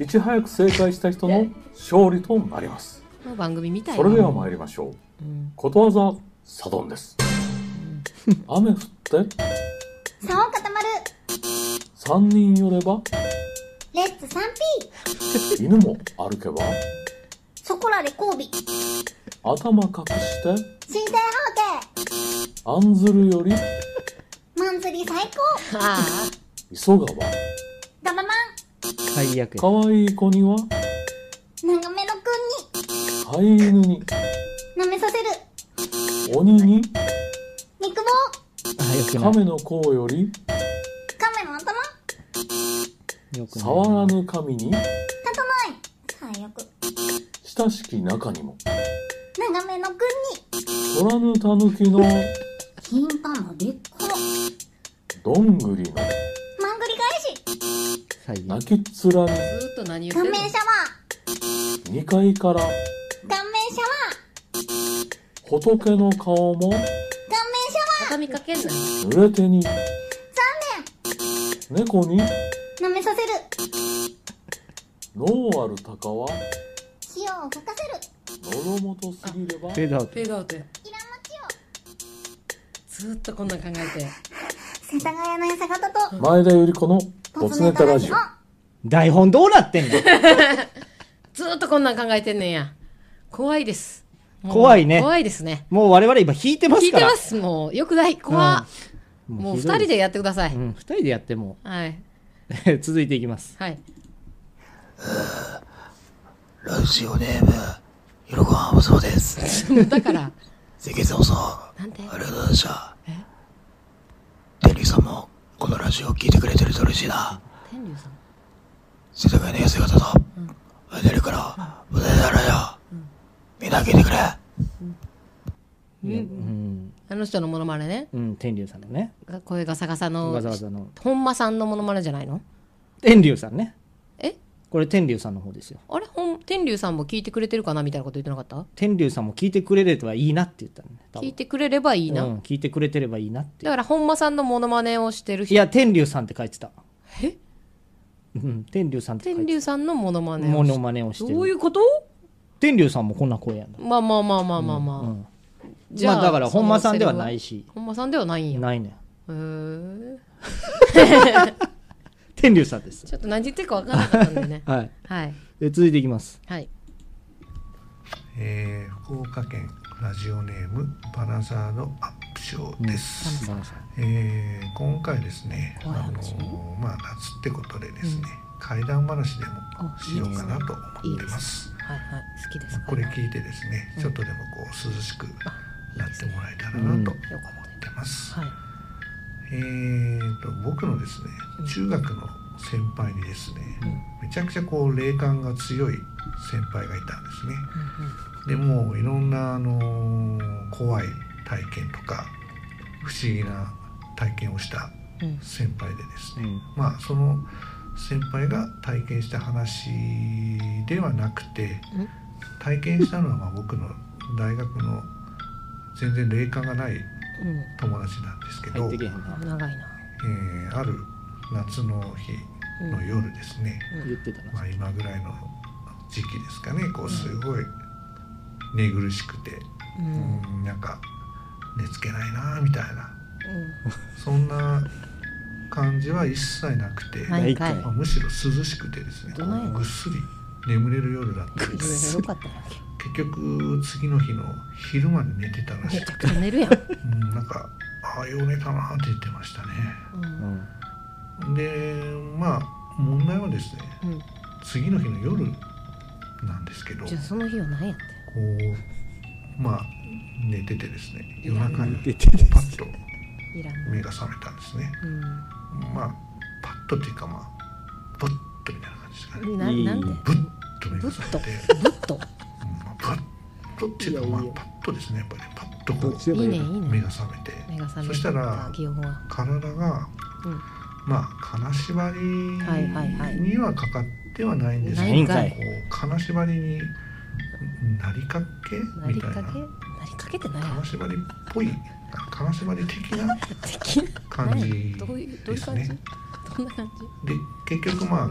Speaker 11: いち早く正解した人の勝利となります
Speaker 3: この番組みたいな
Speaker 11: それでは参りましょうことわざサドンです雨降って
Speaker 12: 竿固まる
Speaker 11: 3人寄れば
Speaker 12: レッツ 3P
Speaker 11: 犬も歩けば
Speaker 12: そこらで交尾
Speaker 11: 頭隠して
Speaker 12: 新生ハー
Speaker 11: 案ずるより
Speaker 12: テマンスリー最高
Speaker 11: 磯川
Speaker 12: ダママン
Speaker 2: 最悪
Speaker 11: かわいい子には
Speaker 12: 長めのくん
Speaker 11: 飼い犬に
Speaker 12: に舐めさせる
Speaker 11: 鬼に
Speaker 12: 肉棒
Speaker 11: 亀の甲より
Speaker 12: 亀の頭
Speaker 11: 触らぬ神に
Speaker 12: たとない最悪
Speaker 11: 親しき中にも
Speaker 12: 長めのくんに
Speaker 11: 取らぬたぬきの
Speaker 12: 金玉でっこ
Speaker 11: どんぐり
Speaker 12: マングリ返し
Speaker 11: の泣きっ
Speaker 3: ず
Speaker 11: 面
Speaker 3: っと何言っ
Speaker 12: 顔
Speaker 3: てんの
Speaker 12: 面シャワ
Speaker 11: に2階から
Speaker 12: ー顔面シャ
Speaker 11: 仏の顔
Speaker 12: ワー顔
Speaker 11: も
Speaker 12: 面シャワー畳みかけんな
Speaker 11: 濡れ手に
Speaker 12: 残
Speaker 11: 猫に
Speaker 12: 念舐めさせる
Speaker 11: 脳ある鷹は
Speaker 12: 塩を吹かせる
Speaker 11: 喉元すぎれば
Speaker 2: フェードアウト
Speaker 3: フェードアウトやずっとこんなん考えて
Speaker 12: 世田谷の痩せ方と
Speaker 11: 前田由里子のボツネタラジオ
Speaker 2: 台本どうなってんの
Speaker 3: ずっとこんなん考えてんねんや怖いですもう
Speaker 2: 怖いね
Speaker 3: 怖いですね
Speaker 2: もう我々今引いてます
Speaker 3: 聞い
Speaker 2: か
Speaker 3: て
Speaker 2: ら
Speaker 3: ますもうよくない怖
Speaker 2: うん
Speaker 3: もう
Speaker 2: ひ
Speaker 3: 二
Speaker 2: どい
Speaker 3: 人でやってください
Speaker 2: うん、2人でやっても
Speaker 3: はい、
Speaker 2: う 続いていきます
Speaker 3: はい、
Speaker 26: ラジオネーム、よろこはむそうです。
Speaker 3: だから
Speaker 26: 関澤さん、
Speaker 3: なんて
Speaker 26: ありがとうございました。天竜さんも、このラジオを聞いてくれてると嬉しいな。
Speaker 3: 天竜さん
Speaker 26: 世田谷の痩せ方と、あいてるから、うだいだらよ。みんな聞いてくれ。
Speaker 2: うん、
Speaker 3: あの人のモノマネね
Speaker 2: うん、天竜さんのね
Speaker 3: 声が逆さの
Speaker 2: わざわざの
Speaker 3: 本間さんのモノマネじゃないの
Speaker 2: 天竜さんね
Speaker 3: え
Speaker 2: これ天竜さんの方ですよ
Speaker 3: あれほん天竜さんも聞いてくれてるかなみたいなこと言ってなかった
Speaker 2: 天竜さんも聞いてくれればいいなって言ったのね多分
Speaker 3: 聞いてくれればいいな、
Speaker 2: うん、聞いてくれてればいいなって
Speaker 3: だから本間さんのモノマネをしてる人
Speaker 2: いや天竜さんって書いてた
Speaker 3: え
Speaker 2: うん天竜さんって書い
Speaker 3: 天竜さんのモノマ
Speaker 2: て
Speaker 3: ネ
Speaker 2: た
Speaker 3: を
Speaker 2: モノマネをしてる
Speaker 3: どういうこと
Speaker 2: 天竜さんもこんな声やん
Speaker 3: まあまあまあまあまあまあ、じゃあ
Speaker 2: まあだから本間さんではないし
Speaker 3: 本間さんではないんや
Speaker 2: ないね
Speaker 3: へー
Speaker 2: 天竜さんです
Speaker 3: ちょっと何言ってるか分からなかったんでね
Speaker 2: はい、
Speaker 3: はい
Speaker 2: え続いていきます
Speaker 3: はい
Speaker 29: えー福岡県ラジオネームバナザーのアップショーです、
Speaker 2: バナザー
Speaker 29: えー今回ですねあのーまあ夏ってことでですね、怪談話でもしようかなと思ってます
Speaker 3: はいはい好きです
Speaker 29: これ聞いてですね、ちょっとでもこう涼しくなってもらえたらなと思ってます。えーと僕のですね中学の先輩にですね、めちゃくちゃこう霊感が強い先輩がいたんですね。でもういろんなあのー怖い体験とか不思議な体験をした先輩でですね、まあその先輩が体験した話ではなくて体験したのはまあ僕の大学の全然霊感がない友達なんですけど、
Speaker 3: うん長いな
Speaker 29: えーある夏の日の夜ですね、
Speaker 2: うん言ってたな
Speaker 29: まあ、今ぐらいの時期ですかねこうすごい寝苦しくて、
Speaker 3: うん
Speaker 29: うんなんか寝つけないなみたいなそんな感じは一切なくて、
Speaker 3: ないかい
Speaker 29: まあ、むしろ涼しくてですねこ
Speaker 3: どないな
Speaker 29: うぐっすり眠れる夜だったんです
Speaker 3: よかったな
Speaker 29: 結局次の日の昼まで寝てたらしくて
Speaker 3: 寝るやん、
Speaker 29: うん、なんかああよう寝たなって言ってましたね、でまあ問題はですね
Speaker 3: うん、
Speaker 29: 次の日の夜なんですけど
Speaker 3: じゃあその日は何やっ
Speaker 29: こうまあ寝ててですね夜中にパッと
Speaker 3: ていらん
Speaker 29: 目が覚めたんですね、まあパッとっていうかまあブッとみたいな感じですかね
Speaker 3: ななんで
Speaker 29: ブッと目が覚めて
Speaker 3: ブッと
Speaker 29: ブッとっていうかまあパッとですねやっぱり、ね、パッとこ
Speaker 3: いいねいいね
Speaker 29: う目が覚めて
Speaker 3: 目が覚め
Speaker 29: そしたら
Speaker 3: 気温は
Speaker 29: 体が
Speaker 3: うん
Speaker 29: まあ金縛り
Speaker 3: いはいはい
Speaker 29: にはかかってはないんです
Speaker 3: ないん
Speaker 29: けど、
Speaker 3: かい
Speaker 29: こう金縛りになりかけ
Speaker 3: なり
Speaker 29: みたい
Speaker 3: かけ
Speaker 29: な
Speaker 3: なりかけてないや
Speaker 29: 金縛りっぽい金縛り的な感 じ
Speaker 3: どういうどういう感じ、
Speaker 29: ですね
Speaker 3: どんな感
Speaker 29: で結局まあ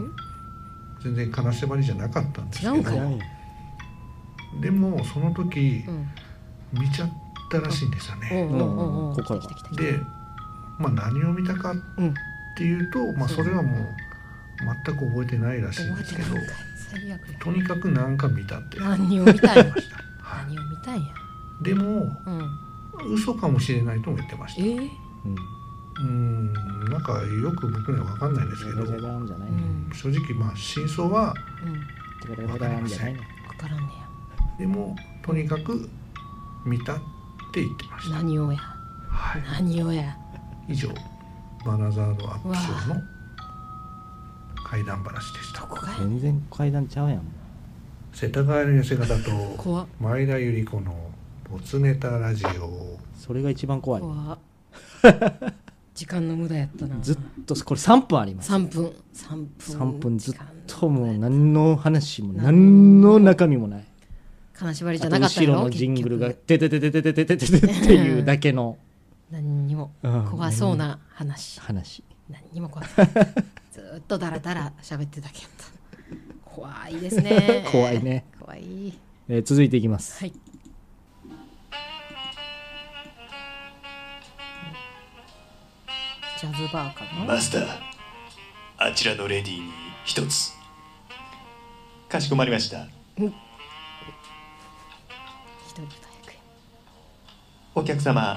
Speaker 29: 全然金縛りじゃなかったんです
Speaker 3: じ違
Speaker 29: け
Speaker 3: う
Speaker 29: ど
Speaker 3: んかよ、
Speaker 29: でもその時、
Speaker 3: うん
Speaker 29: 見ちゃったらしいんですよね。
Speaker 3: うんうんうんうん心が
Speaker 29: で、まあ、何を見たかっていうと、まあ、
Speaker 3: そ
Speaker 29: そうれはもう全く覚えてないらしいんですけど
Speaker 3: 最悪や
Speaker 29: とにかく何か見たって
Speaker 3: 何を見たんや
Speaker 29: 言ってました
Speaker 3: 何を見たんや
Speaker 29: でも
Speaker 3: うん
Speaker 29: 嘘かもしれないとも言ってました。
Speaker 3: えー
Speaker 29: うんなんかよく僕には分かんないですけど正直まあ真相は
Speaker 2: うん
Speaker 29: 分かりません
Speaker 3: 分からんね
Speaker 29: でもとにかく見たって言ってました
Speaker 3: や何をや、何をや
Speaker 29: 以上バナザードアップショーの怪談話でした
Speaker 2: 全然階段ちゃうやん
Speaker 29: 世田谷の痩せ方
Speaker 2: 怖っ
Speaker 29: と前田由里子のボツネタラジオ
Speaker 2: それが一番怖い
Speaker 3: 怖っ時間の無駄やったな
Speaker 2: ずっとこれ3分あります
Speaker 3: 3分3分
Speaker 2: 3分ずっともう何の話も何の中身もない
Speaker 3: 金縛りじ
Speaker 2: あ
Speaker 3: ゃ
Speaker 2: と
Speaker 3: なかった
Speaker 2: 後
Speaker 3: や
Speaker 2: ろ
Speaker 3: ろ
Speaker 2: のジングルが「てててててててててて」っていうだけの
Speaker 3: 何にも
Speaker 2: うん
Speaker 3: 怖そうな話、
Speaker 2: 話
Speaker 3: 何にも怖そうずーっとダラダラ喋ってたけど怖いですね
Speaker 2: 怖いね
Speaker 3: 怖い
Speaker 2: えー続いていきます
Speaker 3: はいジャズバーかな
Speaker 21: マスターあちらのレディーに一つかしこまりました
Speaker 3: 一人
Speaker 21: お客様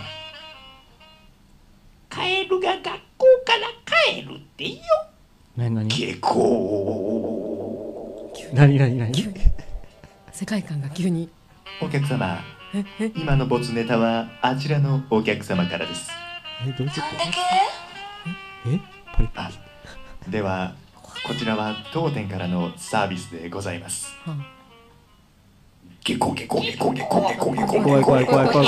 Speaker 30: カエルが学校から帰るってよ。
Speaker 2: 何何
Speaker 21: 下校
Speaker 2: 何何何
Speaker 21: 世界観が急にお客様今のボツネタはあちらのお客様からです
Speaker 2: えどういうこ
Speaker 21: ではこちらは当店からのサービスでございます下校下校下校下校下校下校
Speaker 2: 怖い怖い怖い怖い怖い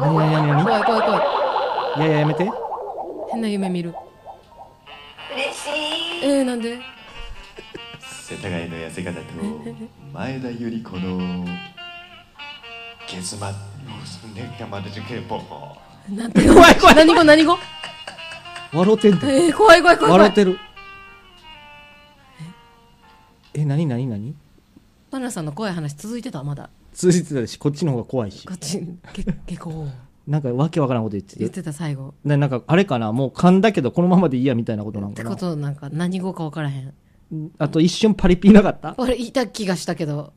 Speaker 2: 何何何何
Speaker 3: 怖い怖い怖い
Speaker 2: いやいややめて
Speaker 3: 変な夢見る
Speaker 30: 嬉しい。
Speaker 3: えー、なんで
Speaker 21: 世田谷の痩せ方と前田由里子の結末のね山田塾ボ
Speaker 3: なんて怖い怖い何語何語
Speaker 2: 笑ってんだ
Speaker 3: えー、怖い怖い怖い怖
Speaker 2: 笑
Speaker 3: い
Speaker 2: ってるえ何何何
Speaker 3: パナさんの怖い話続いてたまだ
Speaker 2: 通じてたしこっちの方が怖いし
Speaker 3: こっちけ結構
Speaker 2: なんかわけわからんこと言って
Speaker 3: 言ってた最後
Speaker 2: でなんかあれかなもう噛んだけどこのままでいいやみたいなことなん
Speaker 3: って
Speaker 2: か
Speaker 3: こ
Speaker 2: な
Speaker 3: となんか何語か分からへん
Speaker 2: あと一瞬パリピなかった
Speaker 3: 俺言いた気がしたけど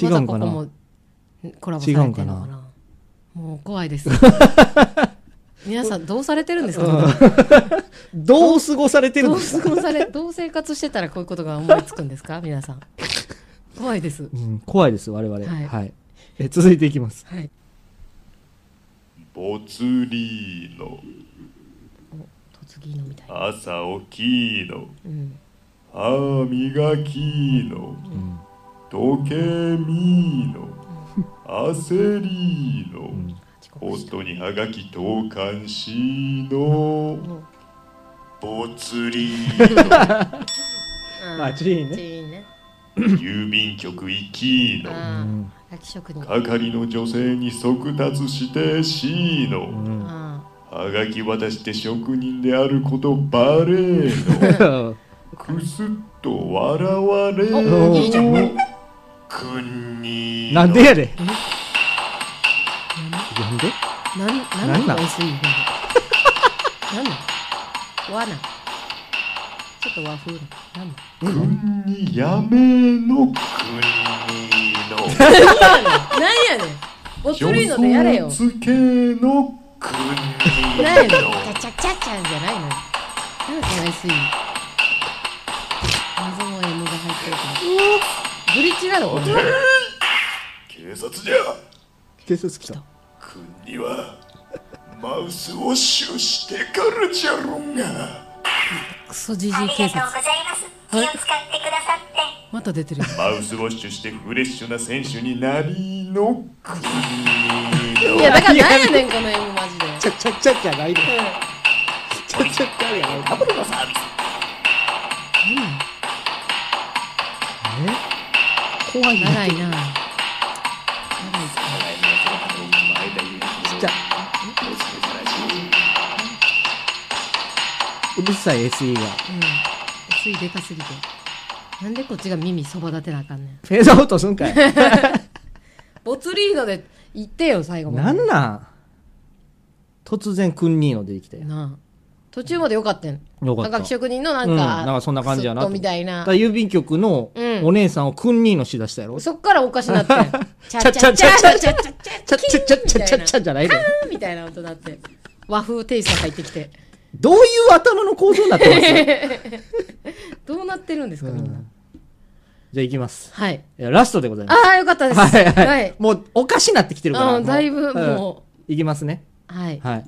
Speaker 2: 違うんかな
Speaker 3: またここもコラボされてんのか
Speaker 2: 違う
Speaker 3: なん
Speaker 2: か
Speaker 3: もう怖 いです皆さんどうされてるんですか
Speaker 2: うんどう過ごされてるん
Speaker 3: どう
Speaker 2: です
Speaker 3: 過
Speaker 2: か
Speaker 3: ごされどう生活してたらこういうことが思いつくんですか皆さん怖いです
Speaker 2: うん怖いです我々
Speaker 3: は
Speaker 2: はいい、え続いていきます
Speaker 3: はい
Speaker 21: ボツリーノ
Speaker 3: 次のみたい
Speaker 21: 朝起きの
Speaker 3: うん
Speaker 21: 歯磨きの、時計見の、焦りの、夫にはがき投函しの、ぼつりの、
Speaker 2: まあチーンね
Speaker 3: チーンね
Speaker 21: 郵便局行きの、
Speaker 3: ああ焼き職人
Speaker 21: 係の女性に即達してしの、
Speaker 3: あ
Speaker 21: はがき渡して職人であることバレーのくすっと笑われ
Speaker 2: おいいじゃん
Speaker 21: のくんに
Speaker 2: なんでやでなんで
Speaker 3: あな
Speaker 2: な
Speaker 3: ん
Speaker 2: ん
Speaker 3: な
Speaker 2: なんん
Speaker 3: 美味しいねなんなん和なんちょっと和風ななんなん
Speaker 21: くんにやめのくんにの
Speaker 3: なんやねんボツリーノでやれよ
Speaker 21: 助走つけのくんに
Speaker 3: なんやねんチ
Speaker 21: の
Speaker 3: ャチャチャチャじゃないのよなんか美味しい謎の M が入ってるからブリッジなのこれ
Speaker 21: 警察じゃ
Speaker 2: 警察来た
Speaker 21: くんにはマウスをシュしてからじゃろうが
Speaker 3: クソジジイ警察あれまた出てるよ
Speaker 21: マウスウォッシュしてフレッシュな選手になりのくんにの
Speaker 3: いやだからなんや ねんこの M マジで
Speaker 2: ちゃちゃちゃちゃないで
Speaker 3: ちゃちゃちゃや
Speaker 21: ダブルのサービス
Speaker 2: え怖い
Speaker 3: 長いな
Speaker 2: ちっちゃうるさい SE が
Speaker 3: うんついでかすぎてなんでこっちが耳そば立てなあかんねん
Speaker 2: フェードアウトす んかい
Speaker 3: ボツリーノで言ってよ最後まで
Speaker 2: なんなん突然クンニーの出てきて
Speaker 3: なあ途中までよかったん
Speaker 2: よかった
Speaker 3: 科学職人のなんか、
Speaker 2: うん、なんかそんな感じやな
Speaker 3: ス
Speaker 2: と
Speaker 3: ッとみたいな
Speaker 2: だから郵便局の
Speaker 3: うん
Speaker 2: お姉さんをクンニーのしだしたやろ、
Speaker 3: そっからおかしなってん
Speaker 2: ち
Speaker 3: チ
Speaker 2: ゃちゃちゃちゃちゃ
Speaker 3: ちゃちゃちゃちゃ
Speaker 2: ちゃちゃちゃじゃないの
Speaker 3: カーンみたいな音なって和風テイスト入ってきて
Speaker 2: どういう頭の構造になってます
Speaker 3: どうなってるんですかみんな
Speaker 2: じゃあいきます
Speaker 3: はい
Speaker 2: いやラストでございます
Speaker 3: ああよかったです
Speaker 2: はいはい、
Speaker 3: はい
Speaker 2: もうおかしなってきてるから
Speaker 3: うんだいぶ
Speaker 2: ん
Speaker 3: も
Speaker 2: いきますね
Speaker 3: はい
Speaker 2: はい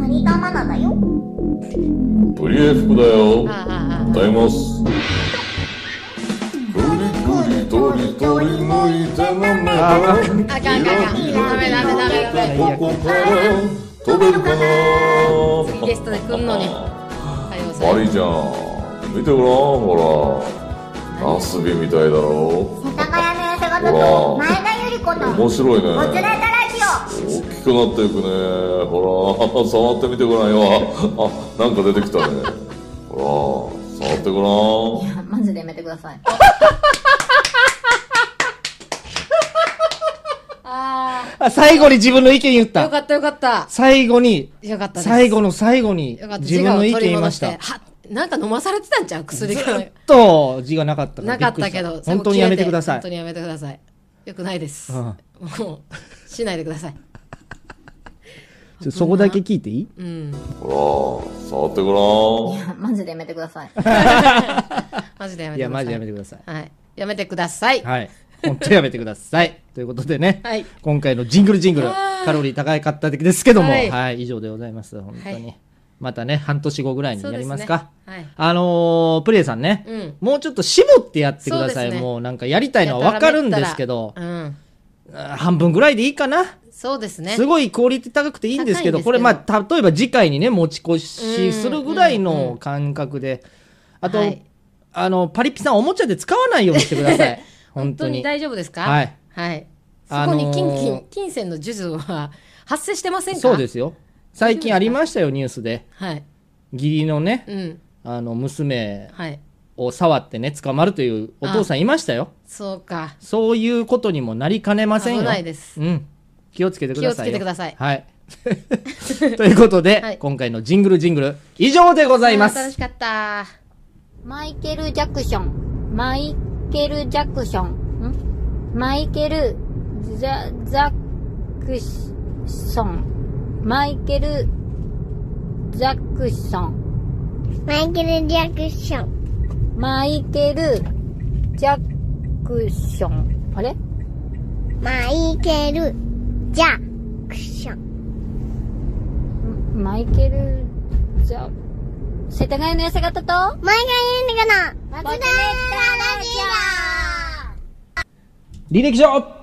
Speaker 12: カニカマナだよ
Speaker 31: ブリエ服だよ歌います
Speaker 3: あかんあかんあかんダメダメダメダ
Speaker 12: 通り通り向いて舐めたら
Speaker 3: メ
Speaker 31: ここから飛べるかな
Speaker 3: ゲストで来んのに
Speaker 31: 悪いじゃん見てごらんほらナスビみたいだろ
Speaker 12: 世田谷の痩せ方と前田由里子の
Speaker 31: 面白いね
Speaker 12: ボツネタラジオ
Speaker 31: 大きくなっていくねほら触ってみてごらんよあなんか出てきたねほら触ってごらん
Speaker 12: マジでやめてください
Speaker 2: あ最後に自分の意見言っ
Speaker 3: よ
Speaker 2: た
Speaker 3: かったよかった
Speaker 2: 最後に
Speaker 3: よかったです
Speaker 2: 最後の最後に
Speaker 3: よかった
Speaker 2: 自分の意見言いまし
Speaker 3: 自我
Speaker 2: た
Speaker 3: を取り戻てはなんか飲まされてたんじゃん薬が
Speaker 2: と字がなかったから
Speaker 3: なかったけ
Speaker 2: び
Speaker 3: ど
Speaker 2: くりし本当にやめてください
Speaker 3: 本当にやめてくださいよくないです、
Speaker 2: うん
Speaker 3: もうしないでください
Speaker 2: ちょそこだけ聞いていい
Speaker 3: うん
Speaker 31: ほら触ってごらん
Speaker 12: マジでやめてください
Speaker 3: マジでやめてください
Speaker 2: いやマジでやめてください
Speaker 3: はいやめてください
Speaker 2: はい本当にやめてください ということでね、
Speaker 3: はい
Speaker 2: 今回のジングルジングル
Speaker 3: あー
Speaker 2: カロリー高かったですけども
Speaker 3: は
Speaker 2: はいい、以上でございます本当に、
Speaker 3: はい
Speaker 2: またね半年後ぐらいに
Speaker 3: そ
Speaker 2: や
Speaker 3: うで
Speaker 2: り
Speaker 3: すね
Speaker 2: ますか
Speaker 3: はい
Speaker 2: あのープレイさんね、
Speaker 3: うん
Speaker 2: もうちょっと絞ってやってくだ
Speaker 3: そう
Speaker 2: さ
Speaker 3: で
Speaker 2: い、
Speaker 3: すね
Speaker 2: もうなんかやりたいのはわかるんですけど
Speaker 3: うん
Speaker 2: 半分ぐらいでいいかな
Speaker 8: そうですね
Speaker 2: すごいクオリティ高くていいんですけど、
Speaker 8: 高いですけど
Speaker 2: これ、まあ、例えば次回にね、持ち越しするぐらいの感覚で、あと、
Speaker 8: はい
Speaker 2: あの、パリピさん、おもちゃで使わないようにしてください。本
Speaker 8: 本当
Speaker 2: 当
Speaker 8: に
Speaker 2: に。
Speaker 8: 大丈夫ですか
Speaker 2: はい、
Speaker 8: はい、そ
Speaker 2: あ
Speaker 8: こ
Speaker 2: のー
Speaker 8: に金金金銭の数珠は発生してませんか
Speaker 2: そうですよ。最近ありましたよ、ニュースで。
Speaker 8: はい
Speaker 2: 義理のね、
Speaker 8: うん
Speaker 2: あの、娘
Speaker 8: はい
Speaker 2: を触ってね、捕まるというお父さんいましたよ。
Speaker 8: そうか
Speaker 2: そういうことにもなりかねませんよ。
Speaker 8: 危ないです
Speaker 2: うん。気をつけてくださいよ。
Speaker 8: 気をつけてください
Speaker 2: はい。 ということで、今回のジングルジングル、以上でございま
Speaker 16: あー
Speaker 2: す。
Speaker 16: 楽しかった。マイケル・ジャクション。マイケル・ジャクション。んマイケル・ザ・ザクソン。マイケル・ザクソン。マイケル・ジャクション。マイケル・ジャクション。あれマイケル・ジャクション。マイケル・ジャ世田谷の痩せ方と前がいるのかな松田ラジ
Speaker 2: 履歴書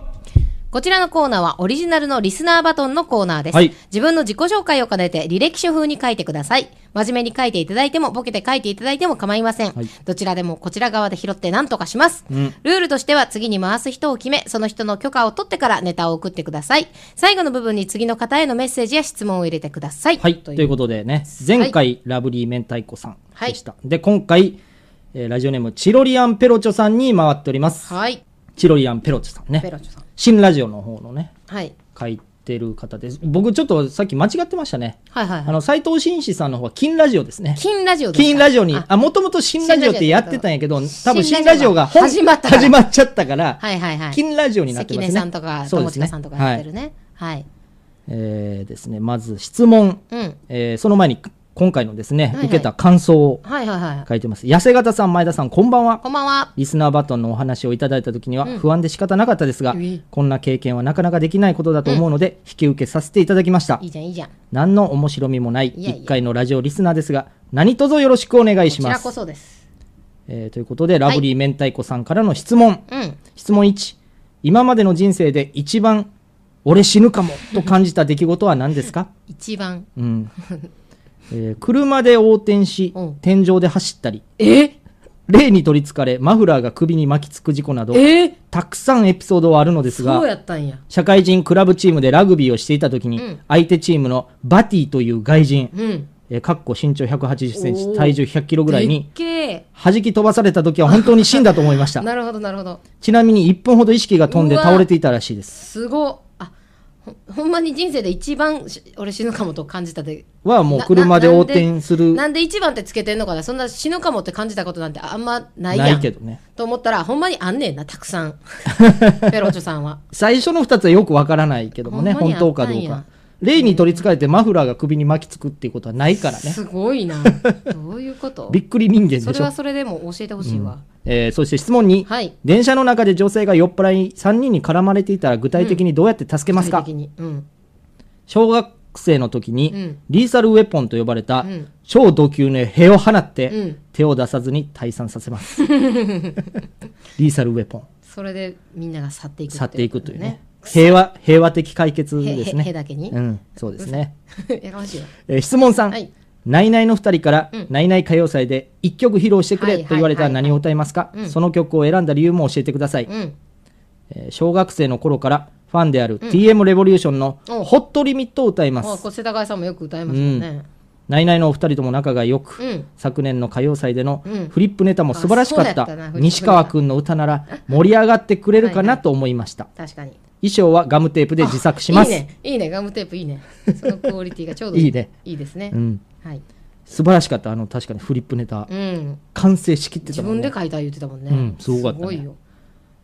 Speaker 3: こちらのコーナーはオリジナルのリスナーバトンのコーナーです。
Speaker 2: はい
Speaker 3: 自分の自己紹介を兼ねて履歴書風に書いてください。真面目に書いていただいても、ボケて書いていただいても構いません。どちらでもこちら側で拾って何とかします。
Speaker 16: うん
Speaker 3: ルールとしては次に回す人を決め、その人の許可を取ってからネタを送ってください。最後の部分に次の方へのメッセージや質問を入れてください。
Speaker 2: はい。ということでね、前回、ラブリー明太子さんでした。で、今回、えーラジオネーム、チロリアンペロチョさんに回っております。
Speaker 3: はい。
Speaker 2: チロリアンペロチョさんね。
Speaker 3: ペロチョさん。
Speaker 2: 新ラジオの方のね、
Speaker 3: はい。
Speaker 2: 書いてる方です。僕、ちょっとさっき間違ってましたね。
Speaker 3: はいはい
Speaker 2: あの、斎藤紳士さんの方は金ラジオですね。
Speaker 3: 金ラジオですか
Speaker 2: 金ラジオに、あ、もともと新ラジオってやってたんやけど、多分
Speaker 3: 新
Speaker 2: 新
Speaker 3: ラ
Speaker 2: ラ
Speaker 3: ジ
Speaker 2: ジ
Speaker 3: オ
Speaker 2: オ
Speaker 3: が
Speaker 2: が
Speaker 3: 始まったから
Speaker 2: 始まっちゃったから、
Speaker 3: はいはいはい。
Speaker 2: 金ラジオになってますね
Speaker 3: 関根さんとか、
Speaker 2: そう
Speaker 3: 友
Speaker 2: ですね
Speaker 3: 近さんとかやってるね。はい。
Speaker 2: えーですね、まず質問、
Speaker 3: うん。
Speaker 2: えーその前に今回のですね、
Speaker 3: いはい
Speaker 2: 受けた感想を
Speaker 3: はいはいはい。
Speaker 2: 書いてます。痩せ型さん、前田さん、こんばんは。
Speaker 3: こんばんは。
Speaker 2: リスナーバトンのお話をいただいた時には
Speaker 3: うん
Speaker 2: 不安で仕方なかったですが、こんな経験はなかなかできないことだと思うので、引き受けさせていただきました
Speaker 3: い。いじゃんいいじゃん。こ
Speaker 2: 何の面白みもない
Speaker 3: いやいや
Speaker 2: 1回のラジオリスナーですが、何卒よろしくお願いし
Speaker 3: ち
Speaker 2: ま
Speaker 3: ら
Speaker 2: す
Speaker 3: こ。そです。
Speaker 2: えーということで、ラブリー明太子さんからの質問。
Speaker 3: うん。
Speaker 2: 質問1、今までの人生で一番、俺死ぬかもと感じた出来事は何ですか
Speaker 3: 一番。
Speaker 2: うん。えー車で横転し、天井で走ったり、
Speaker 3: え
Speaker 2: 霊に取りつかれ、マフラーが首に巻きつく事故など、
Speaker 3: え
Speaker 2: たくさんエピソードはあるのです
Speaker 3: そうや
Speaker 2: が、
Speaker 3: ったんや。
Speaker 2: 社会人クラブチームでラグビーをしていた時に、
Speaker 3: うん
Speaker 2: 相手チームのバティという外人、
Speaker 3: うん。
Speaker 2: えーかっこ身長180セン
Speaker 3: お
Speaker 2: チ、
Speaker 3: ー
Speaker 2: 体重100キロぐらい
Speaker 3: で
Speaker 2: に
Speaker 3: っ、け
Speaker 2: 弾き飛ばされた時は本当に死んだと思いまし
Speaker 3: え。
Speaker 2: た。
Speaker 3: なるほどなるほど。
Speaker 2: ちなみに1分ほど意識が飛んで倒れていたらしいです。
Speaker 3: すごっ。あほほんまに人生で一番し俺死ぬかもと感じたで。
Speaker 2: はもう車で横転す
Speaker 3: な
Speaker 2: る
Speaker 3: んなんで一番ってつけてんのかなそんな死ぬかもって感じたことなんてあんまないやん。
Speaker 2: ないけどね。
Speaker 3: と思ったら、ほんまにあんねんな、たくさ ん。ペロチョさんは。
Speaker 2: 最初の2つはよくわからないけどもね、
Speaker 3: ほんまに
Speaker 2: 本
Speaker 3: あ
Speaker 2: 当
Speaker 3: った
Speaker 2: か
Speaker 3: んや
Speaker 2: どうか。霊に取りつかれてマフラーが首に巻きつくっていうことはないからね。
Speaker 3: すごいな。どういうこと
Speaker 2: びっくり人間 でしょ
Speaker 3: それはそれでも教えてほしいわ。
Speaker 2: えーそして質問に、
Speaker 3: はい
Speaker 2: 電車の中で女性が酔っ払い3人に絡まれていたら具体的にどうやって助けますか、
Speaker 3: 具体的にうん。
Speaker 2: 小学生の時に、
Speaker 3: うん
Speaker 2: リーサルウェポンと呼ばれた、
Speaker 3: うん
Speaker 2: 超ド級の塀を放って、
Speaker 3: うん
Speaker 2: 手を出さずに退散させますリーサルウェポン
Speaker 3: それでみんなが去っていく
Speaker 2: 去っていくというね
Speaker 3: くそ
Speaker 2: 平和平和的解決です
Speaker 3: へへへ
Speaker 2: ね
Speaker 3: だけに
Speaker 2: うん、そうですね、
Speaker 3: やかましいわ
Speaker 2: えー質問さん、
Speaker 3: はい
Speaker 2: ナイナイの2人から、
Speaker 3: うん
Speaker 2: ナイナイ歌謡祭で1曲披露してく
Speaker 3: は
Speaker 2: れ
Speaker 3: い
Speaker 2: と言われたら何を歌いますか、
Speaker 3: はいはいうん
Speaker 2: その曲を選んだ理由も教えてください、
Speaker 3: うん
Speaker 2: えー小学生の頃からファンである
Speaker 3: うん
Speaker 2: TM レボリューションの
Speaker 3: お
Speaker 2: ホットリミットを歌いま
Speaker 3: あ
Speaker 2: す。
Speaker 3: これ世田谷さんもよく歌いますよ
Speaker 2: うん
Speaker 3: ね、
Speaker 2: ナイナイのお二人とも仲が良く、
Speaker 3: うん
Speaker 2: 昨年の歌謡祭での
Speaker 3: うん
Speaker 2: フリップネタも素晴らしかっ
Speaker 3: あそうやった
Speaker 2: た
Speaker 3: なフリップネタ
Speaker 2: 西川くんの歌なら盛り上がってくれるかなと思いました。
Speaker 3: 確かに
Speaker 2: 衣装はガムテープで自作します。
Speaker 3: いいねいいねガムテープいい ねそのクオリティがちょうどいい
Speaker 2: いいね。
Speaker 3: いいですね、
Speaker 2: うん
Speaker 3: はい、
Speaker 2: 素晴らしかった。あの、確かにフリップネタ。
Speaker 3: うん
Speaker 2: 完成しきってた
Speaker 3: 自
Speaker 2: もん
Speaker 3: 分
Speaker 2: ね。
Speaker 3: で書いた言ってたもんね、
Speaker 2: うんすごかったね
Speaker 3: すごいよ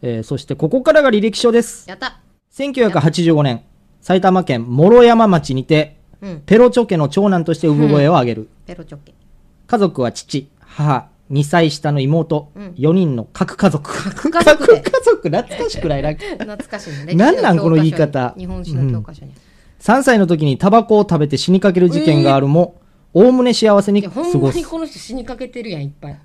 Speaker 2: えーそして、ここからが履歴書です。
Speaker 3: やった
Speaker 2: 1985年、埼玉県諸山町にて、
Speaker 3: うん
Speaker 2: ペロチョ家の長男として産声を上げる。
Speaker 3: ペロチョッケ
Speaker 2: 家族は父、母、2歳下の妹、
Speaker 3: うん
Speaker 2: 4人の各家族。
Speaker 3: 各家族で
Speaker 2: 家族懐かしくない な
Speaker 3: 懐かしいね
Speaker 2: なんなんこの言い方
Speaker 3: 日本史の教科書に、
Speaker 2: 3歳の時にタバコを食べて死にかける事件があるも、おおむね幸せに過
Speaker 3: ほんま
Speaker 2: ごす
Speaker 3: に。この人死にかけてるやんいっぱい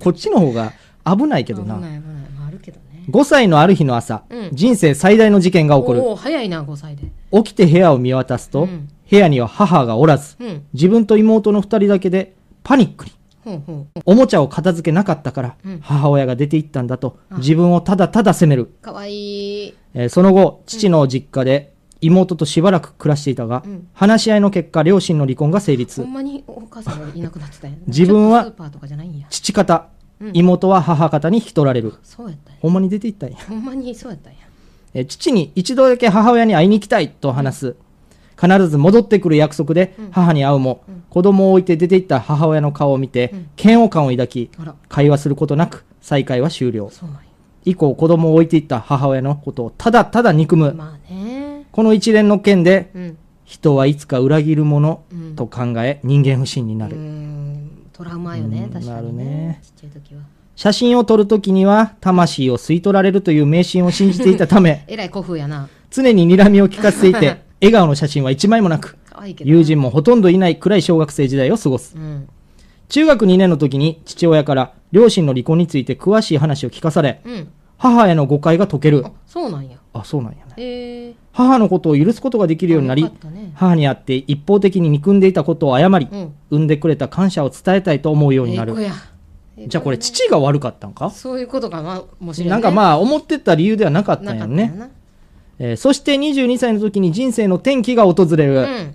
Speaker 2: こっちの方が危ないけ
Speaker 3: 危
Speaker 2: ど
Speaker 3: な
Speaker 2: な。
Speaker 3: い危ない、まあ、あるけどね
Speaker 2: 5歳のある日の朝、
Speaker 8: うん
Speaker 2: 人生最大の事件が起こる
Speaker 8: おお早いな5歳で
Speaker 2: 起きて部屋を見渡すと、
Speaker 8: うん
Speaker 2: 部屋には母がおらず、
Speaker 8: うん
Speaker 2: 自分と妹の2人だけでパニックに
Speaker 8: ほうほ
Speaker 2: おもちゃを片付けなかったから、
Speaker 8: うん
Speaker 2: 母親が出て行ったんだと
Speaker 8: あ
Speaker 2: 自分をただただ責める、
Speaker 8: うかわいい
Speaker 2: えーその後父の実家で妹としばらく暮らしていたが、
Speaker 8: うん
Speaker 2: 話し合いの結果両親の離婚が成立
Speaker 8: ほんまにお母さんがいなくなってたんや
Speaker 2: 自分は
Speaker 8: スーパーとかじゃないんや
Speaker 2: 父方、
Speaker 8: うん
Speaker 2: 妹は母方に引き取られる
Speaker 8: そうやったんや
Speaker 2: ほんまに出て行ったんや
Speaker 8: ほんまにそうやったんや
Speaker 2: えー父に一度だけ母親に会いに行きたいと話す、必ず戻ってくる約束で
Speaker 8: うん
Speaker 2: 母に会うも、子供を置いて出て行った母親の顔を見て、嫌悪感を抱き
Speaker 8: あら
Speaker 2: 会話することなく再会は終了
Speaker 8: そうなんや
Speaker 2: 以降子供を置いていった母親のことをただただ憎む、
Speaker 8: まあね
Speaker 2: この一連の件で、
Speaker 8: うん
Speaker 2: 人はいつか裏切るもの
Speaker 8: うん
Speaker 2: と考え、人間不信になる、
Speaker 8: トラウマよね
Speaker 2: うん
Speaker 8: 確かにね
Speaker 2: なるね
Speaker 8: ちっちゃい時は
Speaker 2: 写真を撮るときには魂を吸い取られるという迷信を信じていた ため
Speaker 8: えらい古風やな
Speaker 2: 常に睨みを聞かせてい て笑顔の写真は一枚もなく
Speaker 8: 可愛いけどな
Speaker 2: 友人もほとんどいないくらい小学生時代を過ごす、
Speaker 8: うん
Speaker 2: 中学2年の時に父親から両親の離婚について詳しい話を聞かされ、
Speaker 8: うん
Speaker 2: 母への誤解が解ける
Speaker 8: そうなんや
Speaker 2: あそうなんやね
Speaker 8: えー
Speaker 2: 母のことを許すことができるようになり、母に会って一方的に憎んでいたことを謝り、
Speaker 8: うん
Speaker 2: 産んでくれた感謝を伝えたいと思うように
Speaker 8: え
Speaker 2: な
Speaker 8: え
Speaker 2: る
Speaker 8: 子や
Speaker 2: じゃあこれ父が悪かったんか
Speaker 8: そういうことかまもしれ
Speaker 2: なんかま
Speaker 8: あ
Speaker 2: あ思ってた理由ではなかったんやんねえーそして22歳の時に人生の転機が訪れる、
Speaker 8: うん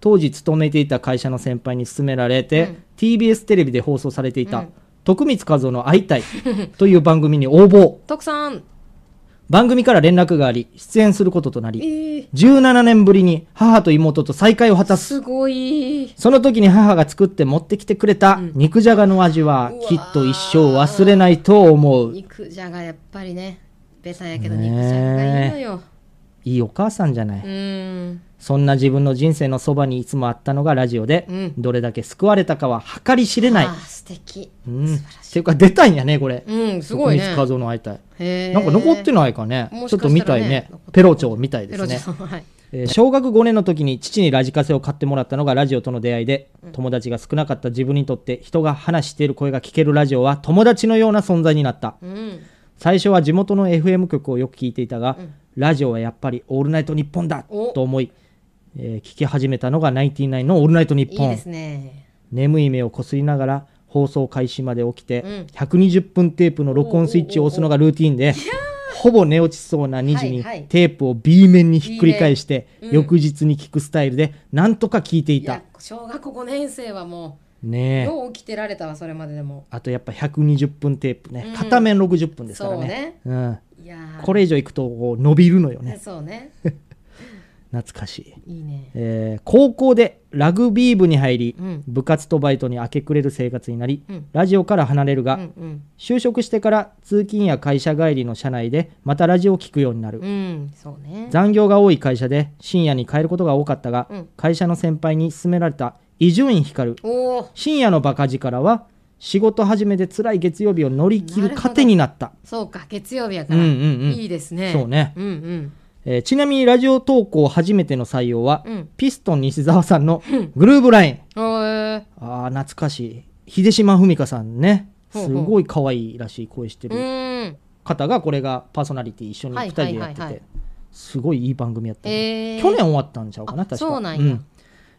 Speaker 2: 当時勤めていた会社の先輩に勧められて、
Speaker 8: うん
Speaker 2: TBS テレビで放送されてい
Speaker 8: う
Speaker 2: た、
Speaker 8: ん
Speaker 2: 徳光和夫の会いたいという番組に応募
Speaker 8: 徳さん
Speaker 2: 番組から連絡があり出演することとな
Speaker 8: え
Speaker 2: り、
Speaker 8: ー
Speaker 2: 17年ぶりに母と妹と再会を果たす
Speaker 8: すごい
Speaker 2: その時に母が作って持ってきてくれた肉じゃがの味はきっと一生忘れないと思う。
Speaker 8: 肉じゃがやっぱりねベタやけど肉じゃががいいの
Speaker 2: ね
Speaker 8: よ
Speaker 2: えいいお母さんじゃな
Speaker 8: う
Speaker 2: い。
Speaker 8: ーん
Speaker 2: そんな自分の人生のそばにいつもあったのがラジオで、どれだけ救われたかは計り知れない
Speaker 8: あ。ー素敵
Speaker 2: うん。っていうか出たんやね、これ。
Speaker 8: うんすごいね
Speaker 2: 徳光和夫の会いた
Speaker 8: へ
Speaker 2: い。
Speaker 8: ー
Speaker 2: なんか残ってないかね。
Speaker 8: も
Speaker 2: ち
Speaker 8: し
Speaker 2: ょっ
Speaker 8: か
Speaker 2: と
Speaker 8: し
Speaker 2: 見
Speaker 8: た
Speaker 2: た
Speaker 8: らね
Speaker 2: いね。ペロチョみたいです
Speaker 8: ペロ
Speaker 2: ね
Speaker 8: ちゃん。はい
Speaker 2: えー小学5年の時に父にラジカセを買ってもらったのがラジオとの出会いで、友達が少なかった自分にとって人が話している声が聞けるラジオは友達のような存在になった、
Speaker 8: うん
Speaker 2: 最初は地元の FM 局をよく聞いていたが、
Speaker 8: うん
Speaker 2: ラジオはやっぱり「オールナイトニッポンだ!」
Speaker 8: お
Speaker 2: と思い、えー聞き始めたのが「ナインティナインのオールナイトニッポ
Speaker 8: いい
Speaker 2: ン
Speaker 8: で」すね
Speaker 2: 眠い目をこすりながら放送開始まで起きて、
Speaker 8: うん
Speaker 2: 120分テープの録音スイッチを押すのがルーティンでほぼ寝落ちそうな2時
Speaker 8: はい
Speaker 2: に
Speaker 8: はい
Speaker 2: テープを B 面にひっくり返して、
Speaker 8: B 面うん
Speaker 2: 翌日に聞くスタイルでなんとか聞いていた
Speaker 8: 小学5年生はもう
Speaker 2: ねえ
Speaker 8: よう起きてられたわそれまででも
Speaker 2: あとやっぱ120分テープね、
Speaker 8: うん
Speaker 2: 片面60分ですからね
Speaker 8: そう
Speaker 2: うん
Speaker 8: いやー
Speaker 2: これ以上いくとこう伸びるのよね
Speaker 8: そうね
Speaker 2: 懐かしい
Speaker 8: いいね
Speaker 2: えー高校でラグビー部に入り、
Speaker 8: うん
Speaker 2: 部活とバイトに明け暮れる生活になり、
Speaker 8: うん
Speaker 2: ラジオから離れるが、
Speaker 8: うんうん
Speaker 2: 就職してから通勤や会社帰りの車内でまたラジオを聞くようになる、
Speaker 8: うんそうね
Speaker 2: 残業が多い会社で深夜に帰ることが多かったが、
Speaker 8: うん
Speaker 2: 会社の先輩に勧められた伊集院光
Speaker 8: おー
Speaker 2: 深夜のバカ力は仕事始めで辛い月曜日を乗り切る糧になった
Speaker 8: そうか月曜日やから、
Speaker 2: うんうんうん
Speaker 8: いいですね
Speaker 2: そうね
Speaker 8: うんうん
Speaker 2: えーちなみにラジオ投稿初めての採用は、
Speaker 8: うん
Speaker 2: ピストン西澤さんのグルーブライン、
Speaker 8: おー
Speaker 2: あー懐かしい秀島文香さんね
Speaker 8: ほう
Speaker 2: す
Speaker 8: ほう
Speaker 2: ごい可愛いらしい声して
Speaker 8: う
Speaker 2: る
Speaker 8: ーん
Speaker 2: 方がこれがパーソナリティ一緒に
Speaker 8: は
Speaker 2: 2
Speaker 8: い
Speaker 2: 人でやって
Speaker 8: はいはいは
Speaker 2: て
Speaker 8: い
Speaker 2: すごいいい番組やった、
Speaker 8: えー
Speaker 2: 去年終わったんちゃうかな確か
Speaker 8: そうなんや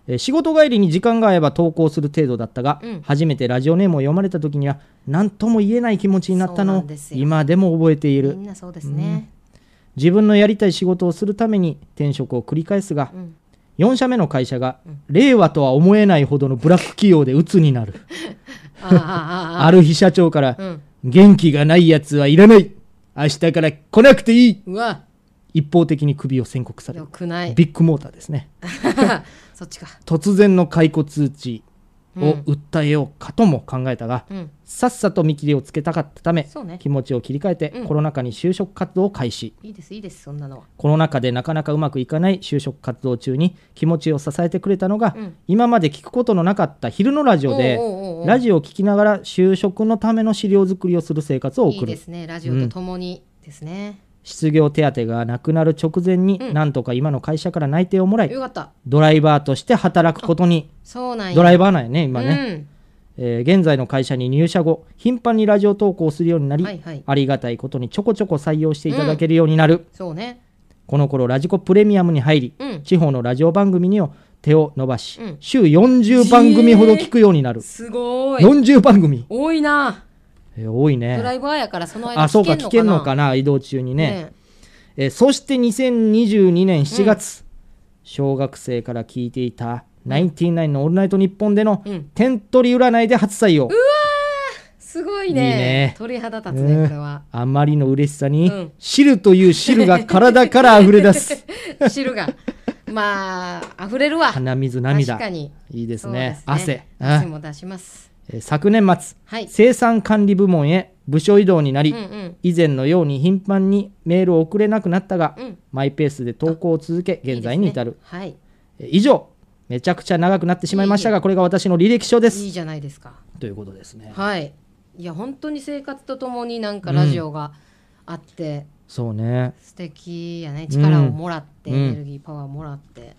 Speaker 2: えー仕事帰りに時間が合えば投稿する程度だったが、
Speaker 8: うん
Speaker 2: 初めてラジオネームを読まれた時には何とも言えない気持ちになった
Speaker 8: そう
Speaker 2: の
Speaker 8: な
Speaker 2: を
Speaker 8: んですよ
Speaker 2: 今でも覚えている
Speaker 8: みんなそうですね、
Speaker 2: 自分のやりたい仕事をするために転職を繰り返すが、
Speaker 8: うん
Speaker 2: 4社目の会社が、令和とは思えないほどのブラック企業で鬱になる
Speaker 8: あーあーあー
Speaker 2: ある日社長から、
Speaker 8: うん
Speaker 2: 元気がないやつはいらない明日から来なくていいう
Speaker 8: わ
Speaker 2: 一方的に首を宣告され
Speaker 8: よ
Speaker 2: る
Speaker 8: くない
Speaker 2: ビッグモーターですね
Speaker 8: そっちか
Speaker 2: 突然の解雇通知を訴えようかとも考えたが、
Speaker 8: うん
Speaker 2: さっさと見切りをつけたかったため、
Speaker 8: そうね
Speaker 2: 気持ちを切り替えて、
Speaker 8: うん
Speaker 2: コロナ禍に就職活動を開始
Speaker 8: いいですいいですそんなのは
Speaker 2: コロナ禍でなかなかうまくいかない就職活動中に気持ちを支えてくれたのが、
Speaker 8: うん
Speaker 2: 今まで聞くことのなかった昼のラジオで
Speaker 8: おうおうおうおう
Speaker 2: ラジオを聞きながら就職のための資料作りをする生活を送
Speaker 8: いい
Speaker 2: る
Speaker 8: ですねラジオとともにですね、
Speaker 2: 失業手当がなくなる直前に、
Speaker 8: うん
Speaker 2: なんとか今の会社から内定をもらい
Speaker 8: よかった
Speaker 2: ドライバーとして働くことに
Speaker 8: そうなんや
Speaker 2: ドライバーなんやね今ね、
Speaker 8: うん
Speaker 2: えー現在の会社に入社後頻繁にラジオ投稿するようになり、
Speaker 3: はいはい
Speaker 2: ありがたいことにちょこちょこ採用していただけるようになる、
Speaker 3: そうね。
Speaker 2: この頃ラジコプレミアムに入り、
Speaker 3: うん
Speaker 2: 地方のラジオ番組にも手を伸ばし、
Speaker 3: うん
Speaker 2: 週40番組ほど聞くようになる、
Speaker 3: すごい。
Speaker 2: 40番組、
Speaker 3: 多いな。
Speaker 2: えー多いね
Speaker 3: ドライバーやからその間
Speaker 2: あそうか聞けんの
Speaker 3: な
Speaker 2: かな移動中にね
Speaker 3: ね
Speaker 2: えーそして2022年7月、小学生から聞いていた「ナインティナインのオールナイトニッポン」での点取り占いで初採用、
Speaker 3: うわーすごいね
Speaker 2: いいね
Speaker 3: 鳥肌立つね、これは。
Speaker 2: あまりの嬉しさに、
Speaker 3: うん
Speaker 2: 汁という汁が体から溢れ出 す
Speaker 3: 汁が。まあ、溢れるわ。
Speaker 2: 鼻水涙
Speaker 3: 確かに。
Speaker 2: いいです
Speaker 3: そう
Speaker 2: ね汗うん
Speaker 3: 汗も出します。
Speaker 2: えー昨年末、
Speaker 3: はい
Speaker 2: 生産管理部門へ部署移動になり、
Speaker 3: うんうん
Speaker 2: 以前のように頻繁にメールを送れなくなったが、
Speaker 3: うん
Speaker 2: マイペースで投稿を続け現在に至る
Speaker 3: はい。
Speaker 2: えー以上めちゃくちゃ長くなってしまいましたがこれが私の履歴書です
Speaker 3: いいじゃないですか。
Speaker 2: ということですね
Speaker 3: はい。いや、本当に生活とともになんかラジオがあって、
Speaker 2: そうね
Speaker 3: 素敵やね。
Speaker 2: ん
Speaker 3: 力をもらって、
Speaker 2: うん
Speaker 3: エネルギー、パワーもらって。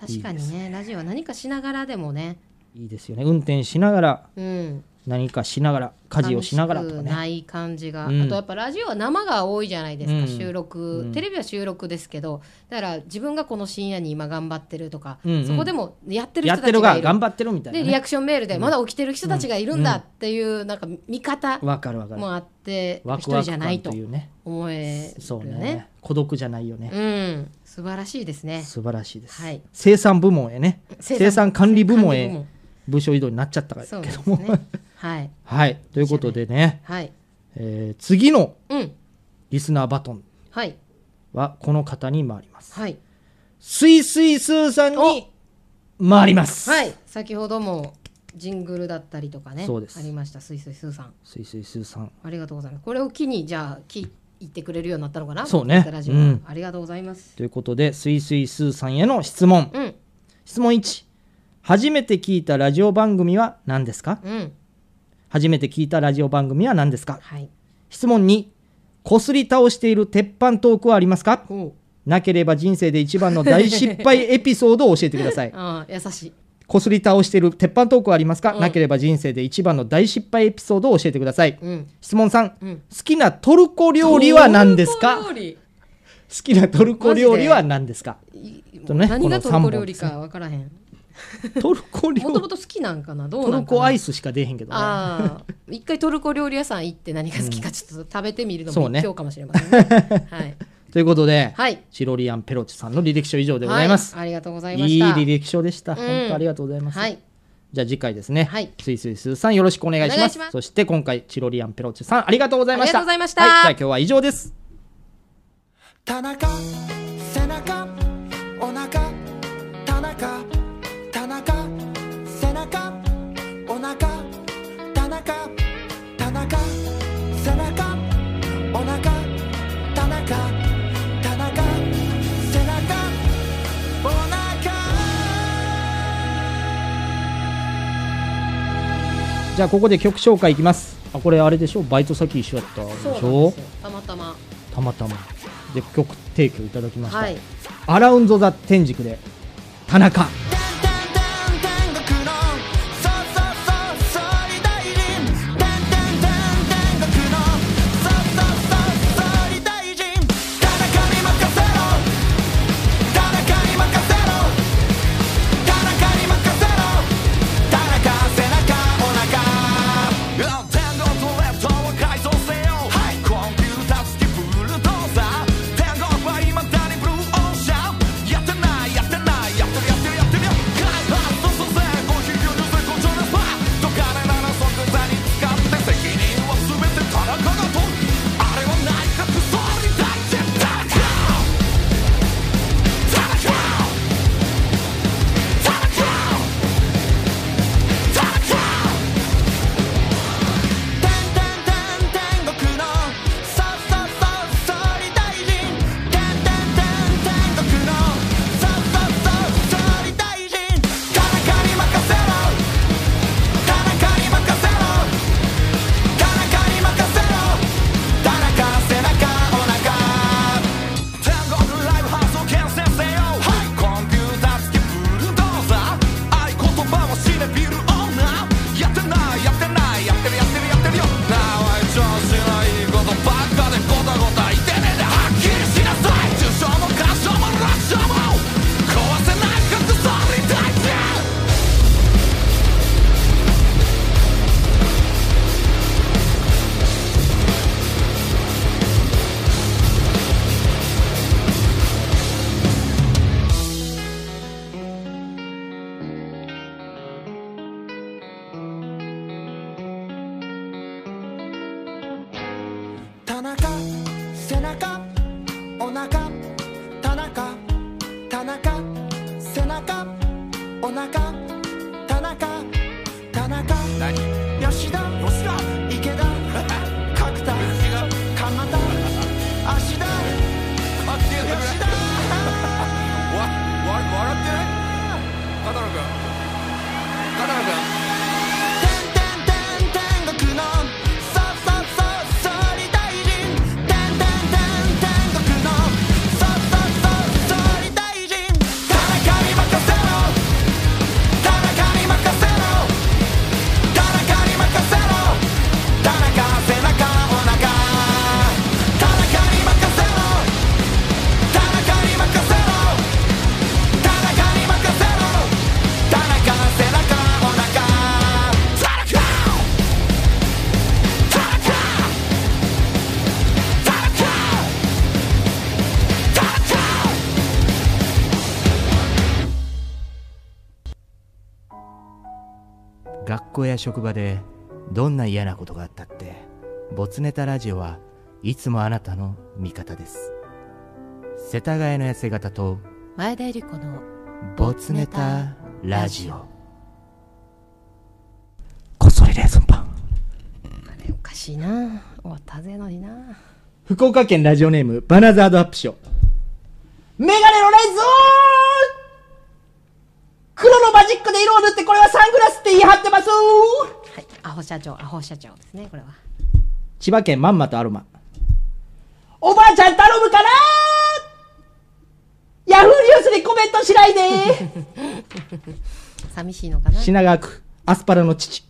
Speaker 3: 確かにねラジオは何かしながらでもね、
Speaker 2: いいですよね運転しながら
Speaker 3: うん、
Speaker 2: 何かしながら家事をしながらとか
Speaker 3: 楽し
Speaker 2: ね
Speaker 3: くない感じが、
Speaker 2: うん
Speaker 3: あとやっぱラジオは生が多いじゃないですか、
Speaker 2: うん
Speaker 3: 収録、
Speaker 2: うん
Speaker 3: テレビは収録ですけどだから自分がこの深夜に今頑張ってるとか、
Speaker 2: うんうん
Speaker 3: そこでもやってる
Speaker 2: や
Speaker 3: 人
Speaker 2: った
Speaker 3: ちがい
Speaker 2: て
Speaker 3: る
Speaker 2: るが頑張ってるみたいな、ね、
Speaker 3: でリアクションメールで、
Speaker 2: うん
Speaker 3: まだ起きてる人たちがいるんだっていうなんか見方
Speaker 2: わかるわかる
Speaker 3: もあって
Speaker 2: ワ
Speaker 3: 一
Speaker 2: クワ
Speaker 3: 人
Speaker 2: ク
Speaker 3: じゃ
Speaker 2: 感
Speaker 3: ないと
Speaker 2: というね
Speaker 3: 思え
Speaker 2: そう
Speaker 3: る
Speaker 2: ね
Speaker 3: よね
Speaker 2: 孤独じゃないよね、
Speaker 3: うん素晴らしいですね
Speaker 2: 素晴らしいです、
Speaker 3: はい
Speaker 2: 生産部門へね
Speaker 3: 生
Speaker 2: 生
Speaker 3: 産
Speaker 2: 産管理部門
Speaker 3: 管理部
Speaker 2: へ
Speaker 3: 門
Speaker 2: 部署移動になっちゃったけど
Speaker 3: そう
Speaker 2: も
Speaker 3: ですねはい
Speaker 2: はいということでね、
Speaker 3: はい
Speaker 2: えー次の
Speaker 3: うん
Speaker 2: リスナーバトン
Speaker 3: はい
Speaker 2: はこの方に回ります
Speaker 3: はい
Speaker 2: スイスイスーさんに回ります
Speaker 3: はい先ほどもジングルだったりとかね
Speaker 2: そうです
Speaker 3: ありましたすいすいすーさん
Speaker 2: スイスイスーさん
Speaker 3: ありがとうございますこれを機にじゃあ聞いてくれるようになったのかな
Speaker 2: そうね
Speaker 3: ポッドキャストラジオは
Speaker 2: うん
Speaker 3: ありがとうございます
Speaker 2: ということでスイスイスーさんへの質問、
Speaker 3: うん
Speaker 2: 質問1初めて聞いたラジオ番組は何ですか、
Speaker 3: うん
Speaker 2: 初めて聞いたラジオ番組は何ですか、
Speaker 3: はい
Speaker 2: 質問2こすり倒している鉄板トークはありますかなければ人生で一番の大失敗エピソードを教えてください
Speaker 3: ああ優しい
Speaker 2: こすり倒している鉄板トークはありますか、
Speaker 3: うん
Speaker 2: なければ人生で一番の大失敗エピソードを教えてください、
Speaker 3: うん
Speaker 2: 質問3、
Speaker 3: うん
Speaker 2: 好きなトルコ料理は何ですか
Speaker 3: トルコ料理
Speaker 2: 好きなトルコ料理は何ですかとね
Speaker 3: 何が
Speaker 2: こ
Speaker 3: ト
Speaker 2: の三本
Speaker 3: ルコ料理かわからへん。
Speaker 2: トルコ料
Speaker 3: もともと好きなんかなどう
Speaker 2: ト
Speaker 3: な
Speaker 2: ル
Speaker 3: んかな
Speaker 2: コアイスしか出えへんけどね
Speaker 3: ああ、一回トルコ料理屋さん行って何が好きかちょっと食べてみるの
Speaker 2: そ
Speaker 3: も
Speaker 2: うね
Speaker 3: 一興かもしれませんね。はい。
Speaker 2: ということで、
Speaker 3: はい
Speaker 2: チロリアンペロチさんの履歴書以上でございます、
Speaker 3: はいありがとうござい
Speaker 2: い
Speaker 3: ました
Speaker 2: 履歴書でした、
Speaker 3: うん
Speaker 2: 本当ありがとうございます、
Speaker 3: はい
Speaker 2: じゃあ次回ですね、はい、スイスイスーさんよろしくお願いし
Speaker 3: お願
Speaker 2: ま
Speaker 3: い
Speaker 2: す
Speaker 3: します
Speaker 2: そして今回チロリアンペロチさんありがとうございました
Speaker 3: ありがとうございました
Speaker 2: はい、じゃあ今日は以上です
Speaker 32: 田中背中お腹田中田中背中お腹田中田中背中お腹田中田中背中お
Speaker 2: じゃあここで曲紹介いきますあこれあれでしょバイト先一緒やったでし
Speaker 3: そうなん
Speaker 2: ょ
Speaker 3: ですよたまたま。
Speaker 2: たまたまで曲提供いただきました、
Speaker 3: はい。
Speaker 2: アラウンド・ザ・天竺で田中
Speaker 32: やってないやってないやってるやってるやってる
Speaker 4: 中背中お腹田中田中吉田池 田角田鎌田芦田吉田
Speaker 33: わわ笑ってない片野君片野君
Speaker 4: 天国のそそそ総理大臣天天天天国のそそそ総理大臣田中に任せろ田中に任せろ田中に任せろ田中背中お腹田中に任せろ田中に任せろ田中に任せろ田中背中お腹田中田中田中田中
Speaker 34: 学校や職場でどんな嫌なことがあったって没ネタラジオはいつもあなたの味方です世田谷の痩せ方と
Speaker 3: 前田由里子の
Speaker 34: 没ネタラジオ
Speaker 3: こっそりレーズンパンあれおかしいな終わったぜのにな
Speaker 2: 福岡県ラジオネームバナザードアップ賞
Speaker 35: メガネのレンズを黒のマジックで色を塗ってこれはサングラスって言い張ってます
Speaker 3: アホ社長アホ社長ですねこれは
Speaker 2: 千葉県まんまとアロマ
Speaker 35: おばあちゃん頼むからヤフーニュースにコメントしないで
Speaker 3: 寂しいのかな
Speaker 2: 品川区アスパラの父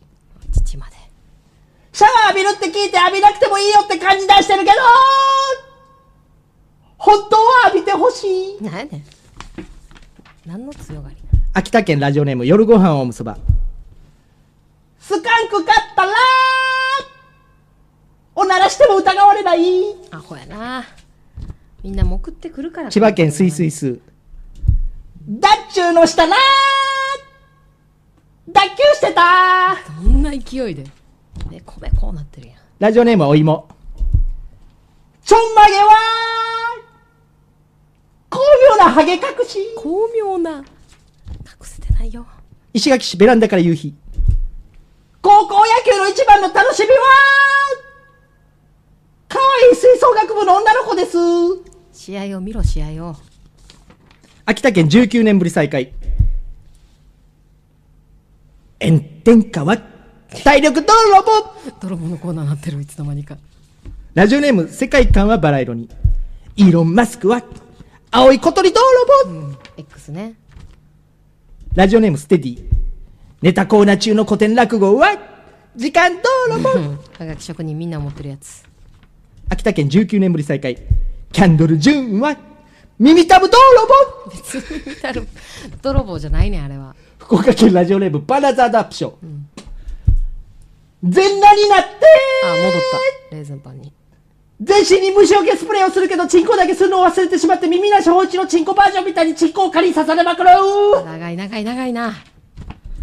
Speaker 35: シャワー浴びるって聞いて浴びなくてもいいよって感じ出してるけど本当は浴びてほしい
Speaker 3: 何やねん何の強がり
Speaker 2: 秋田県ラジオネーム夜ご飯おむそば
Speaker 35: スカンク買ったらおならしても疑われない
Speaker 3: アホやなみんなもう送ってくるから
Speaker 2: 千葉県スイスイス
Speaker 35: ダッチューの下な脱臼してた
Speaker 3: こんな勢いでねこべこうなってるやん
Speaker 2: ラジオネームお芋
Speaker 35: ちょんまげは巧妙なハゲ隠し
Speaker 3: 巧妙な出てないよ
Speaker 2: 石垣市ベランダから夕日
Speaker 35: 高校野球の一番の楽しみは可愛い吹奏楽部の女の子です
Speaker 3: 試合を見ろ試合を
Speaker 2: 秋田県19年ぶり再開炎天下は体力泥棒
Speaker 3: 泥棒のコーナーになってるいつの間にか
Speaker 2: ラジオネーム世界観はバラ色にイーロン・マスクは青い小鳥泥棒、
Speaker 3: X ね
Speaker 2: ラジオネームステディネタコーナー中の古典落語は時間泥棒
Speaker 3: 科学職人みんな思ってるやつ
Speaker 2: 秋田県19年ぶり再開キャンドル・ジューンは耳たぶ泥棒
Speaker 3: 別に見たる泥棒じゃないねんあれは
Speaker 2: 福岡県ラジオネームバナザードアップショー、
Speaker 35: 全裸になって
Speaker 3: あ戻ったレーズンパンに
Speaker 35: 全身に虫除けスプレーをするけどチンコだけするのを忘れてしまって耳なし放置のチンコバージョンみたいにチンコを狩り刺されまくる
Speaker 3: 長い長い長いな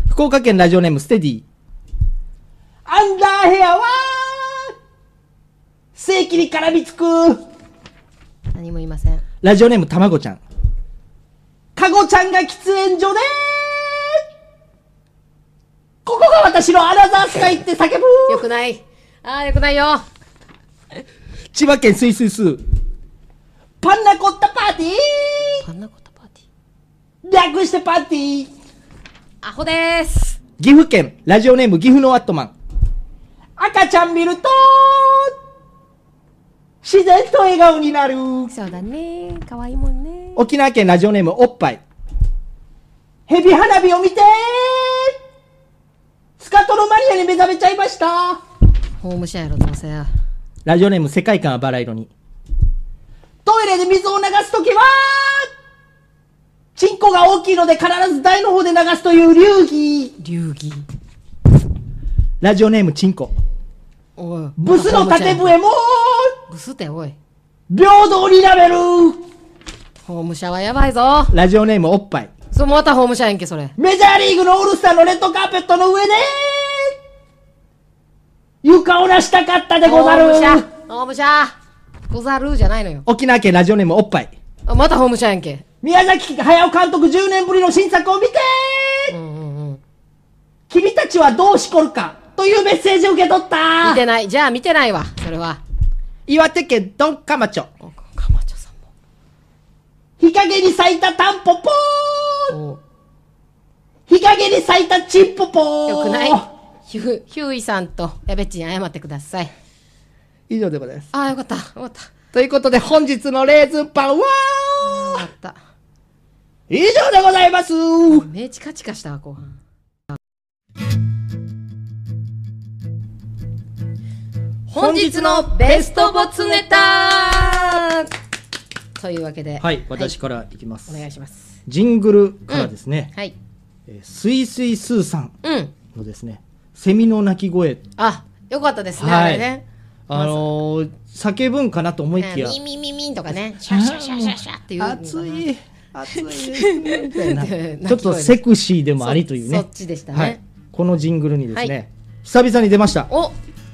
Speaker 2: 福岡県ラジオネームステディ
Speaker 35: アンダーヘアは正規に絡みつく
Speaker 3: 何も言いません
Speaker 2: ラジオネームたまごちゃん
Speaker 35: カゴちゃんが喫煙所でここが私のアナザースカイって叫ぶ
Speaker 3: よくないああよくないよ
Speaker 2: 千葉県スイスイス
Speaker 35: パンナコッタパーティーパンナコッタパーティー略してパーティー
Speaker 3: アホです
Speaker 2: 岐阜県ラジオネーム岐阜のワットマン
Speaker 35: 赤ちゃん見ると自然と笑顔になる
Speaker 3: そうだね可愛いもんね
Speaker 2: 沖縄県ラジオネームおっぱい
Speaker 35: ヘビ花火を見てスカトロマニアに目覚めちゃいました
Speaker 3: ホームシェアやろどうせや
Speaker 2: ラジオネーム世界観はバラ色に
Speaker 35: トイレで水を流すときはチンコが大きいので必ず台の方で流すという流儀
Speaker 3: 流儀
Speaker 2: ラジオネームチンコ
Speaker 3: おい
Speaker 35: ブスの縦笛も
Speaker 3: ブスっておい
Speaker 35: 平等になめる
Speaker 3: ホームシェアはやばいぞ
Speaker 2: ラジオネームおっぱい
Speaker 3: そうまたホームシェアやんけそれ
Speaker 35: メジャーリーグのオールスターのレッドカーペットの上で床をなしたかったでござる
Speaker 3: ホームシャホームシャござるじゃないのよ
Speaker 2: 沖縄県ラジオネームおっぱい
Speaker 3: あまたホームシャやんけ
Speaker 35: 宮崎駿監督10年ぶりの新作を見てー、君たちはどうしこるかというメッセージを受け取ったー見てない。じゃあ見てないわ、それは。岩手県ドンカマチョ。カマチョさんも。日陰に咲いたタンポポー日陰に咲いたチンポポー
Speaker 3: よくないヒュヒューイさんとやべっちに謝ってください。
Speaker 35: 以上でございます。
Speaker 3: ああ、よかった。よかった。
Speaker 35: ということで本日のレーズンパンは
Speaker 3: あった。
Speaker 35: 以上でございます
Speaker 3: 目チカチカしたわ、後半。本日のベストボツネタというわけで。
Speaker 2: はい、私からいきます。
Speaker 3: お願いします。
Speaker 2: ジングルからですね、
Speaker 3: はい。
Speaker 2: えースイスイスーさん
Speaker 3: うん。
Speaker 2: のですね、セミの鳴き声。
Speaker 3: あ、よかったですね、
Speaker 2: はい
Speaker 3: あれね。
Speaker 2: あのー叫ぶんかなと思いきや、
Speaker 3: ミンミンミンミンとか ね、シャシャシャシャシャっていう。
Speaker 2: 熱い、熱い
Speaker 3: み
Speaker 2: たいな ちょっとセクシーでもありというね。
Speaker 3: そそっちでしたね
Speaker 2: はい。このジングルにですね、
Speaker 3: はい
Speaker 2: 久々に出ました。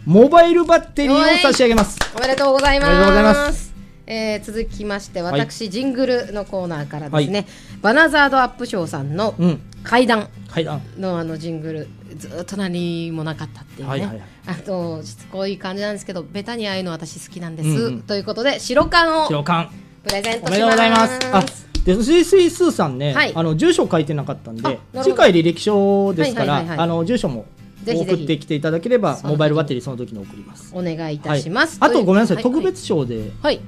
Speaker 2: モバイルバッテリーを差し上げます。
Speaker 3: おめでとうございます。
Speaker 2: おめでとうございます
Speaker 3: えー続きまして、
Speaker 2: はい
Speaker 3: 私、ジングルのコーナーからですね、
Speaker 2: はい
Speaker 3: バナザードアップショーさんの
Speaker 2: うん。
Speaker 3: 階段
Speaker 2: 階段。
Speaker 3: のあのジングル、ずーっと何もなかったっていうね。
Speaker 2: はいはいはい
Speaker 3: あと、しつこい感じなんですけど、ベタにああいうの私好きなんです。
Speaker 2: うんうん
Speaker 3: ということで、白缶
Speaker 2: 白
Speaker 3: を
Speaker 2: 缶。
Speaker 3: プレゼン
Speaker 2: お
Speaker 3: ト
Speaker 2: め
Speaker 3: し
Speaker 2: でとうご
Speaker 3: ます。
Speaker 2: ざいます。あ、で、スイスイスーさんね、
Speaker 3: はい
Speaker 2: あの住所書いてなかったんで
Speaker 3: ほど、
Speaker 2: 次回履歴書ですから、
Speaker 3: はいはいはいはい
Speaker 2: あの住所も
Speaker 3: ぜひぜ
Speaker 2: 送
Speaker 3: ひ
Speaker 2: ってきていただければ、モバイルバッテリーその時に送ります。
Speaker 3: お願いいたします。
Speaker 2: はい、あとごめんなさい、
Speaker 3: は
Speaker 2: 特別賞で、
Speaker 3: はい。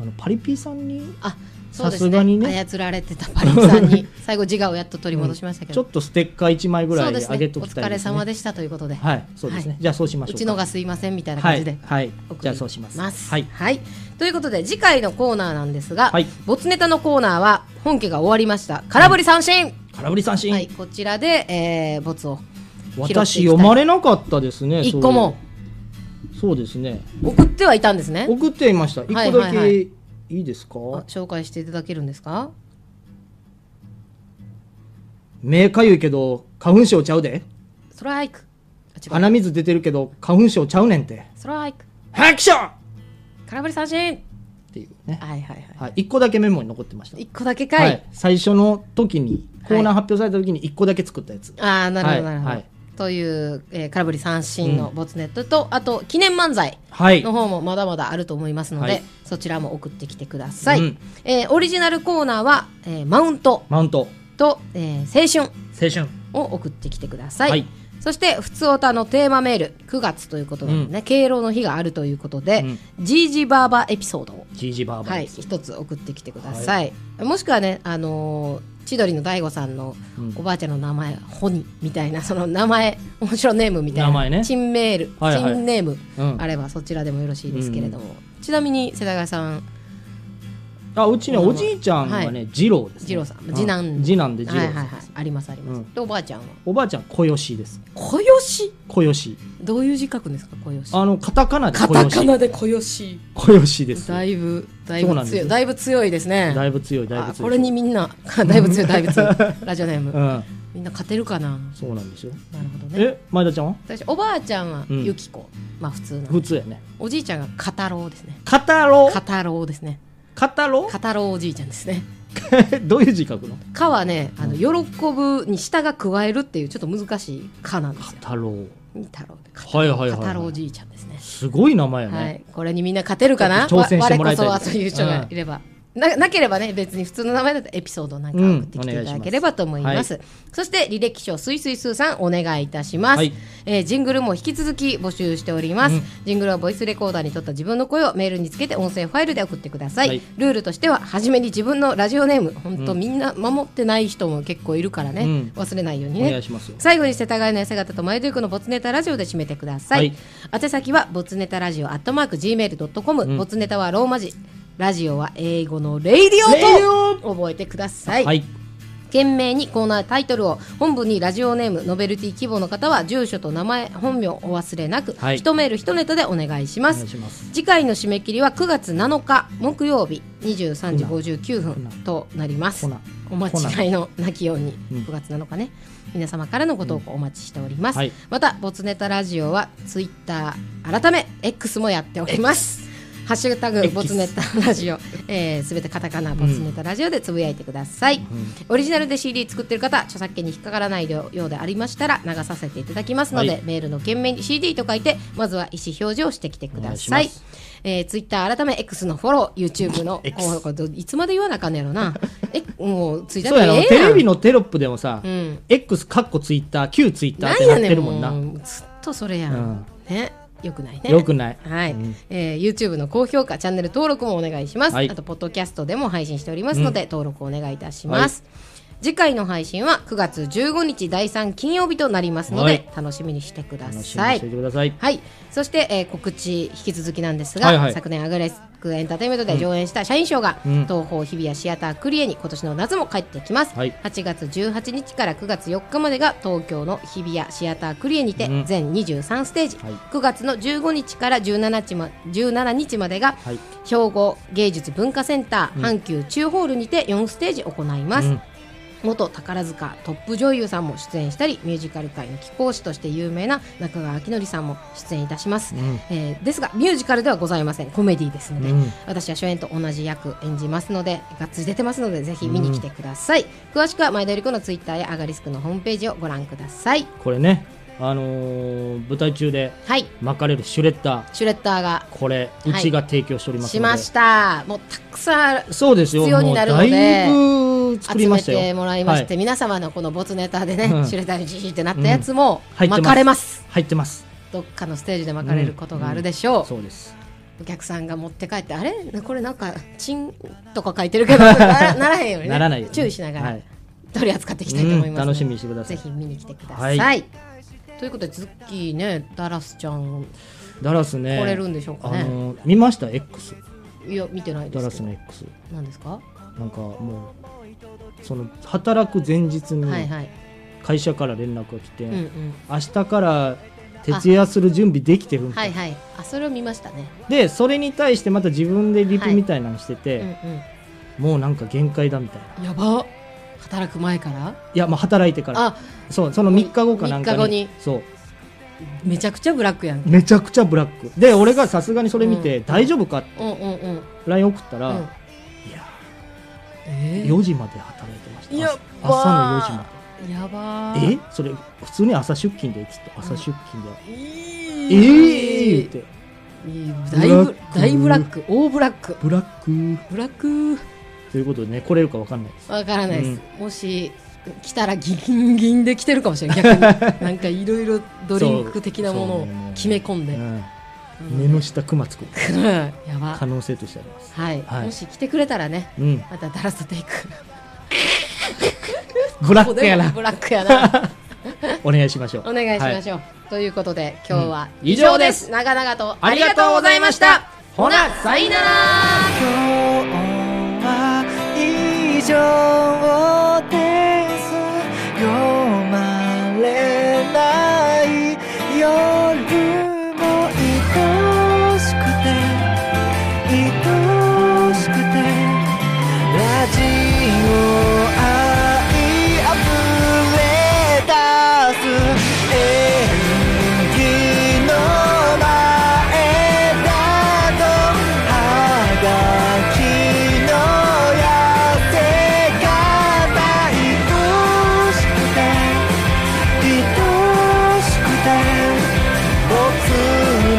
Speaker 2: あのパリピーさんに
Speaker 3: あ、そう
Speaker 2: さ
Speaker 3: ですす
Speaker 2: がに
Speaker 3: ね。
Speaker 2: ね、
Speaker 3: 操られてたパリさ んに、最後自我をやっと取り戻しましたけ
Speaker 2: ちょ
Speaker 3: ど
Speaker 2: っ。とステッカー一枚ぐら
Speaker 3: そう
Speaker 2: い
Speaker 3: です
Speaker 2: 上
Speaker 3: ね
Speaker 2: げと
Speaker 3: お
Speaker 2: きた
Speaker 3: 疲
Speaker 2: い
Speaker 3: れ
Speaker 2: ですね。
Speaker 3: 様でしたということで。
Speaker 2: はい、そうですね。
Speaker 3: はい
Speaker 2: じゃあそうしましょう
Speaker 3: う
Speaker 2: か。
Speaker 3: ちのがすいませんみたいな感じで。
Speaker 2: はい、はい、じゃあそうします。
Speaker 3: ます
Speaker 2: はい、
Speaker 3: はい。ということで、次回のコーナーなんですが、ボツネタのコーナーは、本家が終わりました。空振り三振
Speaker 2: 空振り三振。
Speaker 3: はい、こちらで、えー、ボツを。
Speaker 2: 私読まれなかったですね。
Speaker 3: 一個も
Speaker 2: そういう。そうですね。
Speaker 3: 送ってはいたんですね。
Speaker 2: 送っていました。一個だ
Speaker 3: はいはいは
Speaker 2: け
Speaker 3: い
Speaker 2: いいですか。
Speaker 3: あ紹介していただけるんですか
Speaker 2: 目かゆいけど花粉症ちゃうで。
Speaker 3: ストライク。
Speaker 2: 鼻水出てるけど花粉症ちゃうねんて。
Speaker 3: ストライク。
Speaker 2: ハクション。
Speaker 3: 空振り三振
Speaker 2: っていうね。
Speaker 3: はいはいはい。
Speaker 2: はい、一個だけメモに残ってました。
Speaker 3: 一個だけかい。
Speaker 2: はい最初の時にコーナー発表された時に一個だけ作ったやつ。
Speaker 3: ああ、なるほど、
Speaker 2: はい
Speaker 3: なるほど。
Speaker 2: はい
Speaker 3: という、えー空振り三振のボツネットと、あと、記念漫才
Speaker 2: はい
Speaker 3: の方もまだまだあると思いますの
Speaker 2: は
Speaker 3: で、
Speaker 2: い
Speaker 3: そちらも送ってきてください。
Speaker 2: うん
Speaker 3: えーオリジナルコーナーは、えーマウント
Speaker 2: マウント。
Speaker 3: と、えー青春
Speaker 2: 青春。
Speaker 3: を送ってきてください。
Speaker 2: はい
Speaker 3: そして、ふつおたのテーマメール、9月ということなのでね、敬老の日があるということで、ジージバーバエピソードを
Speaker 2: ジージバーバー。
Speaker 3: はい、一つ送ってきてください。もしくはね、あのー千鳥の大悟さんの
Speaker 2: うん
Speaker 3: おばあちゃんの名前、ホニみたいな、その名前、面白ネームみたいな、
Speaker 2: 名前ね
Speaker 3: チンメール、
Speaker 2: はいはい
Speaker 3: チンネーム、
Speaker 2: うん
Speaker 3: あればそちらでもよろしいですけれども、ちなみに世田谷さん、
Speaker 2: あ、うちね
Speaker 3: お名
Speaker 2: お
Speaker 3: 前
Speaker 2: じいちゃんが
Speaker 3: は
Speaker 2: ね
Speaker 3: い
Speaker 2: 次郎ですね。
Speaker 3: 二郎さん
Speaker 2: う
Speaker 3: 次男
Speaker 2: 次男で次郎
Speaker 3: は
Speaker 2: さ
Speaker 3: い
Speaker 2: ん
Speaker 3: はいはい、ありますあります。で、おばあちゃんは、
Speaker 2: おばあちゃん小吉です。
Speaker 3: 小吉
Speaker 2: 小吉。
Speaker 3: どういう字書くんですか、小吉。
Speaker 2: あのカタカナで
Speaker 3: カ
Speaker 2: 小
Speaker 3: タ
Speaker 2: 吉。
Speaker 3: カナで小吉。
Speaker 2: 小吉です。
Speaker 3: だいぶ、だい
Speaker 2: そう
Speaker 3: ぶ
Speaker 2: なんです
Speaker 3: 強
Speaker 2: よ
Speaker 3: い、だいぶ強いですね。
Speaker 2: だいぶ強いだいぶ強い。
Speaker 3: これにみんな、 だいぶ強い、だい ぶ強い。ラジオネーム。
Speaker 2: うん
Speaker 3: みんな勝てるかな
Speaker 2: そうなんですよ。
Speaker 3: なるほどね。
Speaker 2: え、前田ちゃんは？
Speaker 3: 私おばあちゃんは
Speaker 2: うん
Speaker 3: ゆき子、まあ普通な
Speaker 2: 普通やね。
Speaker 3: おじいちゃんがカタロウですね
Speaker 2: カタロ
Speaker 3: カタロウですね
Speaker 2: カタロ
Speaker 3: カタロウおじいちゃんですね
Speaker 2: え どういう字書くの？
Speaker 3: かはねあの喜ぶに舌が加えるっていうちょっと難しいかなんですよ
Speaker 2: 太郎。
Speaker 3: 太郎
Speaker 2: はいはいはい
Speaker 3: カタロウ
Speaker 2: は
Speaker 3: おじいちゃんですね
Speaker 2: い。すごい名前やね。
Speaker 3: はいこれにみんな勝てるかな
Speaker 2: ちょっと挑戦してもらいたい
Speaker 3: 我こそはという人がいればななければね別に普通の名前だったらエピソードなんか
Speaker 2: うん
Speaker 3: 送ってきていただければと思います,、
Speaker 2: お
Speaker 3: そして履歴書すいすいすーさんお願いいたします、
Speaker 2: はい
Speaker 3: えージングルも引き続き募集しております、
Speaker 2: うん
Speaker 3: ジングルはボイスレコーダーに撮った自分の声をメールにつけて音声ファイルで送ってください、
Speaker 2: はい
Speaker 3: ルールとしては初めに自分のラジオネーム本当、
Speaker 2: うん
Speaker 3: みんな守ってない人も結構いるからね、
Speaker 2: うん
Speaker 3: 忘れないように
Speaker 2: お
Speaker 3: ね
Speaker 2: 願いしますよ。
Speaker 3: 最後に世田谷の痩せ方とマイドゥイクのボツネタラジオで締めてください、宛先はボツネタラジオアットマーク Gmail.com、
Speaker 2: うん
Speaker 3: ボツネタはローマ字ラジオは英語のレイ
Speaker 2: レ
Speaker 3: デ
Speaker 2: イデ
Speaker 3: ィオと覚えてください、
Speaker 2: はい。
Speaker 3: 懸命にコーナータイトルを本部にラジオネームノベルティ希望の方は住所と名前本名お忘れなく、
Speaker 2: はい
Speaker 3: 一メール一ネタでお願いし
Speaker 2: お
Speaker 3: ま
Speaker 2: 願
Speaker 3: す
Speaker 2: いします。
Speaker 3: 次回の締め切りは9月7日木曜日23時59分となりますお間違いのなきように9月7日ね皆様からのご投稿お待ちしております、
Speaker 2: はい
Speaker 3: またボツネタラジオはツイッター改め X もやっておりますハッシュタグボツネタラジオ」えーすべ、てカタカナ「ボツネタラジオ」でつぶやいてください、オリジナルで CD 作ってる方著作権に引っかからないようでありましたら流させていただきますので、
Speaker 35: はい
Speaker 3: メールの件名に CD と書いてまずは意思表示をしてきてください
Speaker 35: お願いし
Speaker 3: えー、ツイッター改め X のフォロー YouTube のおこれいつまで言わなあかんねやろなえもうツイッタ
Speaker 2: そうや
Speaker 3: ー
Speaker 2: ろ、
Speaker 3: でええ
Speaker 2: テ
Speaker 3: やん
Speaker 2: レビのテロップでもさ、
Speaker 3: うん
Speaker 2: X カッコツイッター旧ツイッターってなってるもんな
Speaker 3: なんやねんもうずっとそれやん、
Speaker 2: うん
Speaker 3: ねよくないね
Speaker 2: よくない
Speaker 3: はい、えー YouTube の高評価チャンネル登録もお願いします、
Speaker 2: はい
Speaker 3: あとポッドキャストでも配信しておりますの
Speaker 2: う
Speaker 3: で、
Speaker 2: ん
Speaker 3: 登録お願いいたします、次回の配信は9月15日第3金曜日となりますので、
Speaker 2: はい
Speaker 3: 楽しみにしてくだ
Speaker 2: 楽しみ
Speaker 3: さ
Speaker 2: にし
Speaker 3: い
Speaker 2: ておいてください
Speaker 3: はい、そして、えー告知引き続きなんですが、
Speaker 2: はいはい
Speaker 3: 昨年アグレスクエンターテインメントで上演した社員賞が、
Speaker 2: うん
Speaker 3: 東宝日比谷シアタークリエに今年の夏も帰ってきます、
Speaker 2: はい
Speaker 3: 8月18日から9月4日までが東京の日比谷シアタークリエにて
Speaker 2: うん
Speaker 3: 全23ステージ、
Speaker 2: はい
Speaker 3: 9月の15日から17日ま ,17 日までが
Speaker 2: はい
Speaker 3: 兵庫芸術文化センター、
Speaker 2: うん
Speaker 3: 阪急中ホールにて4ステージ行います、
Speaker 2: うん
Speaker 3: 元宝塚トップ女優さんも出演したりミュージカル界の貴公子として有名な中川明典さんも出演いたします、
Speaker 2: うん
Speaker 3: えーですがミュージカルではございませんコメディですので、
Speaker 2: うん
Speaker 3: 私は主演と同じ役演じますのでがっつり出てますのでぜひ見に来てください、詳しくは前田由里子のツイッターやアガリスクのホームページをご覧ください
Speaker 2: これねあのー舞台中で
Speaker 3: はい
Speaker 2: 巻かれるシュレッダー
Speaker 3: シュレッダーが
Speaker 2: これ
Speaker 3: はいう
Speaker 2: ちが提供しておりますの
Speaker 3: し
Speaker 2: で、
Speaker 3: ましたもうたくさん
Speaker 2: そうですよ
Speaker 3: 必要になるの
Speaker 2: もうだ
Speaker 3: で
Speaker 2: いぶ作り
Speaker 3: 集
Speaker 2: ま
Speaker 3: め
Speaker 2: したよ
Speaker 3: てもらいまし
Speaker 2: は
Speaker 3: て、
Speaker 2: い
Speaker 3: 皆様のこのボツネタでね、
Speaker 2: うん
Speaker 3: シュレッダーにジーってなったやつも
Speaker 2: 入って
Speaker 3: 巻かれます
Speaker 2: 入ってます
Speaker 3: どっかのステージで巻かれることがあるでしょう、
Speaker 2: んそうです
Speaker 3: お客さんが持って帰ってあれこれなんか「チン」とか書いてる けどならならへんようにね
Speaker 2: ならないように
Speaker 3: 注意しながら、
Speaker 2: はい
Speaker 3: 取り扱っていきたいと思いますので、
Speaker 2: うん楽しみにしてください
Speaker 3: ぜひ見に来てください、
Speaker 2: はい
Speaker 3: ということでズッキーねダラスちゃん
Speaker 2: ダラスね
Speaker 3: 来れるんでしょうかね
Speaker 2: あのー見ました X
Speaker 3: いや見てないで
Speaker 2: ダ
Speaker 3: す
Speaker 2: ラス
Speaker 3: けど
Speaker 2: の X
Speaker 3: 何ですか
Speaker 2: なんかもうその働く前日に
Speaker 3: はいはい
Speaker 2: 会社から連絡が来て、
Speaker 3: うんうん
Speaker 2: 明日から徹夜する準備できてるんか
Speaker 3: はいはいあそれを見ましたね
Speaker 2: でそれに対してまた自分でリプみたいなのしてて、
Speaker 3: うん
Speaker 2: もうなんか限界だみたいな
Speaker 3: うんやば働く前から
Speaker 2: いやまあ働いてから
Speaker 3: あ
Speaker 2: そうその3日後かなんかに
Speaker 3: 三日後に
Speaker 2: そう
Speaker 3: めちゃくちゃブラックやん
Speaker 2: めちゃくちゃブラックで俺がさすがにそれ見て、大丈夫かって
Speaker 3: うんうんうん
Speaker 2: LINE 送ったら、
Speaker 3: うん
Speaker 2: いや、
Speaker 3: え
Speaker 2: 4時まで働いてました
Speaker 3: やっばー
Speaker 2: 朝の4時まで
Speaker 3: やば
Speaker 2: え
Speaker 3: ー
Speaker 2: それ普通に朝出勤でっつって朝出勤で、
Speaker 3: え
Speaker 2: ええー、って
Speaker 3: だいぶ大ブ
Speaker 2: ブ
Speaker 3: ラ
Speaker 2: ラ
Speaker 3: ッ
Speaker 2: ッ
Speaker 3: ク大ブラック
Speaker 2: ブラック
Speaker 3: ブラック
Speaker 2: ということでね来れるかわかんないです
Speaker 3: わからないです、
Speaker 2: うん
Speaker 3: もし来たらギンギンで来てるかもしれない逆 になんかいろいろドリンク的なもの
Speaker 2: そ
Speaker 3: を
Speaker 2: うそうねもう
Speaker 3: 決め込んで、
Speaker 2: 目の下クマつく
Speaker 3: うん やば
Speaker 2: 可能性としてあります
Speaker 3: はい、
Speaker 2: はい
Speaker 3: もし来てくれたらね、
Speaker 2: うん
Speaker 3: またダラスとテイク
Speaker 2: ブラックやな
Speaker 3: ここでもブラックやな
Speaker 2: お願いしましょう
Speaker 3: お願いしまし
Speaker 2: ょ
Speaker 3: ょう、ということで今日は
Speaker 2: うん以上です
Speaker 3: 以長々と
Speaker 2: あ
Speaker 3: あ
Speaker 2: り
Speaker 3: り
Speaker 2: が
Speaker 3: が
Speaker 2: と
Speaker 3: と
Speaker 2: う
Speaker 3: う
Speaker 2: ご
Speaker 3: ご
Speaker 2: ざ
Speaker 3: ざ
Speaker 2: い
Speaker 3: い
Speaker 2: ま
Speaker 3: ま
Speaker 2: し
Speaker 3: したた
Speaker 2: ほな
Speaker 3: さいなら
Speaker 4: は以上です読まれない夜も愛しくて愛しくてラジオ愛あふれ出す演技の前だとはがきのやせ方愛しくて愛しくてボツ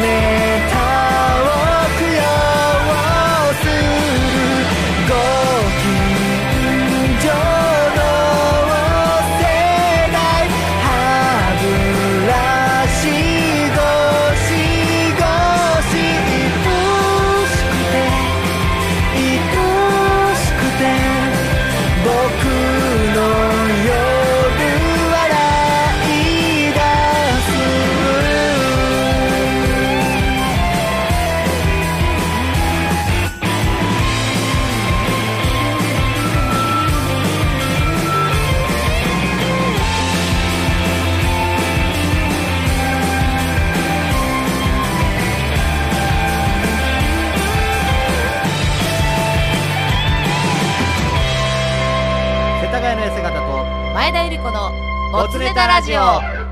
Speaker 4: ネタを供養するご近所の世代歯ブラシゴシゴシ愛しくて愛しくて僕の夜笑い出す
Speaker 36: 世田谷の痩せ方と
Speaker 3: 前田ゆり子の
Speaker 36: ボツネタラジオ